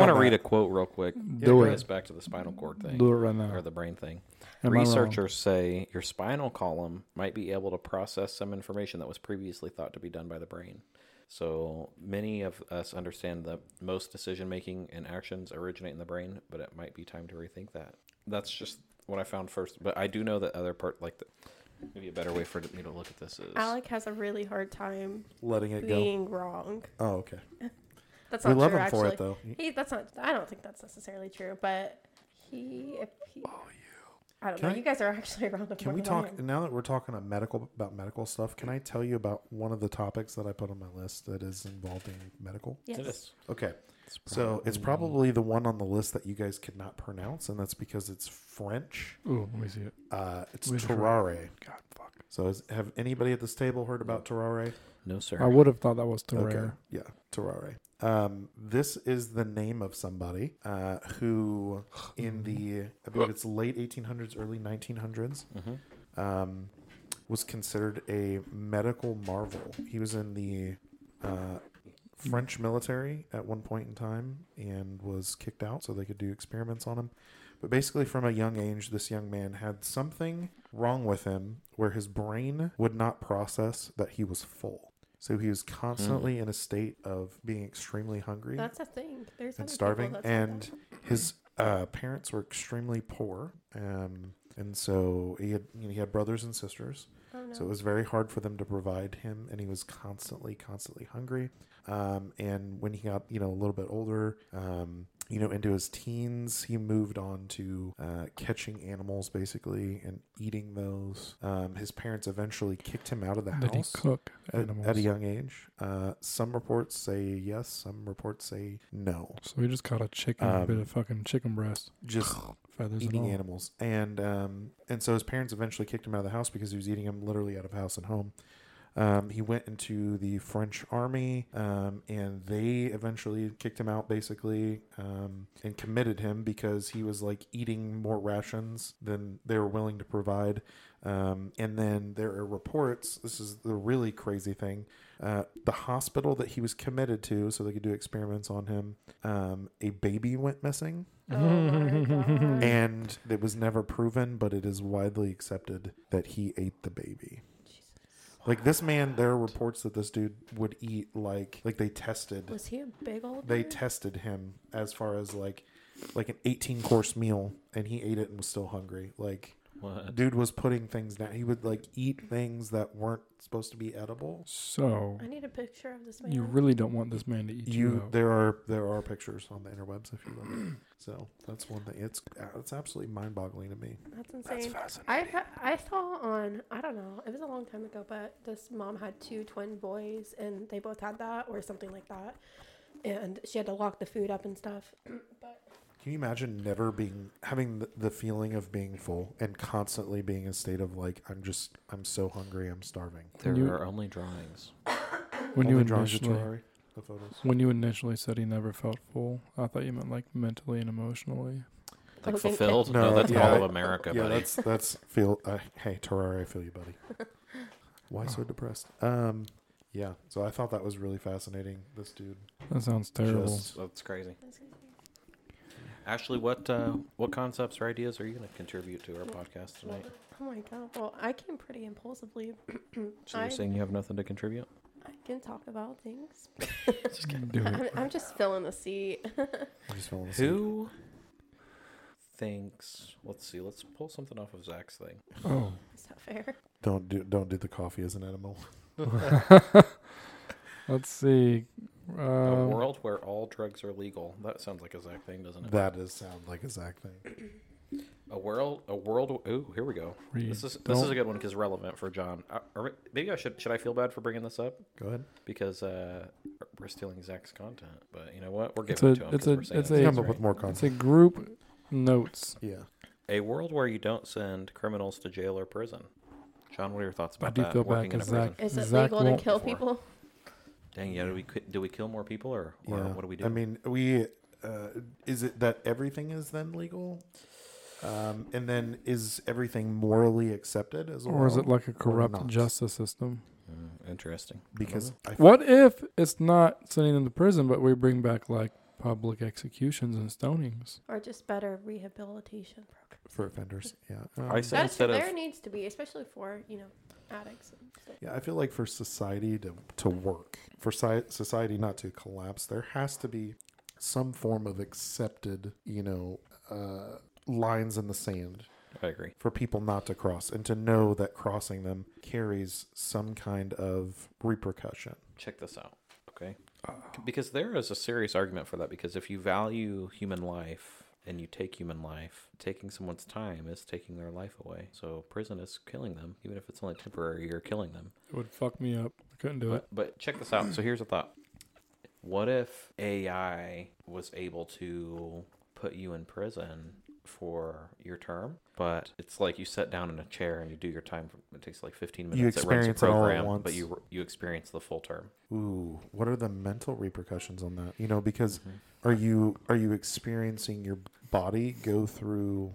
[SPEAKER 2] to
[SPEAKER 1] on
[SPEAKER 2] read a
[SPEAKER 1] that.
[SPEAKER 2] quote real quick.
[SPEAKER 3] Do
[SPEAKER 2] Bring us
[SPEAKER 3] it.
[SPEAKER 2] back to the spinal cord thing.
[SPEAKER 3] Do it right now.
[SPEAKER 2] or the brain thing.
[SPEAKER 3] Am I wrong?
[SPEAKER 2] Researchers say your spinal column might be able to process some information that was previously thought to be done by the brain. So many of us understand that most decision making and actions originate in the brain, but it might be time to rethink that. That's just what I found first. But I do know that other part, like the, maybe a better way for me to look at this is
[SPEAKER 6] Alec has a really hard time
[SPEAKER 1] Letting it go.
[SPEAKER 6] being wrong.
[SPEAKER 1] Oh okay.
[SPEAKER 6] That's
[SPEAKER 1] We
[SPEAKER 6] not
[SPEAKER 1] love
[SPEAKER 6] true.
[SPEAKER 1] him for
[SPEAKER 6] actually,
[SPEAKER 1] it, though.
[SPEAKER 6] He, that's not. I don't think that's necessarily true. But he, if he, oh, you. I don't
[SPEAKER 1] Can
[SPEAKER 6] know.
[SPEAKER 1] I-
[SPEAKER 6] you guys are actually around the.
[SPEAKER 1] Can we talk now that we're talking about medical about medical stuff? Can I tell you about one of the topics that I put on my list that is involving medical?
[SPEAKER 2] It
[SPEAKER 6] Yes.
[SPEAKER 2] is.
[SPEAKER 1] Okay. so it's probably the one on the list that you guys could not pronounce, and that's because it's French.
[SPEAKER 3] Ooh, let me see it.
[SPEAKER 1] Uh, it's
[SPEAKER 3] Which one?
[SPEAKER 1] Terrare.
[SPEAKER 3] God, fuck.
[SPEAKER 1] So has, have anybody at this table heard about Terrare?
[SPEAKER 2] No, sir.
[SPEAKER 3] I would have thought that was too
[SPEAKER 1] Okay.
[SPEAKER 3] rare.
[SPEAKER 1] Yeah, Terrare. Um, this is the name of somebody uh, who,
[SPEAKER 6] Hmm.
[SPEAKER 1] in the I believe it's late 1800s, early 1900s,
[SPEAKER 2] Mm-hmm.
[SPEAKER 1] um, was considered a medical marvel. He was in the uh, French military at one point in time and was kicked out so they could do experiments on him. But basically, from a young age, this young man had something wrong with him where his brain would not process that he was full. So he was constantly in a state of being extremely hungry
[SPEAKER 6] That's a thing. There's
[SPEAKER 1] and
[SPEAKER 6] other people
[SPEAKER 1] starving.
[SPEAKER 6] that's like
[SPEAKER 1] And
[SPEAKER 6] that.
[SPEAKER 1] his uh, parents were extremely poor. Um, and so he had, you know, he had brothers and sisters.
[SPEAKER 6] Oh, no.
[SPEAKER 1] So it was very hard for them to provide him, and he was constantly, constantly hungry. Um, and when he got, you know, a little bit older, um, you know, into his teens, he moved on to uh, catching animals basically and eating those. Um, his parents eventually kicked him out of the
[SPEAKER 3] Did he
[SPEAKER 1] house.
[SPEAKER 3] cook
[SPEAKER 1] At,
[SPEAKER 3] animals?
[SPEAKER 1] at a young age, uh, some reports say yes, some reports say no.
[SPEAKER 3] So he just caught a chicken, a bit
[SPEAKER 1] Um,
[SPEAKER 3] of fucking chicken breast,
[SPEAKER 1] Just
[SPEAKER 3] feathers and
[SPEAKER 1] eating
[SPEAKER 3] all.
[SPEAKER 1] animals, and um, and so his parents eventually kicked him out of the house because he was eating them literally out of house and home. Um, he went into the French army, um, and they eventually kicked him out, basically, um, and committed him because he was like eating more rations than they were willing to provide. Um, and then there are reports. This is the really crazy thing. Uh, the hospital that he was committed to, so they could do experiments on him. Um, a baby went missing
[SPEAKER 6] Oh, my God.
[SPEAKER 1] and it was never proven, but it is widely accepted that he ate the baby. Like this man, there reports that this dude would eat like like they tested
[SPEAKER 6] Was he a big old?
[SPEAKER 1] they
[SPEAKER 6] dude?
[SPEAKER 1] tested him as far as like like an 18 course meal and he ate it and was still hungry like
[SPEAKER 2] What?
[SPEAKER 1] dude was putting things down he would like eat things that weren't supposed to be edible
[SPEAKER 3] So
[SPEAKER 6] I need a picture of this man.
[SPEAKER 3] you really don't want this man to eat you.
[SPEAKER 1] you
[SPEAKER 3] though.
[SPEAKER 1] there are there are pictures on the interwebs if you look so that's one thing it's it's absolutely mind-boggling to me
[SPEAKER 6] That's insane. I ha- I saw on I don't know it was a long time ago, but this mom had two twin boys and they both had that or something like that, and she had to lock the food up and stuff. but
[SPEAKER 1] Can you imagine never being having the, the feeling of being full and constantly being in a state of like I'm just I'm so hungry I'm starving.
[SPEAKER 2] There
[SPEAKER 3] You-
[SPEAKER 2] are only drawings.
[SPEAKER 3] when you
[SPEAKER 1] Only drawings of
[SPEAKER 3] initially
[SPEAKER 1] Terrari, the photos.
[SPEAKER 3] when you initially said he never felt full, I thought you meant like mentally and emotionally.
[SPEAKER 2] Like
[SPEAKER 6] Okay.
[SPEAKER 2] fulfilled? No, that's all of America,
[SPEAKER 1] yeah,
[SPEAKER 2] buddy.
[SPEAKER 1] that's that's feel. Uh, hey, Terraria, I feel you, buddy. Why so depressed? Um, yeah. So I thought that was really fascinating. This dude.
[SPEAKER 3] That sounds terrible.
[SPEAKER 1] Just-
[SPEAKER 2] That's crazy. Ashley, what uh, what concepts or ideas are you going to contribute to our podcast tonight?
[SPEAKER 6] oh my god, well I came pretty impulsively.
[SPEAKER 2] So you're
[SPEAKER 6] I-
[SPEAKER 2] saying you have nothing to contribute?
[SPEAKER 6] I can talk about things.
[SPEAKER 3] Do it.
[SPEAKER 6] I'm, I'm just filling the seat.
[SPEAKER 1] I just fell asleep.
[SPEAKER 2] Who thinks? Let's see. Let's pull something off of Zach's thing.
[SPEAKER 3] Oh,
[SPEAKER 6] Is that fair?
[SPEAKER 1] Don't do don't do the coffee as an animal.
[SPEAKER 3] let's see. Um,
[SPEAKER 2] a world where all drugs are legal. That sounds like a Zach thing, doesn't it?
[SPEAKER 1] That does sound like a Zach thing.
[SPEAKER 2] a world. A world. Ooh, here we go.
[SPEAKER 3] Read.
[SPEAKER 2] This is this is a
[SPEAKER 3] Don't-
[SPEAKER 2] good one because relevant for John. Uh, or maybe I should should I feel bad for bringing this up
[SPEAKER 1] Go ahead.
[SPEAKER 2] because uh, we're stealing Zach's content. But you know what? We're
[SPEAKER 3] It's
[SPEAKER 2] giving it to
[SPEAKER 3] a-
[SPEAKER 2] him.
[SPEAKER 3] it's
[SPEAKER 2] 'cause
[SPEAKER 3] a-
[SPEAKER 2] we're saying
[SPEAKER 3] it's
[SPEAKER 2] it's
[SPEAKER 3] a-
[SPEAKER 1] Come up
[SPEAKER 2] right.
[SPEAKER 1] with more
[SPEAKER 3] it's a
[SPEAKER 1] content.
[SPEAKER 3] group notes.
[SPEAKER 1] Yeah.
[SPEAKER 2] A world where you don't send criminals to jail or prison. John, what are your thoughts
[SPEAKER 3] I
[SPEAKER 2] about
[SPEAKER 3] do
[SPEAKER 2] that?
[SPEAKER 3] feel bad
[SPEAKER 2] Working in a
[SPEAKER 3] 'cause
[SPEAKER 2] prison.
[SPEAKER 3] Zach-
[SPEAKER 6] Is it
[SPEAKER 3] Zach
[SPEAKER 6] legal
[SPEAKER 3] won't
[SPEAKER 6] to kill
[SPEAKER 2] before.
[SPEAKER 6] people?
[SPEAKER 2] Dang, yeah. Do we qui- do we kill more people or, or
[SPEAKER 1] yeah.
[SPEAKER 2] what do we do?
[SPEAKER 1] I mean, we uh, is it that everything is then legal? Um, and then is everything morally accepted as well?
[SPEAKER 3] Or is it like a corrupt
[SPEAKER 1] not.
[SPEAKER 3] justice system?
[SPEAKER 2] Mm, interesting.
[SPEAKER 1] because I
[SPEAKER 3] What if it's not sending them to prison, but we bring back like public executions and stonings?
[SPEAKER 6] Or just better rehabilitation program?
[SPEAKER 1] for offenders, yeah, Um,
[SPEAKER 2] I said
[SPEAKER 6] That's
[SPEAKER 2] instead of
[SPEAKER 6] there needs to be, especially for you know addicts. And stuff.
[SPEAKER 1] Yeah, I feel like for society to, to work, for sci- society not to collapse, there has to be some form of accepted, you know, uh, lines in the sand
[SPEAKER 2] I agree.
[SPEAKER 1] for people not to cross and to know that crossing them carries some kind of repercussion.
[SPEAKER 2] Check this out, okay?
[SPEAKER 3] Ah.
[SPEAKER 2] Because there is a serious argument for that. Because if you value human life and you take human life, taking someone's time is taking their life away. So prison is killing them, even if it's only temporary. You're killing them.
[SPEAKER 3] It would fuck me up. I couldn't do it.
[SPEAKER 2] But, but check this out. So here's a thought. What if AI was able to put you in prison for your term, but it's like you sit down in a chair and you do your time. For, it takes like 15 minutes.
[SPEAKER 1] experience
[SPEAKER 2] it
[SPEAKER 1] it all
[SPEAKER 2] runs
[SPEAKER 1] at
[SPEAKER 2] a program, but
[SPEAKER 1] once.
[SPEAKER 2] you you experience the full term.
[SPEAKER 1] Ooh, what are the mental repercussions on that? You know, because are you are you experiencing your body go through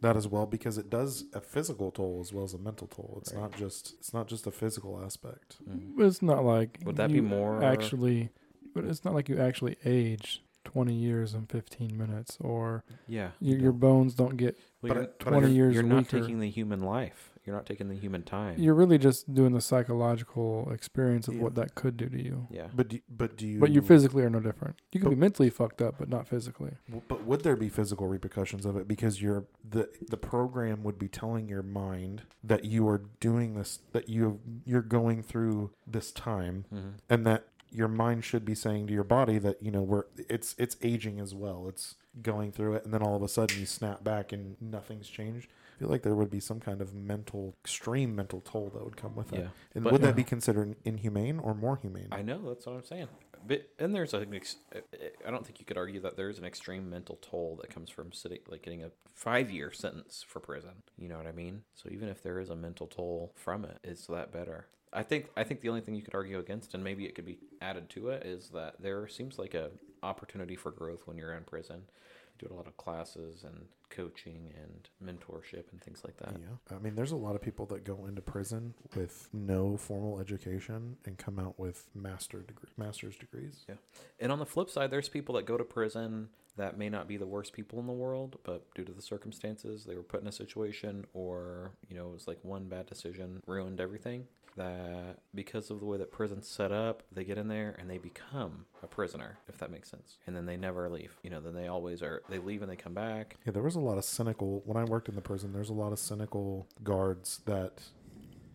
[SPEAKER 1] that as well? Because it does a physical toll as well as a mental toll. It's not just it's not just a physical aspect.
[SPEAKER 3] But it's not like
[SPEAKER 2] Would that be
[SPEAKER 3] you
[SPEAKER 2] more-
[SPEAKER 3] actually? But it's not like you actually age twenty years in fifteen minutes, or
[SPEAKER 2] Yeah.
[SPEAKER 3] your, your bones don't get.
[SPEAKER 1] But
[SPEAKER 2] you're,
[SPEAKER 1] I- but I-
[SPEAKER 3] 20 years
[SPEAKER 2] You're not
[SPEAKER 3] weaker.
[SPEAKER 2] taking the human life. You're not taking the human time.
[SPEAKER 3] You're really just doing the psychological experience of what
[SPEAKER 1] Yeah.
[SPEAKER 3] that could do to you.
[SPEAKER 2] yeah.
[SPEAKER 1] But do, but do you
[SPEAKER 3] But you physically are no different. You could be
[SPEAKER 1] But-
[SPEAKER 3] mentally fucked up, but not physically.
[SPEAKER 1] But would there be physical repercussions of it? Because your the the program would be telling your mind that you are doing this, that you you're going through this time,
[SPEAKER 2] Mm-hmm.
[SPEAKER 1] and that your mind should be saying to your body that you know we're it's it's aging as well. It's going through it, and then all of a sudden you snap back and nothing's changed. I feel like there would be some kind of mental extreme mental toll that would come with it.
[SPEAKER 2] Yeah.
[SPEAKER 1] And
[SPEAKER 2] But-
[SPEAKER 1] would that be considered inhumane or more humane?
[SPEAKER 2] I know that's what I'm saying. But and there's an ex- I don't think you could argue that there's an extreme mental toll that comes from sitting like getting a five year sentence for prison. You know what I mean? So even if there is a mental toll from it, is that better? I think I think the only thing you could argue against, and maybe it could be added to it, is that there seems like a opportunity for growth when you're in prison. You do a lot of classes and coaching and mentorship and things like that.
[SPEAKER 1] Yeah. I mean, there's a lot of people that go into prison with no formal education and come out with master degree, master's degrees.
[SPEAKER 2] Yeah. And on the flip side, there's people that go to prison that may not be the worst people in the world, but due to the circumstances, they were put in a situation or, you know, it was like one bad decision ruined everything. That because of the way that prison's set up, they get in there and they become a prisoner, if that makes sense. And then they never leave. You know, then they always are, they leave and they come back.
[SPEAKER 1] Yeah, there was a lot of cynical. When I worked in the prison, there's a lot of cynical guards that,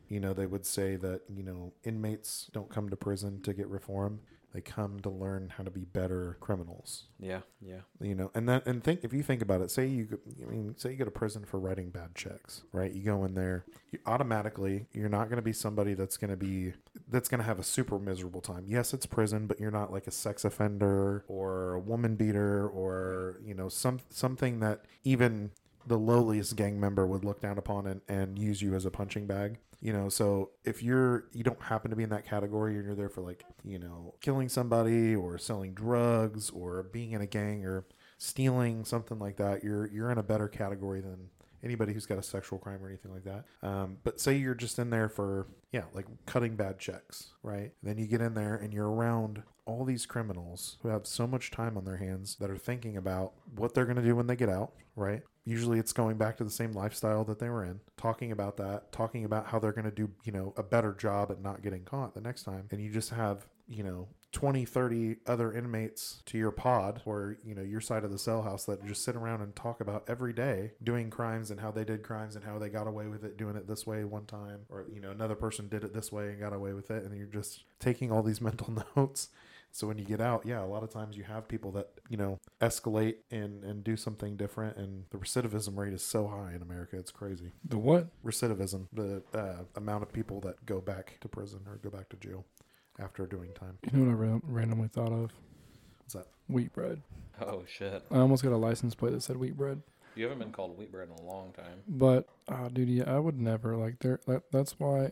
[SPEAKER 1] you know, they would say that, you know, inmates don't come to prison to get reform. They come to learn how to be better criminals.
[SPEAKER 2] Yeah. Yeah.
[SPEAKER 1] You know, and that and think if you think about it, say you go- I mean, say you go to prison for writing bad checks, right? You go in there, you automatically you're not going to be somebody that's going to be that's going to have a super miserable time. Yes, it's prison, but you're not like a sex offender or a woman beater or, you know, some something that even the lowliest gang member would look down upon and, and use you as a punching bag you know so if you're you don't happen to be in that category and you're there for like you know killing somebody or selling drugs or being in a gang or stealing something like that you're you're in a better category than anybody who's got a sexual crime or anything like that um, but say you're just in there for yeah like cutting bad checks right then you get in there and you're around all these criminals who have so much time on their hands that are thinking about what they're going to do when they get out right usually it's going back to the same lifestyle that they were in talking about that talking about how they're going to do you know a better job at not getting caught the next time and you just have you know 20 30 other inmates to your pod or you know your side of the cell house that just sit around and talk about every day doing crimes and how they did crimes and how they got away with it doing it this way one time or you know another person did it this way and got away with it and you're just taking all these mental notes so when you get out, yeah, a lot of times you have people that, you know, escalate and and do something different and the recidivism rate is so high in America, it's crazy.
[SPEAKER 3] The what?
[SPEAKER 1] Recidivism, the uh, amount of people that go back to prison or go back to jail after doing time.
[SPEAKER 3] You know what I ran- randomly thought of?
[SPEAKER 1] What's that?
[SPEAKER 3] Wheat bread.
[SPEAKER 2] Oh, shit.
[SPEAKER 3] I almost got a license plate that said wheat bread.
[SPEAKER 2] You haven't been called wheat bread in a long time.
[SPEAKER 3] But ah, dude, yeah, I would never like there. That, that's why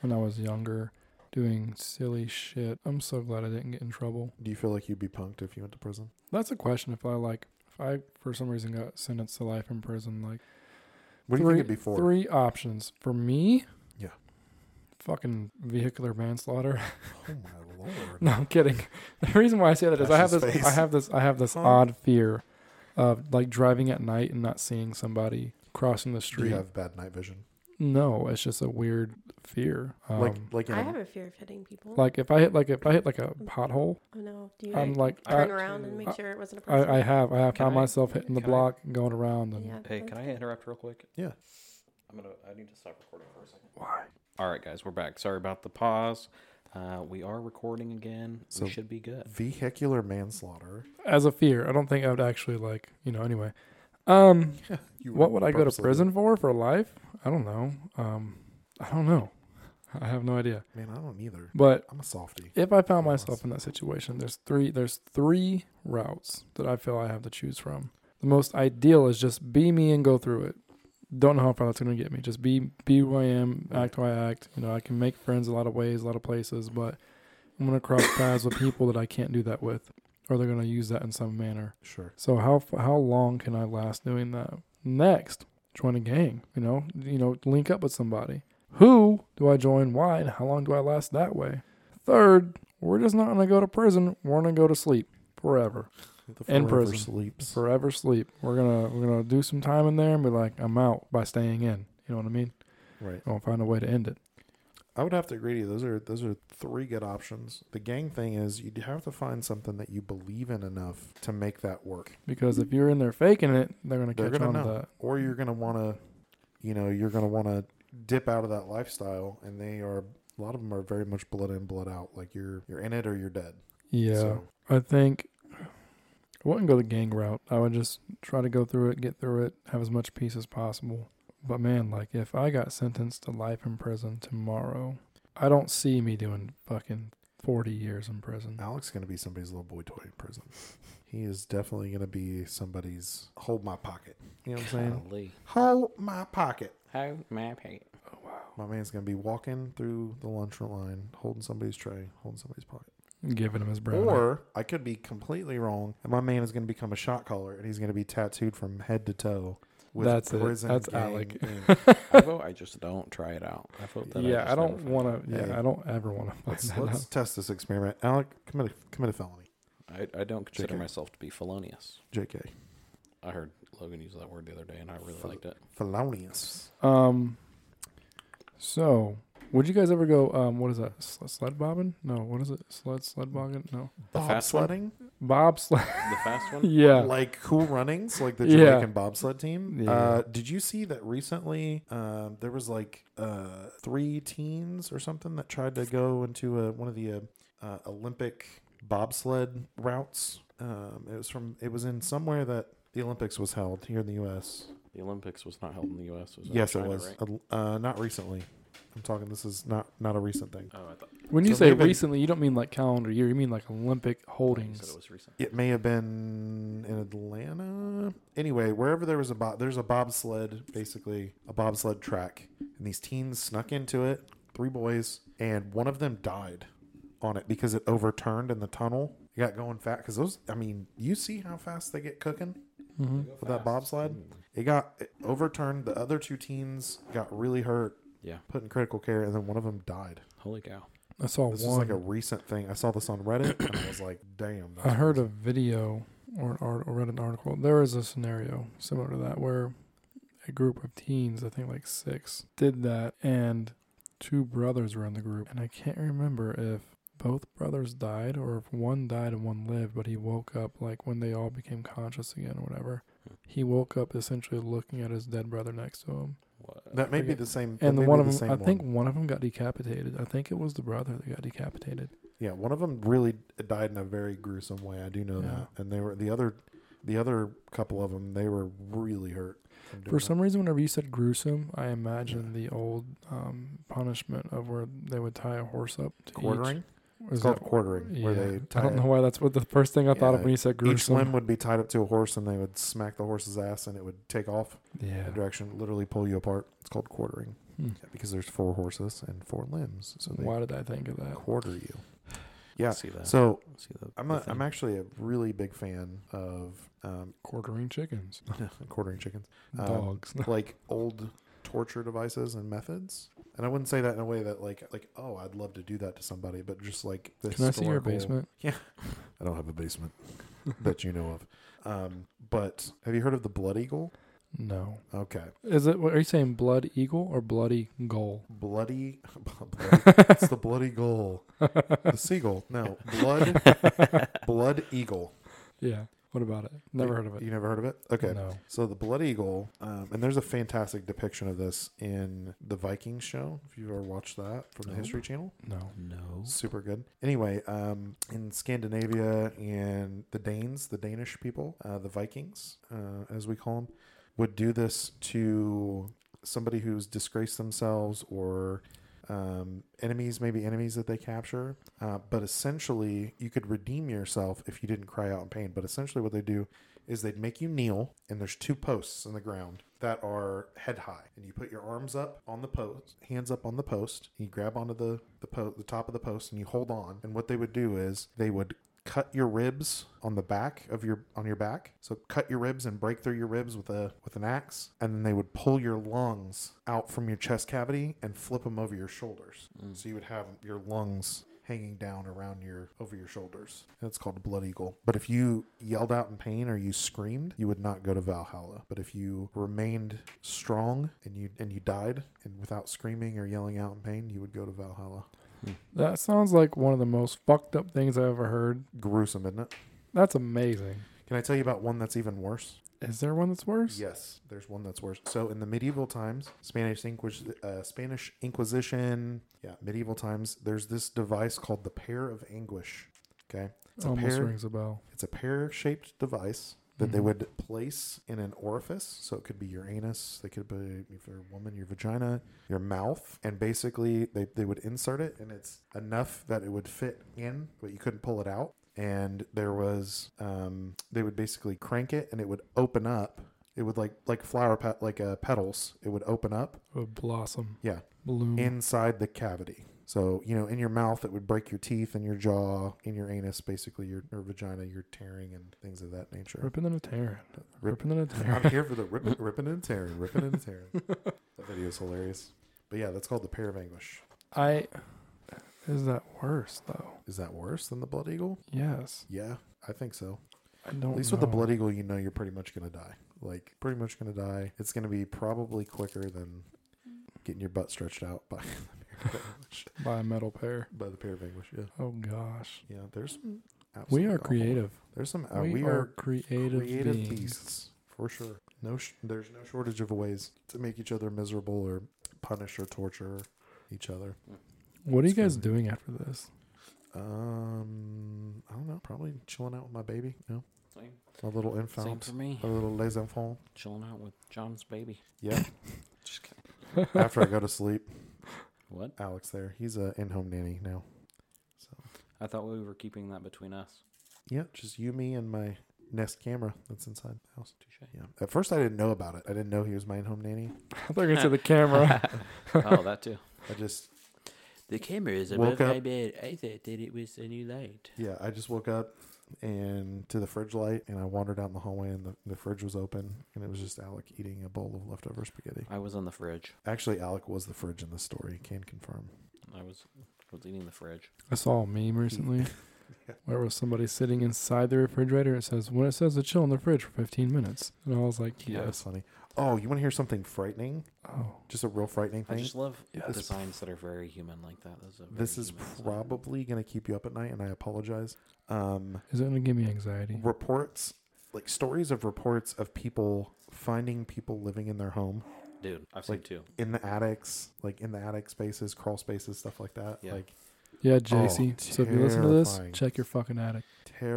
[SPEAKER 3] when I was younger, doing silly shit. I'm so glad I didn't get in trouble.
[SPEAKER 1] Do you feel like you'd be punked if you went to prison?
[SPEAKER 3] That's a question. If I like, if I for some reason got sentenced to life in prison, like
[SPEAKER 1] What do you
[SPEAKER 3] three,
[SPEAKER 1] think it'd be for?
[SPEAKER 3] three options for me.
[SPEAKER 1] Yeah.
[SPEAKER 3] Fucking vehicular manslaughter.
[SPEAKER 1] Oh my lord.
[SPEAKER 3] No, I'm kidding. The reason why I say that is I have
[SPEAKER 1] Ash's
[SPEAKER 3] this I
[SPEAKER 1] face.
[SPEAKER 3] have this I have this odd fear of like driving at night and not seeing somebody crossing the
[SPEAKER 1] Do
[SPEAKER 3] street.
[SPEAKER 1] you have bad night vision?
[SPEAKER 3] No, it's just a weird fear. Um,
[SPEAKER 1] like like
[SPEAKER 3] like
[SPEAKER 1] in
[SPEAKER 6] I
[SPEAKER 1] a-
[SPEAKER 6] have a fear of hitting people.
[SPEAKER 3] if I hit like if I hit like a pothole,
[SPEAKER 6] oh no, do you
[SPEAKER 3] I'm like I,
[SPEAKER 6] turn around and make sure it wasn't a person?
[SPEAKER 3] I, I have I have
[SPEAKER 2] Can
[SPEAKER 3] found
[SPEAKER 2] I-
[SPEAKER 3] myself hitting the
[SPEAKER 2] can I-
[SPEAKER 3] block and going around and
[SPEAKER 6] yeah,
[SPEAKER 2] Hey, can I interrupt real quick?
[SPEAKER 1] Yeah.
[SPEAKER 2] I'm gonna. I need to stop recording for a second. Why? All right, guys, we're back. Sorry about the pause. Uh, we are recording again.
[SPEAKER 1] So-
[SPEAKER 2] we should be good.
[SPEAKER 1] vehicular manslaughter.
[SPEAKER 3] as a fear. I don't think I would actually like you know anyway. Um,
[SPEAKER 1] You
[SPEAKER 3] what would I go to
[SPEAKER 1] purposely-
[SPEAKER 3] prison for for life? I don't know. Um, I don't know. I have no idea.
[SPEAKER 1] Man, I don't either.
[SPEAKER 3] But
[SPEAKER 1] I'm a softie.
[SPEAKER 3] if I found myself in that situation, there's three there's three routes that I feel I have to choose from. The most ideal is just be me and go through it. Don't know how far that's gonna get me. Just be be who I am, act how I act. You know, I can make friends a lot of ways, a lot of places, but I'm gonna cross paths with people that I can't do that with, or they're gonna use that in some manner.
[SPEAKER 1] Sure.
[SPEAKER 3] So how f- how long can I last doing that? Next, join a gang. You know, you know, link up with somebody. Who do I join? Why? And how long do I last that way? Third, we're just not gonna go to prison. We're gonna go to sleep forever,
[SPEAKER 1] The
[SPEAKER 3] In
[SPEAKER 1] forever
[SPEAKER 3] prison.
[SPEAKER 1] sleeps.
[SPEAKER 3] forever sleep. We're gonna we're gonna do some time in there and be like, I'm out by staying in. You know what I mean?
[SPEAKER 1] Right.
[SPEAKER 3] I'll find a way to end it.
[SPEAKER 1] I would have to agree to you. Those are those are three good options. The gang thing is you have to find something that you believe in enough to make that work.
[SPEAKER 3] Because if you're in there faking it, they're gonna
[SPEAKER 1] They're
[SPEAKER 3] catch
[SPEAKER 1] gonna
[SPEAKER 3] on to
[SPEAKER 1] know,
[SPEAKER 3] that.
[SPEAKER 1] or you're gonna want to, you know, you're gonna want to dip out of that lifestyle, and they are a lot of them are very much blood in, blood out. Like you're you're in it or you're dead.
[SPEAKER 3] Yeah.
[SPEAKER 1] So
[SPEAKER 3] I think I wouldn't go the gang route. I would just try to go through it, get through it, have as much peace as possible. But man, like if I got sentenced to life in prison tomorrow, I don't see me doing fucking 40 years in prison.
[SPEAKER 1] Alex is gonna be somebody's little boy toy in prison. He is definitely gonna be somebody's hold my pocket. You know what I'm saying?
[SPEAKER 2] Golly.
[SPEAKER 1] Hold my pocket.
[SPEAKER 2] How my pay?
[SPEAKER 1] My man's gonna be walking through the lunch line, holding somebody's tray, holding somebody's pocket.
[SPEAKER 3] giving him his brownie.
[SPEAKER 1] Or I could be completely wrong, and my man is going to become a shot caller, and he's going to be tattooed from head to toe with
[SPEAKER 3] That's it.
[SPEAKER 1] prison
[SPEAKER 3] That's
[SPEAKER 1] gang
[SPEAKER 3] Alec.
[SPEAKER 1] ink.
[SPEAKER 2] I vote I just don't try it out. I vote that.
[SPEAKER 3] yeah, I, don't
[SPEAKER 2] want.
[SPEAKER 3] want to. Yeah,
[SPEAKER 1] Hey.
[SPEAKER 3] I don't ever want to find
[SPEAKER 1] Let's,
[SPEAKER 3] that
[SPEAKER 1] let's
[SPEAKER 3] out.
[SPEAKER 1] test this experiment. Alec, commit a, commit a felony.
[SPEAKER 2] I, I don't consider
[SPEAKER 1] JK.
[SPEAKER 2] myself to be felonious.
[SPEAKER 1] JK.
[SPEAKER 2] I heard Logan use that word the other day, and I really liked it.
[SPEAKER 1] Felonious.
[SPEAKER 3] Um. So, would you guys ever go? Um, what is that? Sl- sled bobbing? No, what is it? Sled sled bogging? No,
[SPEAKER 2] fast one?
[SPEAKER 1] Bobsledding?
[SPEAKER 3] bobsled.
[SPEAKER 2] The fast one.
[SPEAKER 3] yeah.
[SPEAKER 1] Like cool runnings, like the
[SPEAKER 3] Uh, Yeah.
[SPEAKER 1] Jamaican bobsled team.
[SPEAKER 3] Yeah.
[SPEAKER 1] Uh, did you see that recently? Um, there was like uh, three teens or something that tried to go into a, one of the uh, uh, Olympic bobsled routes. Um, it was from. It was in somewhere that the Olympics was held here in the U.S.
[SPEAKER 2] The Olympics was not held in the U.S. Was
[SPEAKER 1] yes,
[SPEAKER 2] China,
[SPEAKER 1] it was.
[SPEAKER 2] right?
[SPEAKER 1] Uh, Uh, not recently. I'm talking. This is not not a recent thing.
[SPEAKER 2] Oh, I thought you
[SPEAKER 3] when you
[SPEAKER 1] so
[SPEAKER 3] say
[SPEAKER 1] they've been-
[SPEAKER 3] recently, you don't mean like calendar year. You mean like Olympic
[SPEAKER 2] said
[SPEAKER 3] holdings.
[SPEAKER 2] it was recent.
[SPEAKER 1] It may have been in Atlanta. Anyway, wherever there was a bob, there's a bobsled, basically a bobsled track, and these teens snuck into it. Three boys, and one of them died on it because it overturned in the tunnel. It got going fast because those. I mean, you see how fast they get cooking
[SPEAKER 3] Mm-hmm.
[SPEAKER 1] with that bobsled.
[SPEAKER 2] Mm-hmm.
[SPEAKER 1] It got it overturned. The other two teens got really hurt,
[SPEAKER 2] Yeah.
[SPEAKER 1] put in critical care, and then one of them died.
[SPEAKER 2] Holy cow.
[SPEAKER 3] I saw
[SPEAKER 1] This is
[SPEAKER 3] one.
[SPEAKER 1] like a recent thing. I saw this on Reddit, and I was like, "Damn!"
[SPEAKER 3] I heard a video or, an art, or read an article. There is a scenario similar to that where a group of teens, I think like six, did that, and two brothers were in the group. And I can't remember if both brothers died or if one died and one lived, but he woke up like when they all became conscious again or whatever.
[SPEAKER 1] Hmm.
[SPEAKER 3] He woke up essentially looking at his dead brother next to him,
[SPEAKER 2] What?
[SPEAKER 1] That may be
[SPEAKER 3] forget.
[SPEAKER 1] the same. that
[SPEAKER 3] and
[SPEAKER 1] may
[SPEAKER 3] the
[SPEAKER 1] be
[SPEAKER 3] one of
[SPEAKER 1] same
[SPEAKER 3] them, I think one of them got decapitated. I think it was the brother that got decapitated.
[SPEAKER 1] Yeah, one of them really died in a very gruesome way. I do know
[SPEAKER 3] Yeah.
[SPEAKER 1] that, and they were the other, the other couple of them. They were really hurt. from doing
[SPEAKER 3] For
[SPEAKER 1] that.
[SPEAKER 3] some reason, whenever you said gruesome, I imagine the old um, punishment of where they would tie a horse up. To
[SPEAKER 1] quartering,
[SPEAKER 3] Each.
[SPEAKER 1] it's
[SPEAKER 3] Is
[SPEAKER 1] called
[SPEAKER 3] that-
[SPEAKER 1] quartering,
[SPEAKER 3] yeah.
[SPEAKER 1] where they tie
[SPEAKER 3] I don't know why that's what the first thing I thought of
[SPEAKER 1] Yeah,
[SPEAKER 3] when you said
[SPEAKER 1] each
[SPEAKER 3] gruesome.
[SPEAKER 1] limb would be tied up to a horse, and they would smack the horse's ass, and it would take off
[SPEAKER 3] yeah.
[SPEAKER 1] in a direction, literally pull you apart. It's called quartering
[SPEAKER 3] Hmm.
[SPEAKER 1] Yeah, because there's four horses and four limbs, so they
[SPEAKER 3] Why did I think of that?
[SPEAKER 1] quarter you. Yeah.
[SPEAKER 2] See that.
[SPEAKER 1] So
[SPEAKER 2] See the,
[SPEAKER 1] I'm
[SPEAKER 2] the
[SPEAKER 1] a, I'm
[SPEAKER 2] thing?
[SPEAKER 1] actually a really big fan of um,
[SPEAKER 3] Quartering chickens,
[SPEAKER 1] quartering chickens. Um,
[SPEAKER 3] dogs.
[SPEAKER 1] like old torture devices and methods. And I wouldn't say that in a way that like like oh I'd love to do that to somebody, but just like the
[SPEAKER 3] Can I see your
[SPEAKER 1] historical-
[SPEAKER 3] basement?
[SPEAKER 1] I don't have a basement that you know of. Um, but have you heard of the Blood Eagle?
[SPEAKER 3] No.
[SPEAKER 1] Okay,
[SPEAKER 3] Is it? What, are you saying blood eagle or bloody goal?
[SPEAKER 1] bloody, bloody it's the bloody goal, the seagull. No, blood, blood eagle.
[SPEAKER 3] Yeah. What about it? Never heard of it.
[SPEAKER 1] You never heard of it? Okay.
[SPEAKER 3] No.
[SPEAKER 1] So the Blood Eagle, um, and there's a fantastic depiction of this in the Vikings show. If you've ever watched that from the History Channel,
[SPEAKER 3] No.
[SPEAKER 2] No.
[SPEAKER 1] super good. Anyway, um, in Scandinavia and the Danes, the Danish people, uh, the Vikings, uh, as we call them, would do this to somebody who's disgraced themselves or um, enemies, maybe enemies that they capture. Uh, but essentially, you could redeem yourself if you didn't cry out in pain. But essentially, what they do is they'd make you kneel, and there's two posts in the ground that are head high, and you put your arms up on the post, hands up on the post, and you grab onto the the po- the top of the post, and you hold on. And what they would do is they would cut your ribs on the back of your on your back so cut your ribs and break through your ribs with a with an axe and then they would pull your lungs out from your chest cavity and flip them over your shoulders so you would have your lungs hanging down around your over your shoulders and it's called a blood eagle but if you yelled out in pain or you screamed you would not go to valhalla but if you remained strong and you and you died and without screaming or yelling out in pain you would go to valhalla
[SPEAKER 3] That sounds like one of the most fucked up things I've ever heard.
[SPEAKER 1] gruesome isn't it
[SPEAKER 3] That's amazing.
[SPEAKER 1] can i tell you about one that's even worse
[SPEAKER 3] Is there one that's worse?
[SPEAKER 1] Yes, there's one that's worse. So in the medieval times, Spanish Inquis- uh, Spanish Inquisition, yeah, medieval times, there's this device called the pair of anguish. Okay, it's a
[SPEAKER 3] Almost
[SPEAKER 1] pair.
[SPEAKER 3] rings a bell.
[SPEAKER 1] It's a pear-shaped device that they would place in an orifice. So it could be your anus. They could be if you're a woman, your vagina, your mouth, and basically they they would insert it, and it's enough that it would fit in, but you couldn't pull it out. And there was um, they would basically crank it, and it would open up. It would like like flower pet like uh, petals. It would open up.
[SPEAKER 3] A blossom.
[SPEAKER 1] Yeah,
[SPEAKER 3] Bloom.
[SPEAKER 1] inside the cavity. So, you know, in your mouth, it would break your teeth and your jaw, in your anus, basically your, your vagina, your tearing and things of that nature.
[SPEAKER 3] Ripping and tearing. Ripping and tearing.
[SPEAKER 1] I'm here for the ripping, ripping and tearing, ripping and tearing. that video is hilarious. But yeah, that's called the pair of anguish.
[SPEAKER 3] I. Is that worse though?
[SPEAKER 1] Is that worse than the blood eagle?
[SPEAKER 3] Yes.
[SPEAKER 1] Yeah, I think so.
[SPEAKER 3] I don't.
[SPEAKER 1] At least with the
[SPEAKER 3] know.
[SPEAKER 1] blood eagle, you know you're pretty much gonna die. Like pretty much gonna die. It's gonna be probably quicker than getting your butt stretched out by the pair of anguish.
[SPEAKER 3] by a metal pair.
[SPEAKER 1] by the pair of anguish. Yeah,
[SPEAKER 3] Oh gosh.
[SPEAKER 1] yeah. There's some.
[SPEAKER 3] We
[SPEAKER 1] absolutely
[SPEAKER 3] are
[SPEAKER 1] awful-
[SPEAKER 3] creative.
[SPEAKER 1] There's some. Uh,
[SPEAKER 3] we, are, creative,
[SPEAKER 1] creative
[SPEAKER 3] beings.
[SPEAKER 1] beasts for sure. No, sh- there's no shortage of ways to make each other miserable or punish or torture each other.
[SPEAKER 3] What are you guys doing after this?
[SPEAKER 1] Um, I don't know. Probably chilling out with my baby. You know,
[SPEAKER 2] Same,
[SPEAKER 1] my little
[SPEAKER 2] same
[SPEAKER 1] infant,
[SPEAKER 2] for me.
[SPEAKER 1] my little les enfants.
[SPEAKER 2] Chilling out with John's baby.
[SPEAKER 1] Yeah.
[SPEAKER 2] Just kidding.
[SPEAKER 1] After I go to sleep,
[SPEAKER 2] What?
[SPEAKER 1] Alex there. He's a in-home nanny now. So
[SPEAKER 2] I thought we were keeping that between us.
[SPEAKER 1] yeah, just you, me, and my Nest camera that's inside the house.
[SPEAKER 2] Touche.
[SPEAKER 1] Yeah. At first, I didn't know about it. I didn't know he was my in-home nanny.
[SPEAKER 3] I thought you were gonna say the camera.
[SPEAKER 2] oh, that too.
[SPEAKER 1] I just
[SPEAKER 2] The camera is
[SPEAKER 1] above Woke my up-
[SPEAKER 2] bed. I thought that it was a new light.
[SPEAKER 1] Yeah, I just woke up and to the fridge light, and I wandered down the hallway, and the, the fridge was open, and it was just Alec eating a bowl of leftover spaghetti.
[SPEAKER 2] I was on the fridge.
[SPEAKER 1] Actually, Alec was the fridge in this story. Can confirm.
[SPEAKER 2] I was was eating the fridge.
[SPEAKER 3] I saw a meme recently where was somebody sitting inside the refrigerator. It says when it says to chill in the fridge for 15 minutes, and I was like,
[SPEAKER 1] Yeah,
[SPEAKER 3] yes.
[SPEAKER 1] that's funny. Oh, you want to hear something frightening?
[SPEAKER 3] Oh,
[SPEAKER 1] Just a real frightening
[SPEAKER 2] I
[SPEAKER 1] thing.
[SPEAKER 2] just love
[SPEAKER 1] Yes.
[SPEAKER 2] designs that are very human like that. Those are very
[SPEAKER 1] This is
[SPEAKER 2] human design.
[SPEAKER 1] probably going to keep you up at night, and I apologize. Um,
[SPEAKER 3] is it gonna give me anxiety?
[SPEAKER 1] reports, like stories of reports of people finding people living in their home
[SPEAKER 2] dude. I've seen two.
[SPEAKER 1] in the attics, like in the attic spaces, crawl spaces, stuff like that.
[SPEAKER 2] Yeah.
[SPEAKER 1] Like
[SPEAKER 3] Yeah, JC. so if you listen to this,
[SPEAKER 1] oh, terrifying.
[SPEAKER 3] check your fucking attic.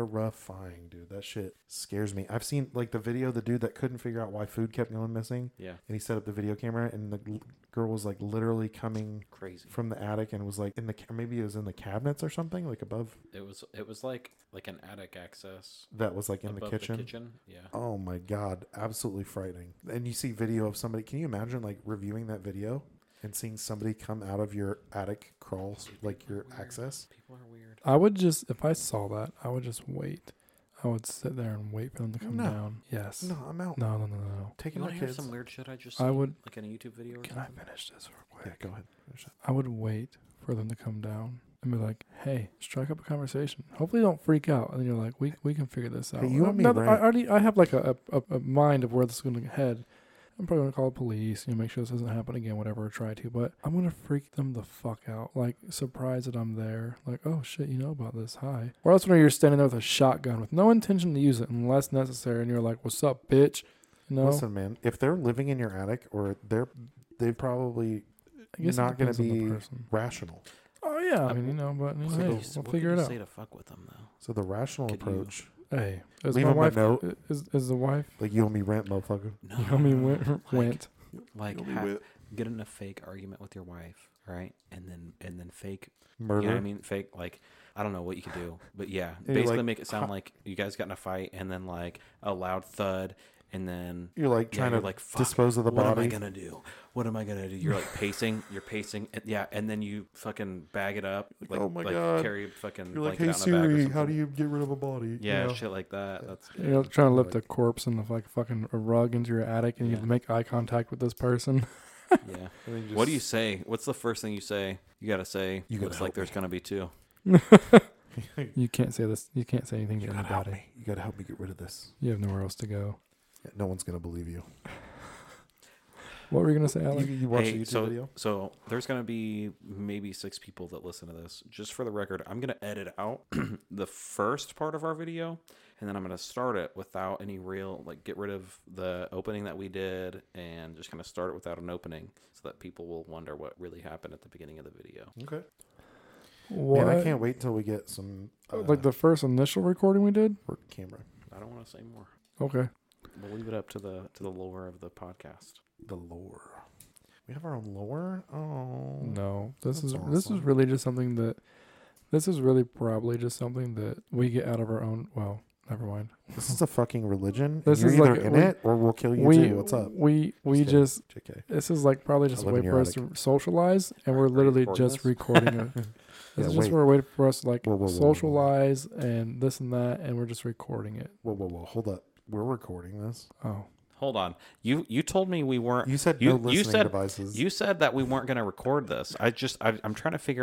[SPEAKER 1] terrifying, dude. That shit scares me. I've seen like the video of the dude that couldn't figure out why food kept going missing,
[SPEAKER 2] Yeah,
[SPEAKER 1] and he set up the video camera, and the l- girl was like literally coming
[SPEAKER 2] crazy.
[SPEAKER 1] from the attic and was like in the ca- maybe it was in the cabinets or something like above
[SPEAKER 2] It was it was like like an attic access
[SPEAKER 1] that was like in the
[SPEAKER 2] above
[SPEAKER 1] kitchen.
[SPEAKER 2] The kitchen. Yeah,
[SPEAKER 1] Oh my god, absolutely frightening. And you see video of somebody. Can you imagine like reviewing that video and seeing somebody come out of your attic crawl like your access?
[SPEAKER 2] people are weird.
[SPEAKER 3] I would just if I saw that, I would just wait. I would sit there and wait for them to come
[SPEAKER 1] No.
[SPEAKER 3] down. Yes.
[SPEAKER 1] No, I'm out.
[SPEAKER 3] No. No. No. No.
[SPEAKER 2] You
[SPEAKER 1] Taking my
[SPEAKER 2] want to hear
[SPEAKER 1] kids.
[SPEAKER 2] some weird shit I just
[SPEAKER 3] I
[SPEAKER 2] seen,
[SPEAKER 3] would.
[SPEAKER 2] like in a YouTube video. Or
[SPEAKER 3] Can I finish this real quick?
[SPEAKER 1] Yeah, go ahead. Finish that.
[SPEAKER 3] I would wait for them to come down and be like, "Hey, strike up a conversation. Hopefully, don't freak out." And then you're like, "We we can figure this out."
[SPEAKER 1] Hey, you
[SPEAKER 3] No,
[SPEAKER 1] and me,
[SPEAKER 3] no, I
[SPEAKER 1] right?
[SPEAKER 3] already I have like a, a, a mind of where this is going to head. I'm probably gonna call the police, you know, make sure this doesn't happen again, whatever, or try to, but I'm gonna freak them the fuck out. Like, surprised that I'm there. Like, oh shit, you know about this. Hi. Or else when you're standing there with a shotgun with no intention to use it unless necessary, and you're like, What's up, bitch? You know,
[SPEAKER 1] Listen, man, if they're living in your attic or they're they probably
[SPEAKER 3] I guess it
[SPEAKER 1] not gonna
[SPEAKER 3] depends on the
[SPEAKER 1] be-
[SPEAKER 3] person.
[SPEAKER 1] rational.
[SPEAKER 3] Oh yeah, I mean, you know, but you know,
[SPEAKER 2] What could
[SPEAKER 3] hey,
[SPEAKER 2] you s-
[SPEAKER 3] we'll
[SPEAKER 2] what could
[SPEAKER 3] figure
[SPEAKER 2] you
[SPEAKER 3] it out.
[SPEAKER 2] Say to fuck with them though.
[SPEAKER 1] So the rational
[SPEAKER 2] Could you-
[SPEAKER 1] approach,
[SPEAKER 3] Hey, is
[SPEAKER 1] Leave
[SPEAKER 3] my
[SPEAKER 1] him a
[SPEAKER 3] wife
[SPEAKER 1] note.
[SPEAKER 3] Is is the wife?
[SPEAKER 1] like you owe me rent, motherfucker.
[SPEAKER 2] No,
[SPEAKER 3] You know, I mean, went,
[SPEAKER 2] like,
[SPEAKER 3] went.
[SPEAKER 2] like
[SPEAKER 1] You'll be
[SPEAKER 2] ha-
[SPEAKER 1] wet.
[SPEAKER 2] get in a fake argument with your wife, right? And then and then fake
[SPEAKER 1] Murder.
[SPEAKER 2] You know what I mean? Fake, like, I don't know what you could do. But yeah,
[SPEAKER 1] you're
[SPEAKER 2] basically
[SPEAKER 1] like,
[SPEAKER 2] make it sound like you guys got in a fight and then, like, a loud thud. And then
[SPEAKER 1] You're like
[SPEAKER 2] yeah,
[SPEAKER 1] trying
[SPEAKER 2] you're
[SPEAKER 1] to
[SPEAKER 2] like, "Fuck,
[SPEAKER 1] dispose of the
[SPEAKER 2] what
[SPEAKER 1] body.
[SPEAKER 2] am I gonna do? What am I gonna do? You're like pacing, you're pacing, and yeah, and then you fucking bag it up, like,
[SPEAKER 1] "Oh my
[SPEAKER 2] like,
[SPEAKER 1] God."
[SPEAKER 2] carry a fucking
[SPEAKER 1] You're like,
[SPEAKER 2] blanket
[SPEAKER 1] hey
[SPEAKER 2] out in a bag or
[SPEAKER 1] Siri, how do
[SPEAKER 2] something."
[SPEAKER 1] you get rid of a body? You
[SPEAKER 2] Yeah,
[SPEAKER 1] know?
[SPEAKER 2] shit like that. That's
[SPEAKER 3] You know, trying to lift
[SPEAKER 1] Like-
[SPEAKER 3] a corpse and like fucking a rug into your attic, and you
[SPEAKER 2] Yeah.
[SPEAKER 3] make eye contact with this person.
[SPEAKER 2] yeah.
[SPEAKER 1] And then you
[SPEAKER 2] What do you
[SPEAKER 1] just-
[SPEAKER 2] say? What's the first thing you say? You gotta say.
[SPEAKER 1] You gotta
[SPEAKER 2] looks
[SPEAKER 1] help
[SPEAKER 2] like there's gonna be two.
[SPEAKER 3] You can't say this. You can't say anything to
[SPEAKER 1] You gotta help
[SPEAKER 3] anybody.
[SPEAKER 1] me. You gotta help me get rid of this.
[SPEAKER 3] You have nowhere else to go.
[SPEAKER 1] Yeah, No one's gonna believe you.
[SPEAKER 3] What were you gonna say,
[SPEAKER 1] You,
[SPEAKER 3] Alex?
[SPEAKER 1] you watch
[SPEAKER 2] Hey,
[SPEAKER 1] the YouTube
[SPEAKER 2] so,
[SPEAKER 1] video?
[SPEAKER 2] So there's gonna be maybe six people that listen to this. Just for the record, I'm gonna edit out the first part of our video, and then I'm gonna start it without any real like get rid of the opening that we did, and just kind of start it without an opening, so that people will wonder what really happened at the beginning of the video.
[SPEAKER 1] Okay.
[SPEAKER 3] What?
[SPEAKER 1] Man, I can't wait until we get some uh,
[SPEAKER 3] like the first initial recording we did.
[SPEAKER 1] for camera.
[SPEAKER 2] I don't want to say more.
[SPEAKER 3] Okay.
[SPEAKER 2] We'll leave it up to the to the lore of the podcast.
[SPEAKER 1] The lore. We have our own lore? Oh
[SPEAKER 3] No, this
[SPEAKER 1] That's
[SPEAKER 3] is this is
[SPEAKER 1] awesome.
[SPEAKER 3] really just something that. This is really probably just something that we get out of our own. Well, Never mind.
[SPEAKER 1] This is a fucking religion. and
[SPEAKER 3] This
[SPEAKER 1] You're
[SPEAKER 3] is
[SPEAKER 1] either
[SPEAKER 3] like-
[SPEAKER 1] in
[SPEAKER 3] we-
[SPEAKER 1] it or we'll kill you
[SPEAKER 3] we
[SPEAKER 1] too. What's up?
[SPEAKER 3] we we
[SPEAKER 1] kidding.
[SPEAKER 3] just
[SPEAKER 1] JK.
[SPEAKER 3] this is like probably just a
[SPEAKER 1] live
[SPEAKER 3] way
[SPEAKER 1] in
[SPEAKER 3] for us to
[SPEAKER 1] Erotic.
[SPEAKER 3] socialize, and we're literally
[SPEAKER 2] recording
[SPEAKER 3] just
[SPEAKER 2] this?
[SPEAKER 3] recording it. This
[SPEAKER 1] Yeah,
[SPEAKER 3] is
[SPEAKER 1] wait.
[SPEAKER 3] just for a way for us to like
[SPEAKER 1] Whoa, whoa, whoa, whoa, whoa.
[SPEAKER 3] socialize and this and that, and we're just recording it.
[SPEAKER 1] Whoa, whoa, whoa. Hold up. We're recording this.
[SPEAKER 3] Oh,
[SPEAKER 2] Hold on. You you told me we weren't.
[SPEAKER 1] You said no listening
[SPEAKER 2] said,
[SPEAKER 1] devices.
[SPEAKER 2] You said that we weren't going to record this. I just I, I'm trying to figure